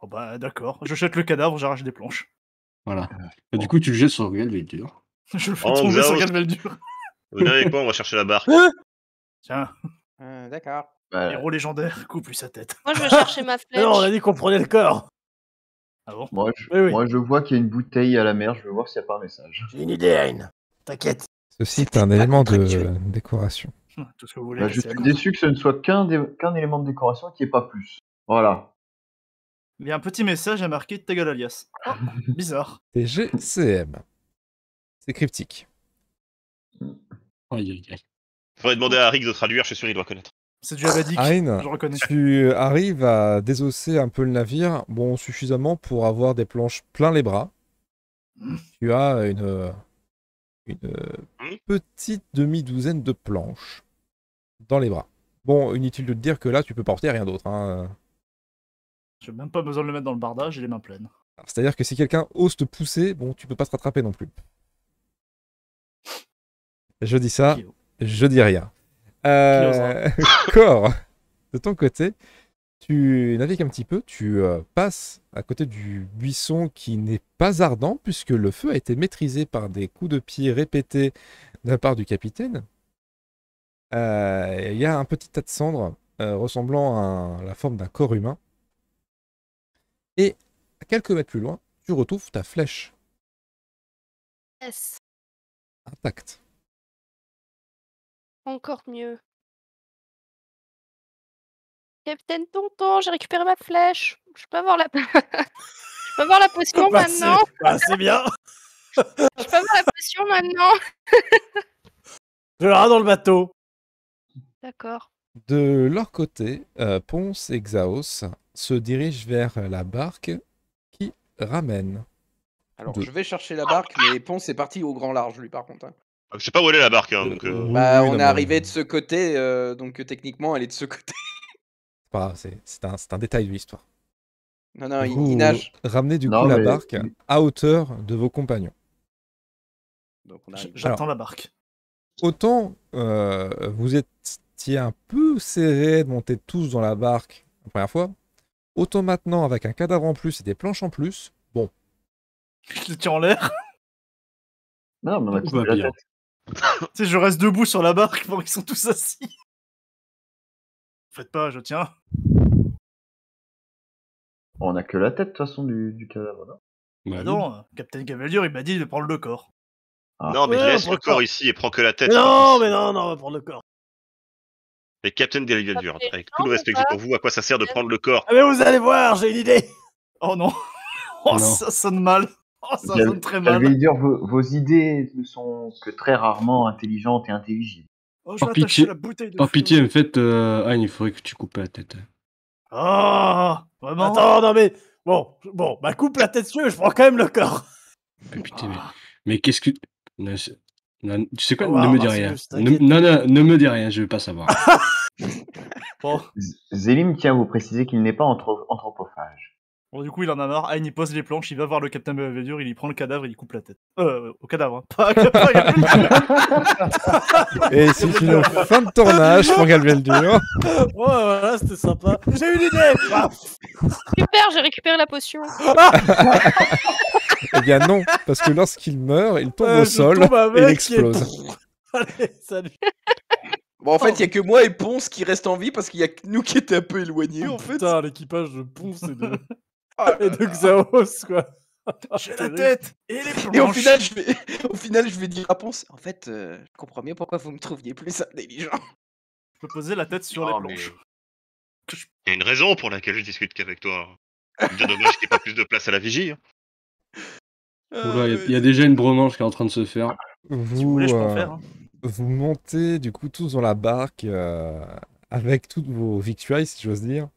S9: Oh bah d'accord, je jette le cadavre, j'arrache des planches. <laughs>
S7: Voilà. Et du coup, tu le jettes sur le réel, mais dur.
S9: Je le fais
S5: Oh,
S9: tomber
S5: Xaos.
S9: sur Galvaldur.
S5: Venez avec moi, on va chercher la
S8: <laughs>
S5: barque.
S1: Hein
S9: Tiens, Mmh,
S10: Euh, D'accord.
S4: Bah,
S9: héros légendaire, coupe lui sa tête.
S2: moi, je vais chercher ma
S8: Mais non, on a
S2: flèche.
S8: dit qu'on prenait le corps.
S9: Ah bon
S4: moi, je...
S8: Oui, oui.
S4: moi, je vois qu'il y a une bouteille à la mer, je veux voir s'il n'y a pas un message.
S8: J'ai une idée, Ayn. T'inquiète.
S1: Ceci est
S10: C'était
S1: un
S10: pas
S1: élément de
S10: contractuel.
S1: décoration.
S9: Tout ce que vous voulez.
S4: Bah, je
S9: c'est
S4: suis
S9: la
S4: déçu que ce ne soit qu'un dé- qu'un élément de décoration qui n'y ait pas plus. Voilà.
S9: Il y a un petit message à marquer Tagalalias. Oh, <laughs> bizarre.
S1: TGCM. C'est cryptique.
S7: Aïe, aïe, aïe.
S5: Faudrait demander à Rick de traduire, je suis sûr qu'il doit connaître.
S9: C'est du abadique,
S1: Ayn,
S9: je reconnais.
S1: tu arrives à désosser un peu le navire, bon, suffisamment pour avoir des planches plein les bras. Tu as une, une petite demi-douzaine de planches dans les bras. Bon, inutile de te dire que là, tu peux porter rien d'autre. hein.
S9: J'ai même pas besoin de le mettre dans le bardage, j'ai les mains pleines.
S1: Alors, C'est-à-dire que si quelqu'un ose te pousser, bon, tu peux pas te rattraper non plus. Je dis ça,
S9: Qui-
S1: je dis rien. Euh, <laughs> Corps, de ton côté, tu navigues un petit peu, tu euh, passes à côté du buisson qui n'est pas ardent puisque le feu a été maîtrisé par des coups de pied répétés de la part du capitaine. Euh, et Il y a un petit tas de cendres euh, ressemblant à un- la forme d'un corps humain. Et à quelques mètres plus loin, tu retrouves ta flèche
S2: Yes,
S1: intacte.
S2: encore mieux. Capitaine Tonton, j'ai récupéré ma flèche. Je peux avoir la, <laughs> je peux avoir la potion
S8: Bah, c'est-
S2: maintenant.
S8: <laughs> bah, c'est bien.
S2: Je peux avoir la potion maintenant.
S8: Je le rends dans le bateau.
S2: D'accord.
S1: De leur côté, euh, Ponce et Xaos se dirigent vers la barque qui ramène.
S10: Alors,
S1: Deux.
S10: je vais chercher la barque, mais Ponce est parti au grand large, lui, par contre. hein.
S5: Ah, Je sais pas où elle est la barque, hein,
S1: Euh,
S5: donc.
S1: euh,
S5: euh,
S1: oui,
S10: bah,
S4: Ah.
S1: oui,
S10: on
S1: non,
S10: est
S1: mais-
S10: arrivé de ce côté, euh, donc euh, techniquement, elle est de ce côté. <laughs>
S1: C'est pas grave, C'est c'est un, c'est un détail de l'histoire.
S10: Non, non, il, il
S1: Vous
S10: nage.
S1: ramenez du
S4: Non,
S1: coup la
S4: mais-
S9: <laughs>
S1: barque à hauteur de vos compagnons.
S10: Donc, on
S9: J-
S10: arrive.
S9: J'attends la barque.
S1: autant euh, vous étiez un peu serrés de monter tous dans la barque la première fois, autant maintenant avec un cadavre en plus et des planches en plus, bon,
S9: Je le tire en l'air.
S4: <laughs> Non,
S9: Ah,
S4: mais on a
S7: Tout
S4: coupé
S7: va
S4: la
S7: bien.
S4: tête.
S9: <laughs> tu sais, je reste debout sur la barque <laughs> pendant qu'ils sont tous assis. Faites pas, je tiens.
S4: On a que la tête, de toute façon, du, du cadavre. non
S9: Bah non, Captain Cavalier, il m'a dit de prendre le corps.
S4: Ah.
S5: Non, mais
S8: Ouais,
S5: laisse
S8: on
S5: le
S8: prend le
S5: corps ici et prends que la tête. hein.
S8: Non, mais non, non, on va prendre le corps.
S5: Les Captain Delivian
S2: Ça
S5: Dur,
S2: fait
S5: avec tout
S2: non,
S5: le respect que
S2: ou
S5: j'ai
S2: pas
S5: pour vous, à quoi ça sert de prendre le corps
S8: Ah, mais vous allez voir, j'ai une idée.
S9: Oh non. <laughs> Oh,
S7: Non.
S9: ça sonne mal. Oh, ça
S4: Gal-
S9: sonne très
S4: J'allais
S9: mal.
S4: dire, vos, vos idées ne sont que très rarement intelligentes et intelligibles.
S9: Oh, je
S7: Par
S9: vais
S7: pitié-
S9: attacher la bouteille de
S7: Par
S9: fluo.
S7: pitié, en fait, euh, Anne, il faudrait que tu coupes la tête. hein.
S9: Ah, vraiment
S8: Attends, non, mais bon, bon, bah coupe la tête sur, je prends quand même le corps.
S7: Ah, putain, mais,
S9: Ah,
S7: mais qu'est-ce que. Non, c'est- non, tu sais quoi
S8: Wow,
S7: Ne me dis
S8: Marcellus,
S7: rien. Ne,
S8: t'inquiète.
S7: non, non, ne me dis rien, je veux pas savoir.
S9: Bon.
S4: Z- Zélim tient à vous préciser qu'il n'est pas anthro- anthropophage.
S9: Bon, du coup, il en a marre. Ayn, il pose les planches, il va voir le Captain Belvedere, il y prend le cadavre, il y coupe la tête. Euh, au cadavre, hein. Pas, <laughs> pas-
S1: et c'est une fin de tournage pour Gabriel Dur.
S8: Ouais, voilà, c'était sympa. J'ai une idée. Paf.
S2: Super, j'ai récupéré la
S8: <laughs>
S2: potion.
S1: Eh bien non, parce que lorsqu'il meurt, il tombe
S8: Euh,
S1: au
S8: je
S1: sol
S8: tombe avec
S1: et il
S8: et-
S1: explose.
S8: Allez, salut.
S10: Bon, en fait, il y a que moi et Ponce qui restent en vie parce qu'il y a que nous qui étaient un peu éloignés, en fait.
S8: Putain, l'équipage de Ponce et de,
S10: Ah,
S8: et de Xaos, quoi.
S9: J'ai la tête et les planches.
S10: Et au final, je vais, <laughs> au final, je vais dire à Ponce, en fait, euh, je comprends mieux pourquoi vous me trouviez plus intelligent.
S9: je peux poser la tête sur
S5: Non,
S9: les
S5: mais-
S9: planches.
S5: Il y a une raison pour laquelle je discute qu'avec toi. Bien dommage qu'il n'y ait pas plus de place à la vigie. hein.
S7: Oula, il y a- il y, a déjà une bromanche qui est en train de se faire.
S9: Si vous
S1: Vous,
S9: voulez, je peux en
S1: euh,
S9: faire. hein.
S1: vous montez du coup tous dans la barque euh, avec toutes vos victuailles, si j'ose dire,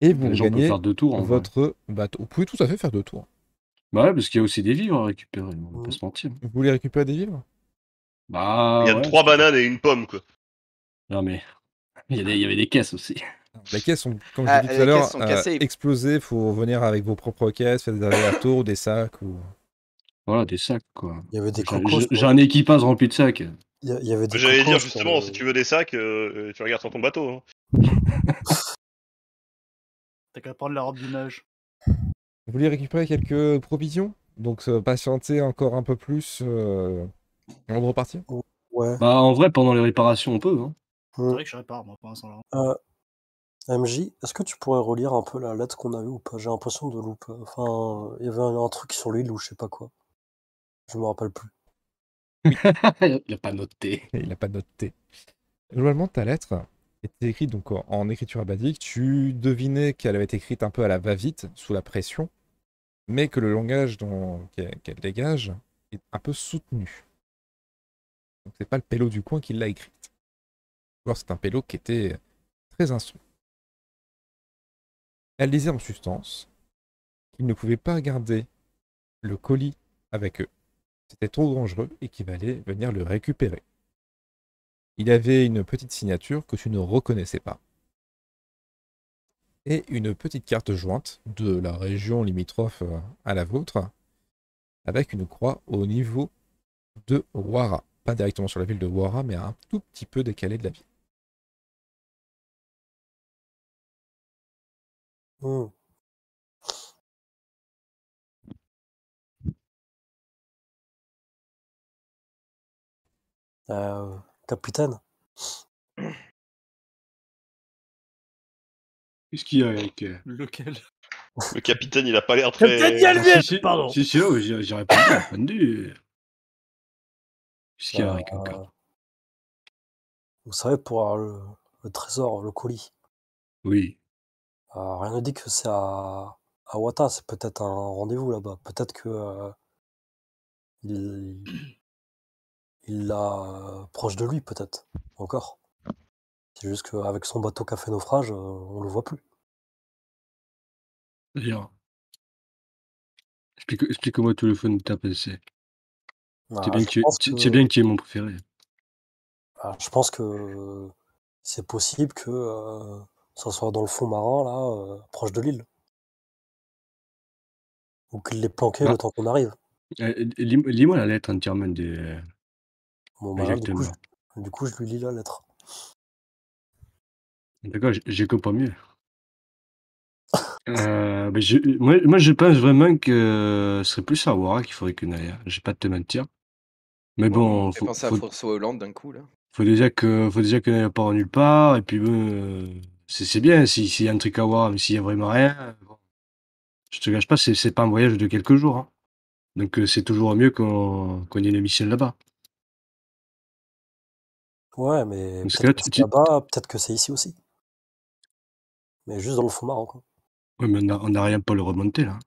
S1: et vous
S7: Les gens peuvent
S1: gagnez
S7: faire deux tours. hein, En vrai.
S1: votre bateau. Vous pouvez tout à fait faire deux tours.
S7: Bah ouais, parce qu'il y a aussi des vivres à récupérer, on va pas se mentir.
S1: Vous voulez récupérer des vivres
S7: Bah.
S5: il y a
S7: ouais,
S5: trois
S7: parce que-
S5: bananes et une pomme, quoi.
S7: Non, mais. Il y, a des- il y avait des caisses aussi.
S1: Les caisses sont, comme
S10: Ah,
S1: je l'ai
S10: les
S1: dit tout à
S10: caisses
S1: l'heure,
S10: sont
S1: euh,
S10: cassées.
S1: explosées. faut venir avec vos propres caisses, faire des allers-retours, des sacs. Ou...
S7: Voilà, des sacs, quoi.
S6: Il y avait des
S7: J'ai-
S6: cocos.
S7: J'ai j'ai un équipage rempli de sacs.
S6: Il y a- il y avait des
S5: J'allais dire
S6: cocos
S5: justement,
S6: sur le-
S5: si tu veux des sacs, euh, euh, tu regardes sur ton bateau. hein.
S9: T'as qu'à prendre la robe du mage.
S1: Vous voulez récupérer quelques provisions Donc euh, patienter encore un peu plus euh, avant de repartir
S6: Ouais.
S7: Bah, en vrai, pendant les réparations, on peut. Hein.
S9: C'est
S6: Mm.
S9: vrai que je répare, moi, pour l'instant. là.
S6: Euh, MJ, est-ce que tu pourrais relire un peu la lettre qu'on a eue ou pas J'ai l'impression de louper. Enfin, il y avait un, un truc sur l'île ou je sais pas quoi. Je me rappelle plus.
S7: <laughs> il a pas noté.
S1: Et Il n'a pas noté. Globalement, ta lettre était écrite donc, en, en écriture abadique. Tu devinais qu'elle avait été écrite un peu à la va-vite, sous la pression, mais que le langage dont- qu'elle qu'elle dégage est un peu soutenu. Donc, c'est pas le pélo du coin qui l'a écrite. Ou alors, c'est un pélo qui était très instruit. Elle disait en substance qu'ils ne pouvaient pas garder le colis avec eux. C'était trop dangereux et qu'il fallait venir le récupérer. Il avait une petite signature que tu ne reconnaissais pas. Et une petite carte jointe de la région limitrophe euh, à la vôtre, avec une croix au niveau de Wara. Pas directement sur la ville de Wara, mais un tout petit peu décalé de la ville.
S6: Hmm. Euh, capitaine,
S7: Qu'est-ce qu'il y a avec. euh,
S9: Lequel
S5: Le capitaine, il a pas l'air très.
S8: Capitaine Galviel
S7: si, si,
S8: Pardon
S7: Si, si, non, j'y j'y réponds pas, j'ai répondu. Qu'est-ce qu'il y a avec
S6: Euh,
S7: encore
S6: Vous savez, pour avoir le, le trésor, le colis,
S7: Oui.
S6: euh, rien ne dit que c'est à, à Wata, c'est peut-être un rendez-vous là-bas. Peut-être que euh, il il l'a euh, proche de lui, peut-être, encore. C'est juste qu'avec son bateau qui a fait naufrage, euh, on le voit plus.
S7: D'ailleurs. Explique- Explique-moi tout le fun de ta pensée.
S6: Ah,
S7: C'est bien,
S6: je
S7: que tu-
S6: pense
S7: c'est-
S6: que-
S7: c'est bien qu'il est mon préféré.
S6: Ah, je pense que euh, c'est possible que euh, ça soit dans le fond marin, là, euh, proche de l'île. Ou qu'il l'ait planqué
S7: Bah.
S6: le temps qu'on arrive.
S7: Euh, euh, lis- Lis-moi la lettre entièrement de.
S6: Bon, bah là, du coup,
S7: Exactement.
S6: je, du coup, je lui lis la lettre.
S7: D'accord, j'ai- j'ai compris mieux. Euh, ben, je, moi, moi, je pense vraiment que ce serait plus à Wara qu'il faudrait qu'on aille. hein. Je vais pas te mentir. Mais bon,
S10: Je
S7: faut,
S10: pense à
S7: faut-
S10: François Hollande d'un coup, là.
S7: faut déjà que faut déjà qu'on aille pas nulle part. Et puis, bon, euh, c'est c'est bien si- s'il y a un truc à voir, mais s'il y a vraiment rien, euh, bon, je te gâche pas, c'est c'est pas un voyage de quelques jours. hein. Donc, euh, c'est toujours mieux qu'on qu'on ait une mission là-bas.
S6: Ouais, mais
S7: Parce que
S6: peut-être
S7: là,
S6: que
S7: tu-
S6: c'est
S7: tu-
S6: là-bas, peut-être que c'est ici aussi. Mais juste dans le fond marin, quoi.
S7: Ouais, mais on a- on n'a rien pour le remonter là.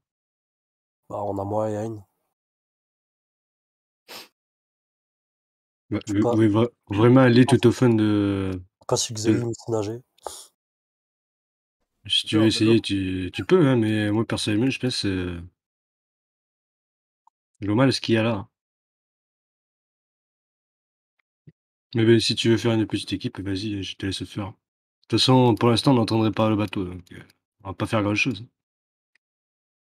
S6: Bah, on a moi et Ayn.
S7: Ouais,
S6: Je sais
S7: vous
S6: pas.
S7: pouvez vra- vraiment aller tout au fond de.
S6: Pas si
S7: de-
S6: Xavier me sait nager. <laughs>
S7: Si tu
S9: Super,
S7: veux
S9: on
S7: essayer,
S9: adore.
S7: tu, tu peux, hein, mais moi personnellement, je pense. euh, Le mal, ce qu'il y a là. Mais ben, si tu veux faire une petite équipe, vas-y, je te laisse faire. De toute façon, pour l'instant, on n'entendrait pas le bateau, donc euh, on va pas faire grand-chose. hein.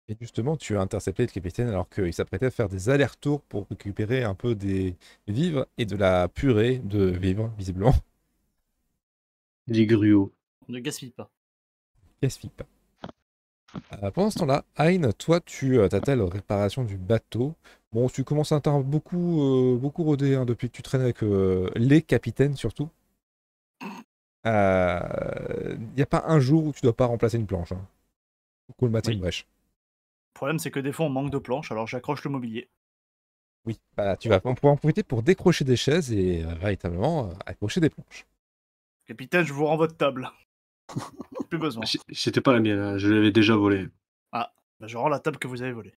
S1: Et justement, tu as intercepté le capitaine alors qu'il s'apprêtait à faire des allers-retours pour récupérer un peu des vivres et de la purée de vivres, visiblement.
S7: Les gruots.
S9: Ne gaspille pas.
S1: Gaspille pas. Euh, pendant ce temps-là, Hein, toi, tu euh, t'attelles aux réparations du bateau. Bon, tu commences à t'en beaucoup, euh, beaucoup rodé hein, depuis que tu traînes avec euh, les capitaines, surtout. Il n'y a pas un jour où tu dois pas remplacer une planche. Hein. Ou le matin,
S9: Oui.
S1: une brèche.
S9: Le problème, c'est que des fois, on manque de planches, alors j'accroche le mobilier.
S1: Oui, bah, tu vas pouvoir en profiter pour décrocher des chaises et euh, véritablement euh, accrocher des planches.
S9: Capitaine, je vous rends votre
S8: <laughs>
S9: table. Plus besoin.
S7: C- C'était pas la mienne, hein, je l'avais déjà volée.
S9: Bah, je rends la table que vous avez volée.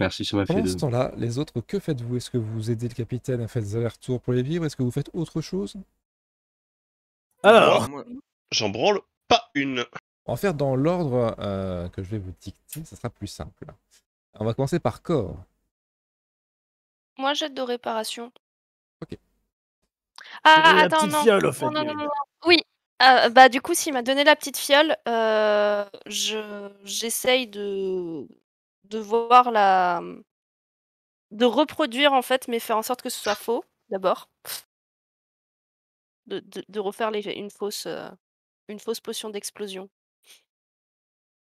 S7: Merci, ça m'a fait
S1: Pendant
S7: deux.
S1: ce temps-là, les autres, que faites-vous Est-ce que vous aidez le capitaine à faire des allers-retours pour les vivres Est-ce que vous faites autre chose
S8: Alors,
S10: Moi,
S5: J'en branle pas une.
S1: On va faire dans l'ordre euh, que je vais vous dicter, ça sera plus simple. On va commencer par corps.
S2: Moi, j'aide de réparation.
S1: Ok.
S8: Donnez
S2: Ah,
S8: la
S2: attends,
S8: petite
S2: non.
S8: fiole, au fait,
S2: non, non, non,
S8: Mérida.
S2: non, non. Oui. euh, bah, du coup, s'il m'a donné la petite fiole, euh, je- j'essaye de... de voir la. de reproduire, en fait, mais faire en sorte que ce soit faux, d'abord. De, de- de refaire les- une, fausse, euh, une fausse potion d'explosion.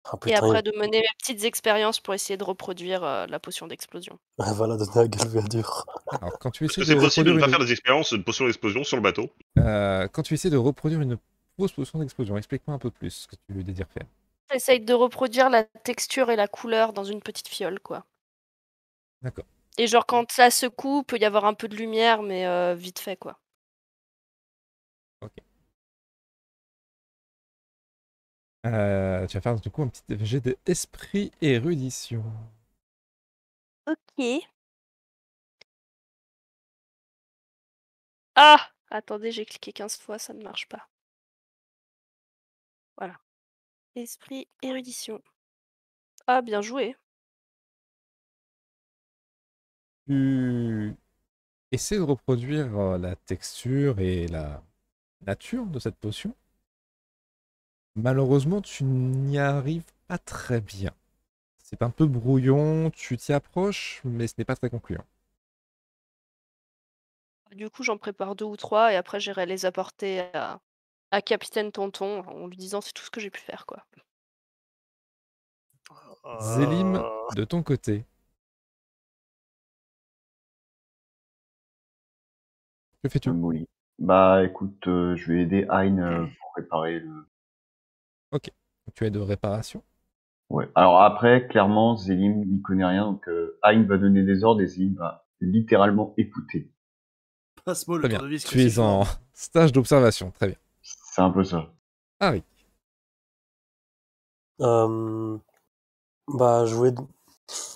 S6: Ah
S2: Et
S6: putain,
S2: après, de mener mes petites expériences pour essayer de reproduire euh, la potion d'explosion.
S6: elle va la donner à Galvéadur.
S1: Alors, quand tu
S6: <laughs>
S5: Est-ce que
S1: essaies
S5: c'est
S1: de
S5: possible de ne
S1: reproduire
S5: pas
S1: une,
S5: faire des expériences de potions d'explosion sur le bateau
S1: euh, quand tu essaies de reproduire une fausse potion d'explosion, explique-moi un peu plus ce que tu veux dire faire.
S2: J'essaye de reproduire la texture et la couleur dans une petite fiole, quoi.
S1: D'accord.
S2: Et genre quand ça secoue, peut y avoir un peu de lumière, mais euh, vite fait quoi.
S1: Euh, tu vas faire du coup un petit jet de esprit érudition.
S2: Ok. Ah Attendez, j'ai cliqué 15 fois, ça ne marche pas. Voilà. Esprit érudition. Ah, bien joué.
S1: Tu essaies de reproduire euh, la texture et la nature de cette potion. Malheureusement, tu n'y arrives pas très bien. C'est un peu brouillon, tu t'y approches, mais ce n'est pas très concluant.
S2: Du coup, j'en prépare deux ou trois et après j'irai les apporter à, à Capitaine Tonton en lui disant c'est tout ce que j'ai pu faire quoi.
S1: Zélim,
S8: Euh,
S4: Ah.
S1: de ton côté. Que fais-tu
S4: Molly. Bah écoute, euh, je vais aider Hein euh, pour réparer le.
S1: Tu es de réparation.
S4: Ouais. Alors après, clairement, Zélim n'y connaît rien, donc euh, Hein va donner des ordres et Zélim va littéralement écouter.
S9: Passe-moi le
S1: Très bien.
S9: tournevis que
S1: Tu es
S9: c'est
S1: en stage d'observation. Très bien.
S4: C'est un peu ça.
S1: Ah oui.
S6: Euh, bah, je voulais,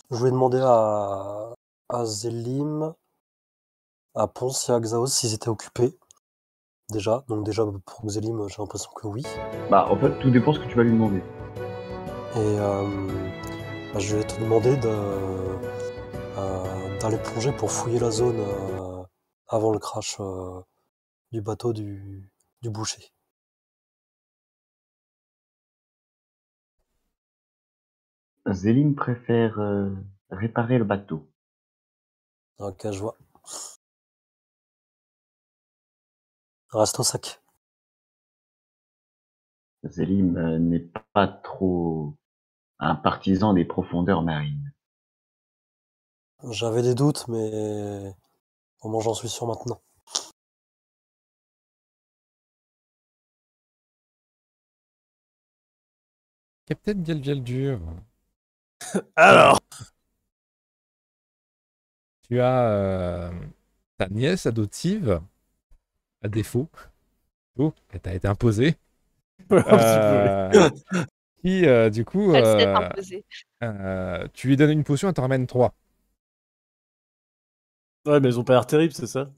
S6: je voulais demander à, à Zélim, à Ponce et à Xaos s'ils étaient occupés. Déjà, donc déjà pour Zélim, j'ai l'impression que oui.
S4: Bah en fait, tout dépend ce que tu vas lui demander.
S6: Et euh, bah, je vais te demander de, euh, d'aller plonger pour fouiller la zone euh, avant le crash euh, du bateau du, du boucher.
S4: Zélim préfère euh, réparer le bateau.
S6: Ok, je vois. Reste au sac.
S4: Zélim euh, n'est pas trop un partisan des profondeurs marines.
S6: J'avais des doutes, mais au moins j'en suis sûr maintenant.
S1: Captain Galgaldur,
S8: <laughs> Alors,
S1: tu as euh, ta nièce adoptive, à défaut. Oh, elle t'a été imposée.
S8: <laughs> un petit peu.
S1: euh, qui, euh, du coup,
S2: Elle s'est
S1: euh,
S2: imposée.
S1: euh, tu lui donnes une potion, elle t'en ramène trois.
S8: Ouais, mais ils ont pas l'air terribles, c'est ça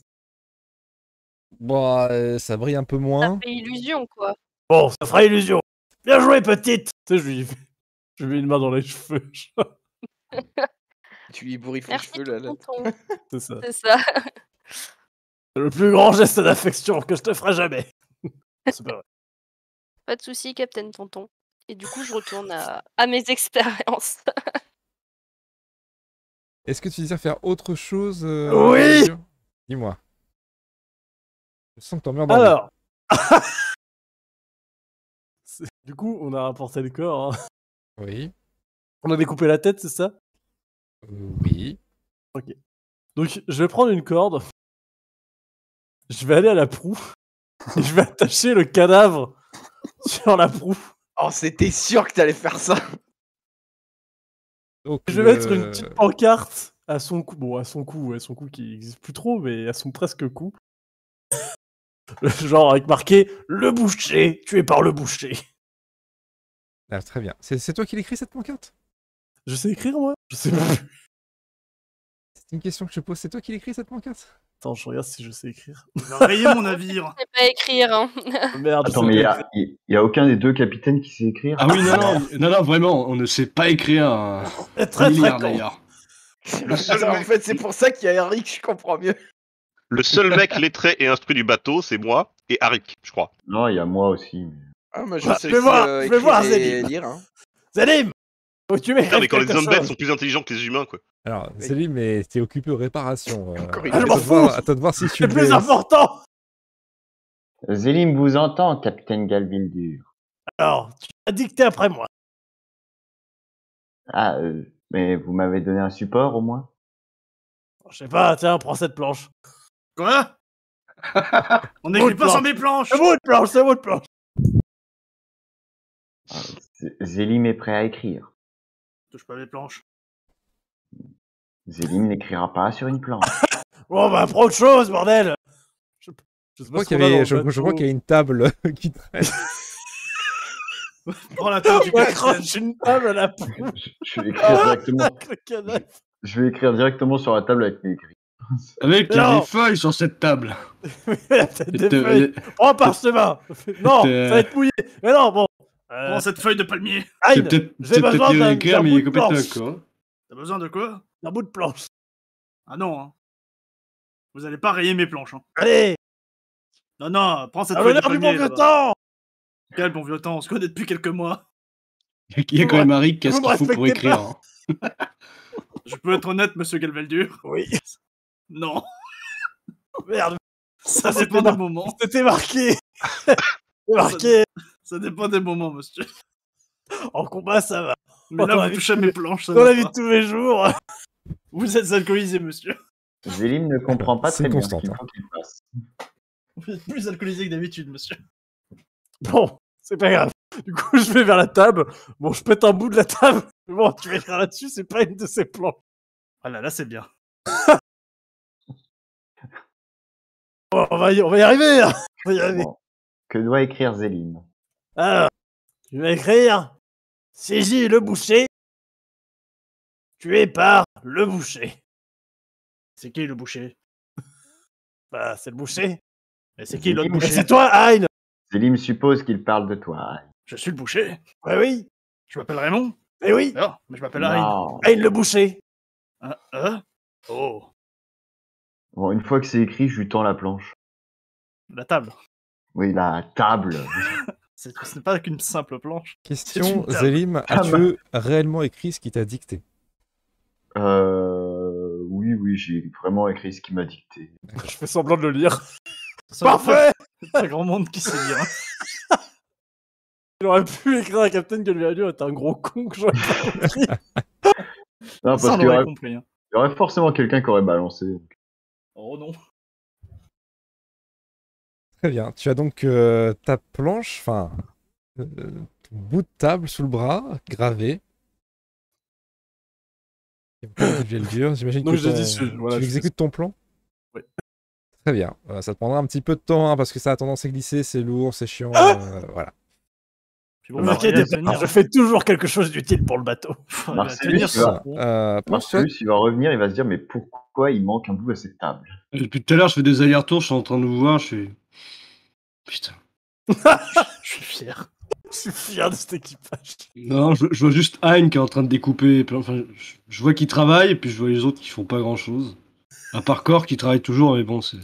S1: Bon, euh, ça brille un peu
S2: Ça
S1: moins.
S2: fait <laughs> illusion, quoi.
S8: Bon, ça fera illusion. Bien joué, petite Tu sais, je lui, je lui mets une main dans les cheveux. genre,
S10: Tu lui bourrifles les
S2: Merci,
S10: cheveux là. là.
S2: tonton.
S9: <laughs>
S8: c'est ça.
S2: C'est ça. <laughs>
S8: C'est le plus grand geste d'affection que je te ferai jamais. <laughs> c'est pas vrai.
S2: Pas de souci, Captain Tonton. Et du coup, je retourne à, à mes expériences.
S1: Est-ce que tu désires faire autre chose euh,
S8: Oui
S1: Galgaldur Dis-moi. Je sens que t'emmerdes dans le-
S8: Alors.
S1: <laughs>
S8: C'est- du coup, on a rapporté le corps. hein.
S1: Oui.
S8: On a découpé la tête, c'est ça
S1: euh, oui.
S8: Donc, je vais prendre une corde. Je vais aller à
S1: <laughs>
S8: la proue. Et je vais attacher le cadavre sur la proue.
S10: Oh, c'était sûr que t'allais faire ça.
S1: Donc,
S8: Je vais
S1: le-
S8: mettre une petite pancarte à son cou. Bon, à son cou, à son cou qui n'existe plus trop, mais à son presque cou. Genre avec marqué Le boucher, tué par le boucher.
S1: Ah, très bien. C'est c'est toi qui l'écris cette pancarte
S8: Je sais écrire, moi Je
S1: <laughs>
S8: sais plus.
S1: C'est une question que je pose. C'est toi qui l'écris cette pancarte
S8: Attends, je regarde si je sais écrire.
S9: Il a rayé mon navire.
S2: Je sais pas écrire. hein.
S1: Oh,
S2: <laughs>
S8: Merde, je
S4: Attends,
S8: sais
S4: mais il y
S8: pas
S4: a, y- y a aucun des deux capitaines qui sait écrire
S7: Ah oui, non,
S4: <laughs>
S7: non, non, non, vraiment, on ne sait pas écrire un,
S8: écrire. <laughs> Très, très
S7: milliard
S8: con.
S7: d'ailleurs. Le seul
S10: Attends, en
S7: mec-
S10: fait, c'est pour ça qu'il y a Eric, je comprends mieux.
S5: Le seul mec lettré et instruit du bateau, c'est moi et Arik, je crois.
S4: Non, il y a moi aussi. mais-
S10: Ah, moi, je
S8: Bah,
S10: sais
S8: je vais voir, je vais
S10: écrire
S8: voir,
S10: et
S8: Zélim.
S10: lire, hein.
S8: Zalim Faut que tu
S5: Putain,
S8: m'écrives
S5: mais quand les
S8: quelque
S5: hommes bêtes
S8: chose.
S5: sont plus intelligents que les humains, quoi.
S1: Alors,
S10: Oui.
S1: c'est lui, mais t'es occupé aux réparations. euh,
S10: Encore une
S1: à
S8: fois.
S1: toi
S8: Ah, Je m'en
S1: de voir-
S8: fous.
S1: à toi de voir si tu
S8: <laughs> C'est plus
S1: l'es-
S8: important
S4: Zélim vous entend, capitaine Galvildur.
S8: Alors, tu as dicté après moi.
S4: Ah, euh, mais vous m'avez donné un support au moins
S8: Je sais pas, tiens, prends cette planche. <laughs>
S9: Quoi On n'écrit
S8: Autre
S9: pas
S8: plan.
S9: sur mes planches
S8: C'est votre planche, c'est votre planche
S4: Z- Zélim est prêt à écrire.
S9: Touche pas mes planches.
S4: Zélim n'écrira pas sur
S7: <laughs>
S4: une planche.
S8: Bon, bah, prends autre chose, bordel Je, je sais
S1: Je crois
S8: ce
S1: qu'il y,
S8: qu'on a dans
S1: avait-
S8: le
S1: je- je
S8: bateau.
S1: crois qu'il y a une table <laughs> qui
S8: <laughs>
S1: traîne.
S9: Prends la tête du
S8: On
S9: capitaine.
S8: accroche une table à la proue
S4: Je, je vais écrire
S7: Ah,
S4: directement.
S8: avec le cadavre.
S4: Je vais écrire directement sur la table avec mes écrits.
S7: Avec, il y a
S8: Non.
S7: des
S8: <laughs>
S7: feuilles sur cette table. euh,
S8: Il a peut-être des
S7: T'es-
S8: feuilles. Oh, parchemin Non,
S7: t'es-
S8: ça va être mouillé Mais non, bon euh,
S9: Prends cette feuille de palmier.
S7: C'est
S8: Aïn,
S7: peut-être
S8: j'ai
S7: c'est
S8: besoin
S7: peut-être bien
S8: d'un- d'un
S7: écrire, Ah, mais
S8: bout
S7: il est
S8: de
S7: complètement
S8: planche.
S7: con.
S9: T'as besoin de quoi
S8: un bout de planche
S9: Ah non, hein. Vous allez pas rayer mes planches, hein.
S8: Allez Ah,
S9: Non, non, prends cette
S8: À
S9: feuille de
S8: l'honneur du
S9: palmier.
S8: bon vieux
S9: là-bas.
S8: temps
S9: Quel bon vieux temps, on se connaît depuis quelques mois.
S7: Il y a quand
S8: Vous
S7: même Harry qui a ce
S8: vous me
S7: qu'il faut pour
S8: respectez
S7: écrire.
S8: pas.
S7: hein.
S9: Je peux être honnête, monsieur Galvaldur
S8: Oui,
S9: Non,
S8: merde
S9: ça
S8: c'était
S9: dépend
S8: mar-
S9: des moments.
S8: C'était marqué
S9: <laughs>
S8: C'était marqué
S9: Ça dépend des moments, monsieur.
S8: En combat, ça va
S9: Mais
S8: Oh, dans
S9: là,
S8: la
S9: vous
S8: vie-
S9: touchez à mes planches. ça
S8: Dans
S9: va
S8: la vie de
S9: pas.
S8: tous les jours
S9: Vous êtes alcoolisé, monsieur.
S4: Zélim ne comprend pas
S1: C'est
S4: très bien ce
S1: constante,
S4: qu'il
S1: hein.
S4: faut qu'il fasse.
S9: Vous êtes plus alcoolisé que d'habitude, monsieur.
S8: Bon, c'est pas grave. Du coup, <laughs> je vais vers la table. Bon, je pète un bout de la table. <laughs> Mais bon, tu vas écrire là-dessus, c'est pas une de ses plans. Oh
S9: Ah là, là, c'est bien.
S8: <laughs> Bon, on va y, on va y arriver. hein. On va y arriver.
S4: Bon. Que doit écrire Zéline
S8: Alors, tu vas écrire Saisis le boucher, tué par le boucher.
S9: C'est qui le boucher
S8: <laughs> Bah, c'est le boucher.
S9: Mais c'est qui l'autre
S8: Mais
S9: boucher
S8: C'est toi, Hein
S4: Zéline suppose qu'il parle de toi.
S9: Je suis le boucher.
S8: Ouais, oui.
S9: Je m'appelle Raymond.
S8: Eh oui,
S9: Non, mais je m'appelle Harry.
S4: Non.
S8: Hein le boucher.
S9: Hein, hein oh,
S4: Bon, une fois que c'est écrit, je lui tends la planche.
S9: la table.
S4: Oui, la
S9: <laughs>
S4: table.
S9: C'est- Ce n'est pas qu'une simple planche.
S1: Question,
S9: une table. Ah, bah.
S1: Zélim, as-tu réellement écrit ce qui t'a dicté
S4: euh, oui, oui, j'ai vraiment écrit ce qu'il m'a dicté.
S8: Je fais semblant de le lire.
S9: Ce n'est pas- <laughs>
S8: Parfait
S9: Pas grand monde qui sait lire. hein.
S8: <laughs> Il aurait pu écrire à Captain Galvadio, t'es un gros con que j'aurais pas
S9: <laughs>
S8: compris.
S4: Non, parce
S9: Ça, on
S4: qu'il y,
S9: aurait
S4: aurait-
S9: compris. hein.
S4: il y aurait forcément quelqu'un qui aurait balancé.
S9: Oh non.
S1: Très bien. Tu as donc euh, ta planche, enfin, euh, ton bout de table sous le bras, gravé. Et
S8: <coughs>
S1: vous pouvez obligé de le dire. J'imagine que
S8: Donc, je
S1: ton-
S8: dis, je- voilà,
S1: tu
S8: je
S1: exécutes ton plan
S8: Oui.
S1: Très bien. Euh, ça te prendra un petit peu de temps, hein, parce que ça a tendance à glisser, c'est lourd, c'est chiant.
S8: Ah
S1: euh, voilà.
S9: Puis bon,
S8: Ne
S9: bah,
S8: t'inquiète
S9: rien à
S8: pas,
S9: tenir.
S8: je fais toujours quelque chose d'utile pour le bateau. <laughs>
S9: Faut rien à
S4: Marcellus,
S9: tenir,
S4: tu vas-
S9: ce con.
S1: Euh, pense-toi-
S4: Marcellus, il va revenir, il va se dire Mais pourquoi il manque un bout à cette table
S7: Depuis tout à l'heure, je fais des allers-retours, je suis en train de vous voir, je suis. Putain.
S8: <laughs>
S9: Je suis fier.
S8: Je suis fier de cet équipage.
S7: Non, je, je vois juste Hein qui est en train de découper. plein- Enfin, je, je vois qu'il travaille, et puis je vois les autres qui font pas grand chose. À part Cor qui travaille toujours, mais bon, c'est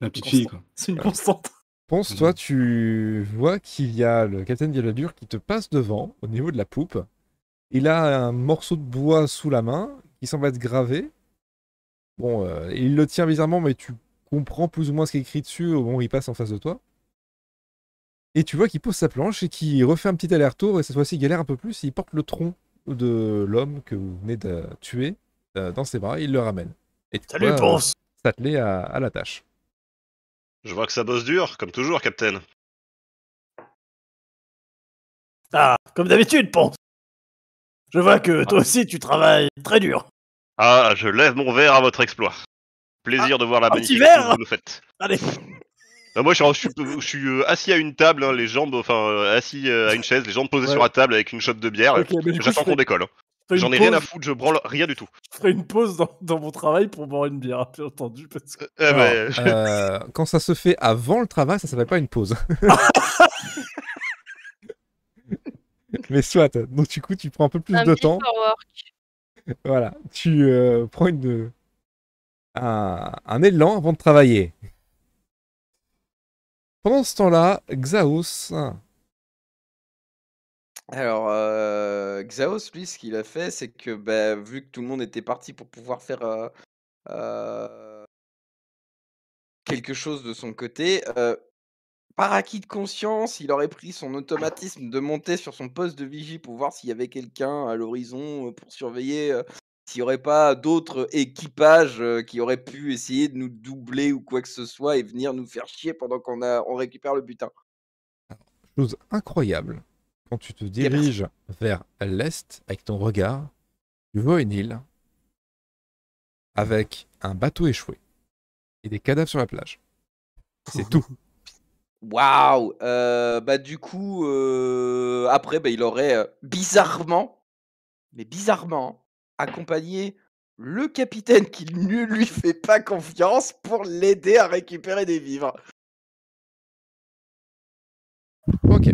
S7: la petite fille, quoi.
S9: C'est une constante.
S1: Ponce, toi, tu vois qu'il y a le capitaine Galadur qui te passe devant, au niveau de la poupe. Il a un morceau de bois sous la main, qui semble être gravé. Bon, euh, il le tient bizarrement, mais tu comprends plus ou moins ce qui est écrit dessus au moment où il passe en face de toi. Et tu vois qu'il pose sa planche et qu'il refait un petit aller-retour, et cette fois-ci, il galère un peu plus. Il porte le tronc de l'homme que vous venez de tuer euh, dans ses bras, et il le ramène. Et tu
S8: Salut,
S1: vois, euh,
S8: Ponce.
S1: s'atteler à- à la tâche.
S5: Je vois que ça bosse dur, comme toujours, Captain.
S8: Ah, comme d'habitude, Ponce. Je vois que toi aussi, tu travailles très dur.
S5: Ah, je lève mon verre à votre exploit. Plaisir de voir la
S8: Ah, un
S5: magnifique
S8: petit verre
S5: chose que vous nous faites.
S8: Allez,
S5: Euh, moi, je suis, je suis- je suis, euh, assis à une table, hein, les jambes, enfin, euh, assis euh, à une chaise, les jambes posées
S8: Ouais.
S5: sur la table avec une chope de bière.
S8: Ok, mais du coup, je
S5: J'attends
S8: fais-
S5: qu'on décolle. hein.
S8: fais une
S5: J'en ai rien à
S8: pause-
S5: foutre, je branle rien du tout.
S8: Je ferai une pause dans, dans mon travail pour boire une bière, bien entendu. Parce que...
S5: Euh, eh ben,
S1: Alors, euh, quand ça se fait avant le travail, ça s'appelle pas une pause. Mais soit, donc du coup, tu prends un peu plus
S2: Un
S1: de
S2: big
S1: temps.
S2: forward.
S1: Voilà, tu euh, prends une, un, un élan avant de travailler. Pendant ce temps-là, Xaos, hein,
S10: Alors, euh, Xaos, lui, ce qu'il a fait, c'est que bah, vu que tout le monde était parti pour pouvoir faire euh, euh, quelque chose de son côté, euh, par acquis de conscience, il aurait pris son automatisme de monter sur son poste de vigie pour voir s'il y avait quelqu'un à l'horizon euh, pour surveiller euh, s'il n'y aurait pas d'autres équipages euh, qui auraient pu essayer de nous doubler ou quoi que ce soit et venir nous faire chier pendant qu'on a, on récupère le butin.
S1: chose incroyable, quand tu te
S10: a personne.
S1: diriges vers l'est avec ton regard, tu vois une île avec un bateau échoué et des cadavres sur la plage. C'est tout.
S10: Waouh! euh, bah du coup, euh, après, bah, il aurait euh, bizarrement, mais bizarrement, accompagné le capitaine qui ne lui fait pas confiance pour l'aider à récupérer des vivres.
S1: Ok.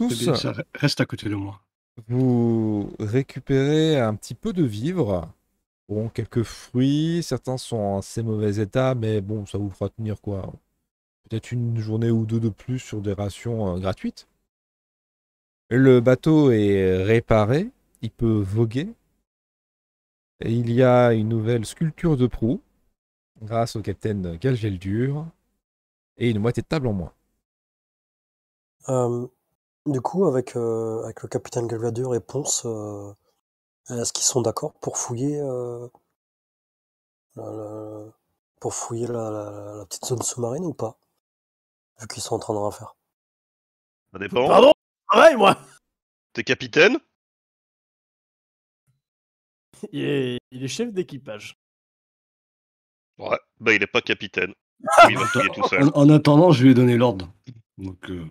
S7: C'est
S1: Tous,
S7: Eh bien, ça reste à côté de moi.
S1: vous récupérez un petit peu de vivres. Bon, quelques fruits, certains sont en assez mauvais état, mais bon, ça vous fera tenir quoi. Peut-être une journée ou deux de plus sur des rations euh, gratuites. Le bateau est réparé, il peut voguer. Et il y a une nouvelle sculpture de proue, grâce au capitaine Galgeldur, et une moitié de table en moins.
S6: Euh, du coup, avec, euh, avec le capitaine Galvadur et Ponce, euh, est-ce qu'ils sont d'accord pour fouiller euh, le- le- pour fouiller la, la- la petite zone sous-marine ou pas Vu qu'ils sont en train de rien faire.
S5: Ça dépend.
S8: Pardon Pareil, moi
S5: T'es capitaine
S8: il est, il est chef d'équipage.
S5: Ouais. Bah, il est pas capitaine. Il va fouiller tout seul.
S7: En, en attendant, je lui ai donné l'ordre. Donc, euh,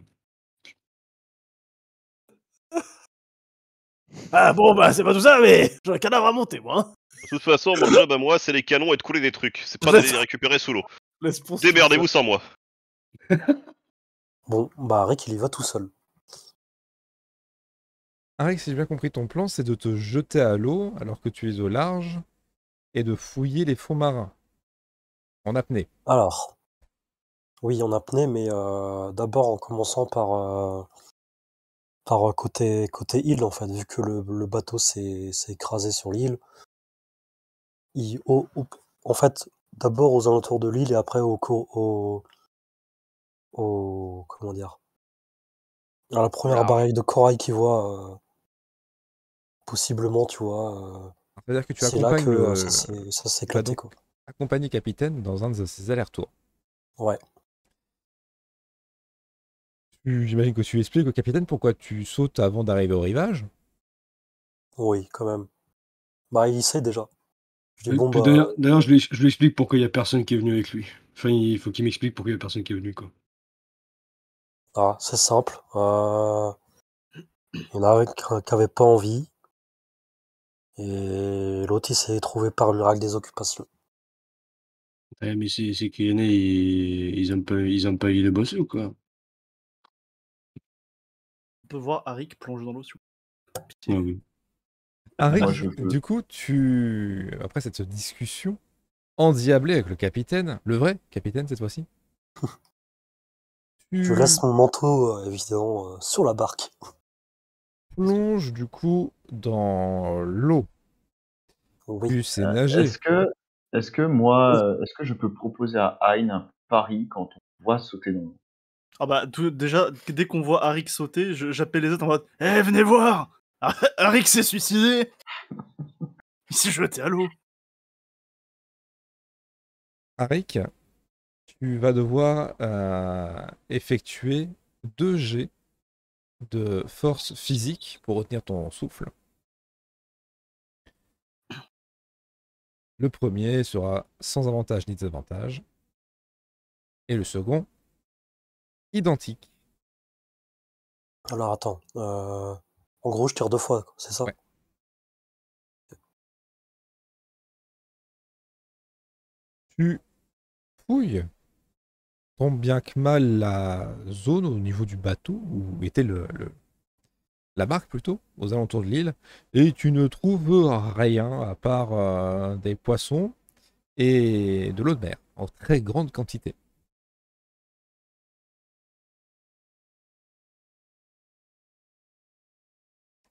S8: Ah bon, bah c'est pas tout ça, mais j'ai un cadavre à monter, moi. hein.
S5: De toute façon, mon job à moi, c'est les canons et de couler des trucs. C'est pas d'aller les récupérer sous l'eau.
S8: Laisse pour-
S5: Déberdez-vous sans moi.
S6: Bon, bah Rick, il y va tout seul.
S1: Arik, si j'ai bien compris ton plan, c'est de te jeter à l'eau alors que tu es au large et de fouiller les fonds marins en apnée.
S6: Alors, oui, on apnée, mais euh, d'abord en commençant par, euh, par euh, côté, côté île, en fait, vu que le, le bateau s'est s'est écrasé sur l'île. il- au- au- en fait, d'abord aux alentours de l'île et après au, co- au, au- Comment dire À la première
S10: Large.
S6: barrière de corail qu'il voit, euh, possiblement, tu vois. euh,
S1: C'est-à-dire que tu
S6: c'est là
S1: accompagnes
S6: que euh,
S1: le,
S6: ça s'est ça s'est
S1: le bateau.
S6: éclaté, quoi.
S1: accompagné capitaine dans un de ses allers-retours.
S6: Ouais.
S1: Tu- J'imagine que tu expliques au capitaine pourquoi tu sautes avant d'arriver au rivage.
S6: Oui, quand même. Bah, il sait déjà. Je dis,
S7: euh,
S6: bon, bah,
S7: d'ailleurs, d'ailleurs, je, lui, je lui explique pourquoi il n'y a personne qui est venu avec lui. Enfin, il faut qu'il m'explique pourquoi il n'y a personne qui est venu. Quoi.
S6: ah, c'est simple. Euh, il y en a un qui qui avait pas envie. Et l'autre, il s'est trouvé par le miracle des occupations.
S7: Ouais, Eh, mais c'est c'est qu'il y en a, ils, ils ont pas, ils ont pas eu le boss ou quoi.
S9: On peut voir Arik plonger dans l'eau. s'il vous plaît. Pitié.
S7: Ouais, Ah oui.
S1: Henri,
S4: Moi, je veux.
S1: du coup, tu. Après cette discussion endiablée avec le capitaine, le vrai capitaine cette fois-ci, tu
S6: Je laisse mon manteau, euh, évidemment, euh, sur la barque. <laughs>
S1: plonges du coup dans l'eau.
S6: Oui.
S1: Tu sais nager.
S4: euh, Est-ce que, est-ce que moi, euh, est-ce que je peux proposer à Hein un pari quand on voit sauter dans l'eau
S9: Ah bah tout- déjà, dès qu'on voit Arik sauter, je- j'appelle les autres en mode Eh, venez voir Ar- <laughs> Arik s'est suicidé Il s'est jeté à l'eau
S1: Arik, tu vas devoir euh, effectuer deux jets de force physique pour retenir ton souffle. Le premier sera sans avantage ni désavantage. Et le second, identique.
S6: Alors, attends. euh, en gros, je tire deux fois, quoi, c'est ça?
S1: Ouais. Tu fouilles tant bien que mal la zone au niveau du bateau, où était le, le- la barque plutôt, aux alentours de l'île, et tu ne trouves rien à part euh, des poissons et de l'eau de mer, en très grande quantité.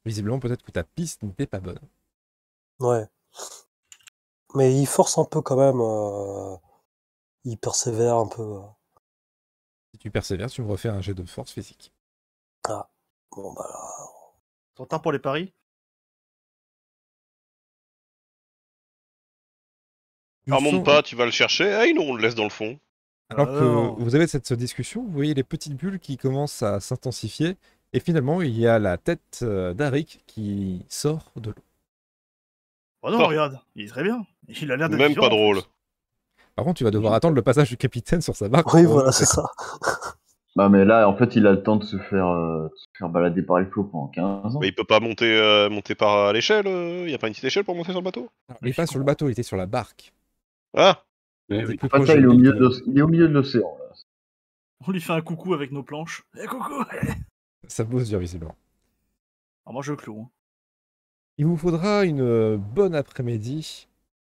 S1: Visiblement, peut-être que ta piste n'était pas bonne.
S6: Ouais. Mais il force un peu quand même. euh, il persévère un peu. euh.
S1: Si tu persévères, tu me refais un jet de force physique.
S6: Bon, bah, là,
S9: T'en retard pour les paris
S1: Tu
S5: Alors, monte
S1: sens-
S5: pas, tu vas le chercher. Ah, non, on le laisse dans le fond.
S1: Alors
S9: Alors.
S1: que vous avez cette discussion, vous voyez les petites bulles qui commencent à s'intensifier, et finalement il y a la tête euh, d'Arik qui sort de l'eau.
S9: Oh non,
S5: Fort.
S9: regarde, il est très bien. Il a l'air de
S5: Ah. Même
S9: vivre,
S5: pas
S9: en plus.
S5: drôle.
S1: Par contre, tu vas devoir attendre le passage du capitaine sur sa barque.
S6: Oui,
S1: pour
S6: voilà,
S1: remonter.
S6: c'est ça.
S4: Bah mais là, en fait, il a le temps de se faire, euh, de se faire balader par les flots pendant 15 ans.
S5: Mais il peut pas monter, euh, monter par euh, l'échelle. Il y a pas une petite échelle pour monter sur le bateau
S1: Alors, il est pas sur le bateau, il était sur la barque.
S5: Ah,
S7: Ouais,
S1: C'est
S7: oui.
S1: plus
S4: Enfin,
S1: proche
S4: ça, il, est
S1: de
S4: au
S1: l'île
S4: milieu
S1: que-
S4: de l'oc- il est au milieu de l'océan. là.
S9: On lui fait un coucou avec nos planches. Eh coucou <laughs>
S1: Ça bosse dur visiblement.
S9: Ah, moi je cloue. hein.
S1: Il vous faudra une euh, bonne après-midi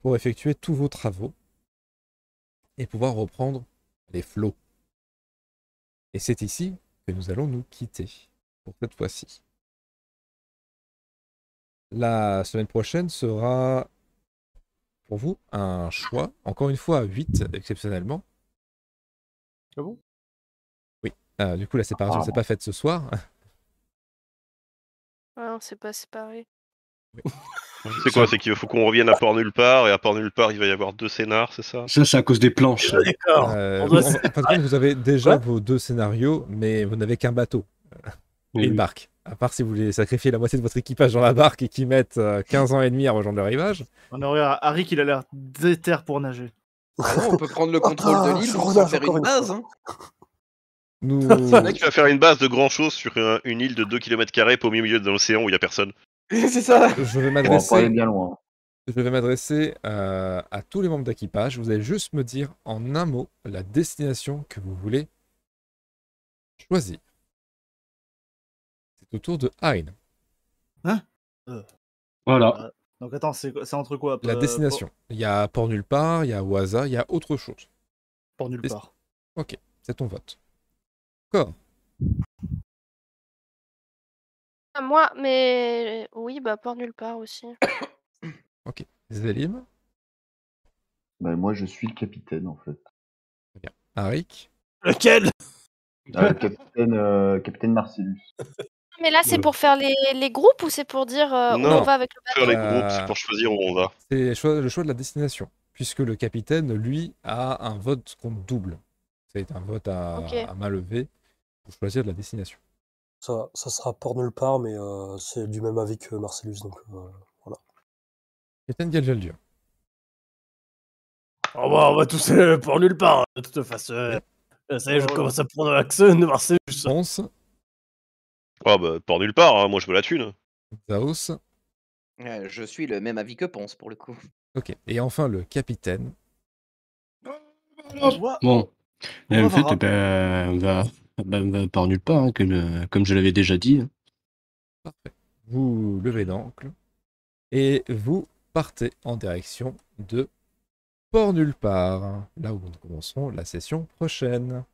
S1: pour effectuer tous vos travaux et pouvoir reprendre les flots. Et c'est ici que nous allons nous quitter pour cette fois-ci. La semaine prochaine sera pour vous un choix, encore une fois à 8 exceptionnellement.
S9: Ah bon Ah.
S1: Oui, euh, du coup la séparation ne s'est pas faite ce soir.
S2: Ah, Ouais, on s'est pas séparés.
S5: C'est quoi C'est qu'il faut qu'on revienne à Port Nulle Part, et à Port Nulle Part, il va y avoir deux scénars, c'est ça
S7: Ça, c'est à cause des planches.
S8: D'accord.
S1: Euh,
S8: on
S1: vous-
S9: bah,
S8: doit
S1: en,
S8: se-
S1: en fin de compte, vous avez déjà vos deux scénarios, mais vous n'avez qu'un bateau et
S7: Oui,
S1: une
S7: oui.
S1: barque. À part si vous voulez sacrifier la moitié de votre équipage dans la barque et qu'ils mettent euh, 15 ans et demi à rejoindre le rivage.
S9: On aurait Harry qui a l'air déter pour nager.
S10: Ah on peut prendre le contrôle
S6: Ah,
S10: de l'île
S6: je
S10: pour s'en
S6: relâche
S10: faire
S6: encore
S10: une
S6: une
S10: base.
S6: fois.
S10: hein.
S1: Nous,
S5: <laughs> Le mec va faire une base de grand chose sur un- une île de 2 km au milieu de l'océan où il y a personne.
S9: <laughs>
S10: c'est ça.
S1: je vais
S4: On va pas aller
S1: m'adresser
S4: bien loin.
S1: Je vais m'adresser euh, à tous les membres d'équipage. Vous allez juste me dire en un mot la destination que vous voulez choisir. C'est au tour de Hein,
S7: Voilà.
S9: Euh, Donc attends, c'est c'est entre quoi
S1: la
S9: euh,
S1: destination. Il y a Port Nulle Part, il y a Waza, il y a autre chose.
S9: Port, Port nulle part.
S1: C'est ton vote.
S2: Ah, Moi, mais oui, bah port nulle part aussi.
S1: Zélim,
S4: Bah, moi, je suis le capitaine, en fait.
S1: Arik.
S8: Lequel
S4: Ah, le capitaine, euh, capitaine Marcellus.
S2: Mais là, c'est
S7: Ouais.
S2: pour faire les, les groupes ou c'est pour dire euh,
S5: Non.
S2: on va avec le bateau
S5: Faire les
S1: Euh,
S5: groupes, c'est pour choisir où on va.
S1: C'est le choix- le choix de la destination. Puisque le capitaine, lui, a un vote compte double. C'est un vote à,
S2: Ok.
S1: à main levée pour choisir de la destination.
S6: Ça, ça sera port nulle part, mais euh, c'est du même avis que Marcellus, donc euh,
S1: Capitaine Galjaldur.
S8: Oh bah, on va tous euh, pour nulle part, de toute façon. euh, euh, ça y
S10: Oh
S8: est, je commence à prendre l'accent de Marseille.
S1: Ponce,
S5: Ah bah, Port Nulle Part, hein, moi je veux la thune.
S1: Zaos.
S10: Euh, je suis le même avis que Ponce pour le coup.
S1: Ok. Et enfin, le capitaine.
S7: Bon. Et
S9: On
S7: en
S9: va
S7: fait,
S9: voir.
S7: eh ben, on va, ben, on va par nulle part, hein, comme, euh, comme je l'avais déjà dit. hein.
S1: Parfait. Vous levez l'ancre et vous partez en direction de Port Nulle Part, là où nous commencerons la session prochaine.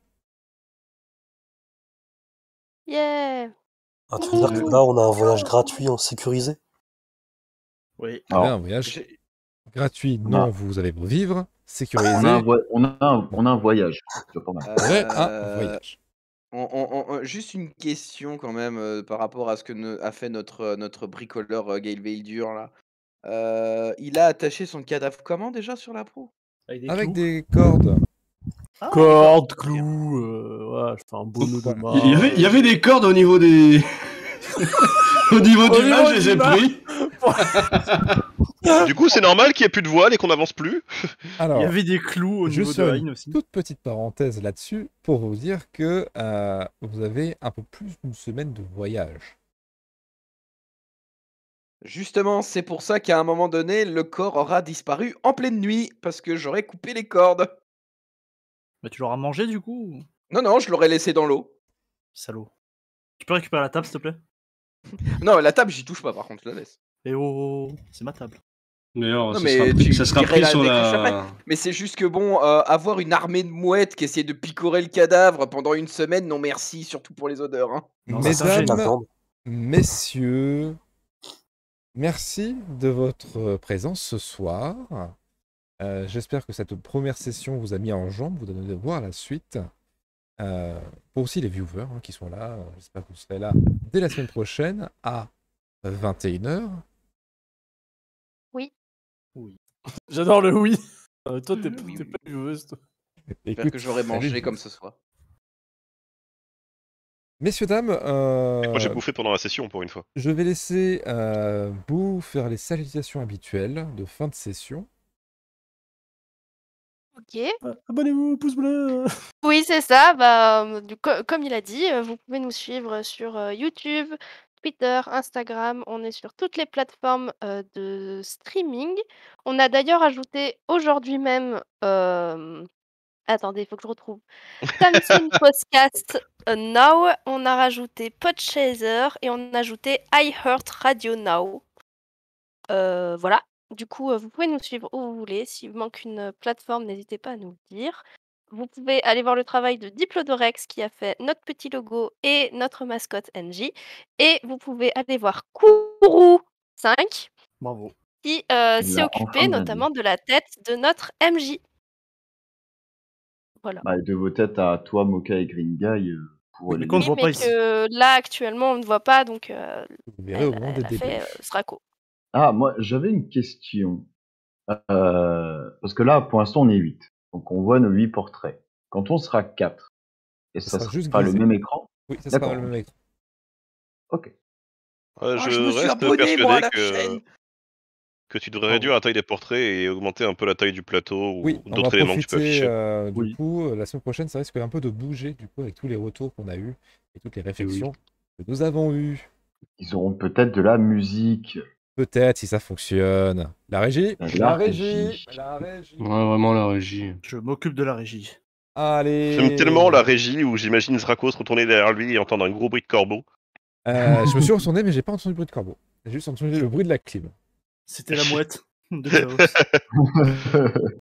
S2: Yeah
S6: ah, tu veux dire que là, on a un voyage gratuit en sécurisé
S9: Oui.
S1: Vous avez
S4: Alors,
S1: un voyage
S10: J'ai-
S1: gratuit,
S4: on
S1: non,
S4: a-
S1: vous allez vos vivres, sécurisé.
S4: on a un, voy- on a un- on a un voyage. C'est pas mal.
S10: Euh,
S1: Ouais, un voyage.
S10: on- on- on- juste une question quand même euh, par rapport à ce que ne- a fait notre, euh, notre bricoleur euh, Gail Veildur là. Euh, il a attaché son cadavre comment déjà sur la proue
S9: Avec des
S1: Avec
S9: clous.
S1: des cordes.
S9: Ah,
S8: Corde, clou, euh, ouais, je fais un beau nœud de
S1: Voilà.
S8: main.
S7: Il, y avait, il y avait des cordes au niveau des. au niveau
S8: Au
S7: du mât,
S8: niveau
S7: je les
S8: du
S7: ai
S8: mât.
S7: pris.
S5: <laughs> Du coup, c'est normal qu'il n'y ait plus de voile et qu'on n'avance plus.
S9: Il
S1: Alors,
S9: y avait des clous au
S1: je
S9: niveau de
S1: sonne.
S9: la ligne aussi.
S1: toute petite parenthèse là-dessus pour vous dire que euh, vous avez un peu plus d'une semaine de voyage.
S10: Justement, c'est pour ça qu'à un moment donné, le corps aura disparu en pleine nuit parce que j'aurais coupé les cordes.
S9: Bah, tu l'auras mangé du coup
S10: Non, non, je l'aurais laissé dans l'eau.
S9: Salaud. Tu peux récupérer la table s'il te plaît
S10: Non, la table, j'y touche pas par contre, je la laisse.
S9: Eh oh, c'est ma table.
S7: D'ailleurs,
S10: Non,
S7: ça,
S10: mais
S7: sera
S10: tu-
S7: pris, ça
S10: tu
S7: sera
S10: dirais
S7: pris
S10: la-
S7: sur
S10: avec le
S7: la.
S10: chapelet. Mais c'est juste que bon, euh, avoir une armée de mouettes qui essaie de picorer le cadavre pendant une semaine, non merci, surtout pour les odeurs. hein.
S9: Non, ça, c'est un
S1: Mesdames,
S9: génie.
S6: D'accord.
S1: messieurs, merci de votre présence ce soir. Euh, J'espère que cette première session vous a mis en jambe, vous donne de voir la suite. Euh, pour aussi les viewers hein, qui sont là, euh, j'espère que vous serez là dès la semaine prochaine à 21h.
S8: <laughs> J'adore le oui. Euh, toi, t'es t'es pas une joueuse, toi.
S10: J'espère que j'aurais mangé comme ce soir.
S1: Messieurs, dames, euh,
S5: Moi j'ai bouffé pendant la session pour une fois.
S1: je vais laisser euh, Boo faire les salutations habituelles de fin de session.
S2: Ok.
S8: Euh, Abonnez-vous, pouce bleu. <laughs>
S2: Oui, c'est ça. Bah, euh, du co- comme il a dit, euh, vous pouvez nous suivre sur euh, YouTube, Twitter, Instagram. On est sur toutes les plateformes euh, de streaming. On a d'ailleurs ajouté aujourd'hui même. euh, Attendez, il faut que je retrouve.
S5: <laughs>
S2: Samsung Podcast euh, Now. On a rajouté Podchaser et on a ajouté iHeart Radio Now. Euh, voilà. Du coup, euh, vous pouvez nous suivre où vous voulez. S'il vous manque une euh, plateforme, n'hésitez pas à nous le dire. Vous pouvez aller voir le travail de Diplodorex qui a fait notre petit logo et notre mascotte NJ. Et vous pouvez aller voir Kourou 5
S9: Bravo.
S2: qui euh,
S4: Il
S2: s'est
S4: l'a
S2: occupé
S4: enfin bien dit.
S2: notamment de la tête de notre MJ. Voilà.
S4: Bah, de vos têtes à toi, Moka et Green Guy euh, pour
S9: Oui,
S4: les.
S9: mais qu'on ne
S2: Oui,
S9: voit
S2: mais
S9: pas ici.
S2: que là actuellement on ne voit pas donc euh,
S1: Vous verrez
S2: elle,
S1: au moment des
S2: elle a fait
S1: débriefs.
S2: euh, Straco.
S4: Ah, moi, j'avais une question. Euh, parce que là, pour l'instant, on est 8. Donc, on voit nos 8 portraits. Quand on sera 4, et
S1: Ça
S4: ça,
S1: sera
S4: sera
S1: juste
S4: pas le
S1: grisé.
S4: même écran
S1: Oui, ça sera
S4: D'accord.
S1: le même écran.
S4: Ok.
S5: Ouais,
S10: Ah,
S5: je,
S10: je me suis
S5: reste
S10: abonné,
S5: persuadé
S10: moi, à la
S5: que,
S10: chaîne. Oh.
S5: que tu devrais réduire la taille des portraits et augmenter un peu la taille du plateau ou
S1: Oui, on va
S5: d'autres éléments que tu peux
S1: profiter
S5: afficher.
S1: euh, du
S9: Oui.
S1: coup. euh, La semaine prochaine, ça risque un peu de bouger du coup avec tous les retours qu'on a eus et
S4: Eh
S1: toutes les réflexions que nous avons eues.
S4: Ils auront peut-être de la musique.
S1: Peut-être si ça fonctionne. La régie
S4: La régie.
S1: La régie
S7: Ouais, vraiment la régie.
S9: Je m'occupe de la régie.
S1: Allez
S5: J'aime tellement la régie où j'imagine Zrakos retourner derrière lui et entendre un gros bruit de corbeau.
S1: Euh, je me suis retourné, mais j'ai pas entendu le bruit de corbeau. J'ai juste entendu le bruit de la clim.
S5: <laughs>
S9: C'était la mouette de Chaos.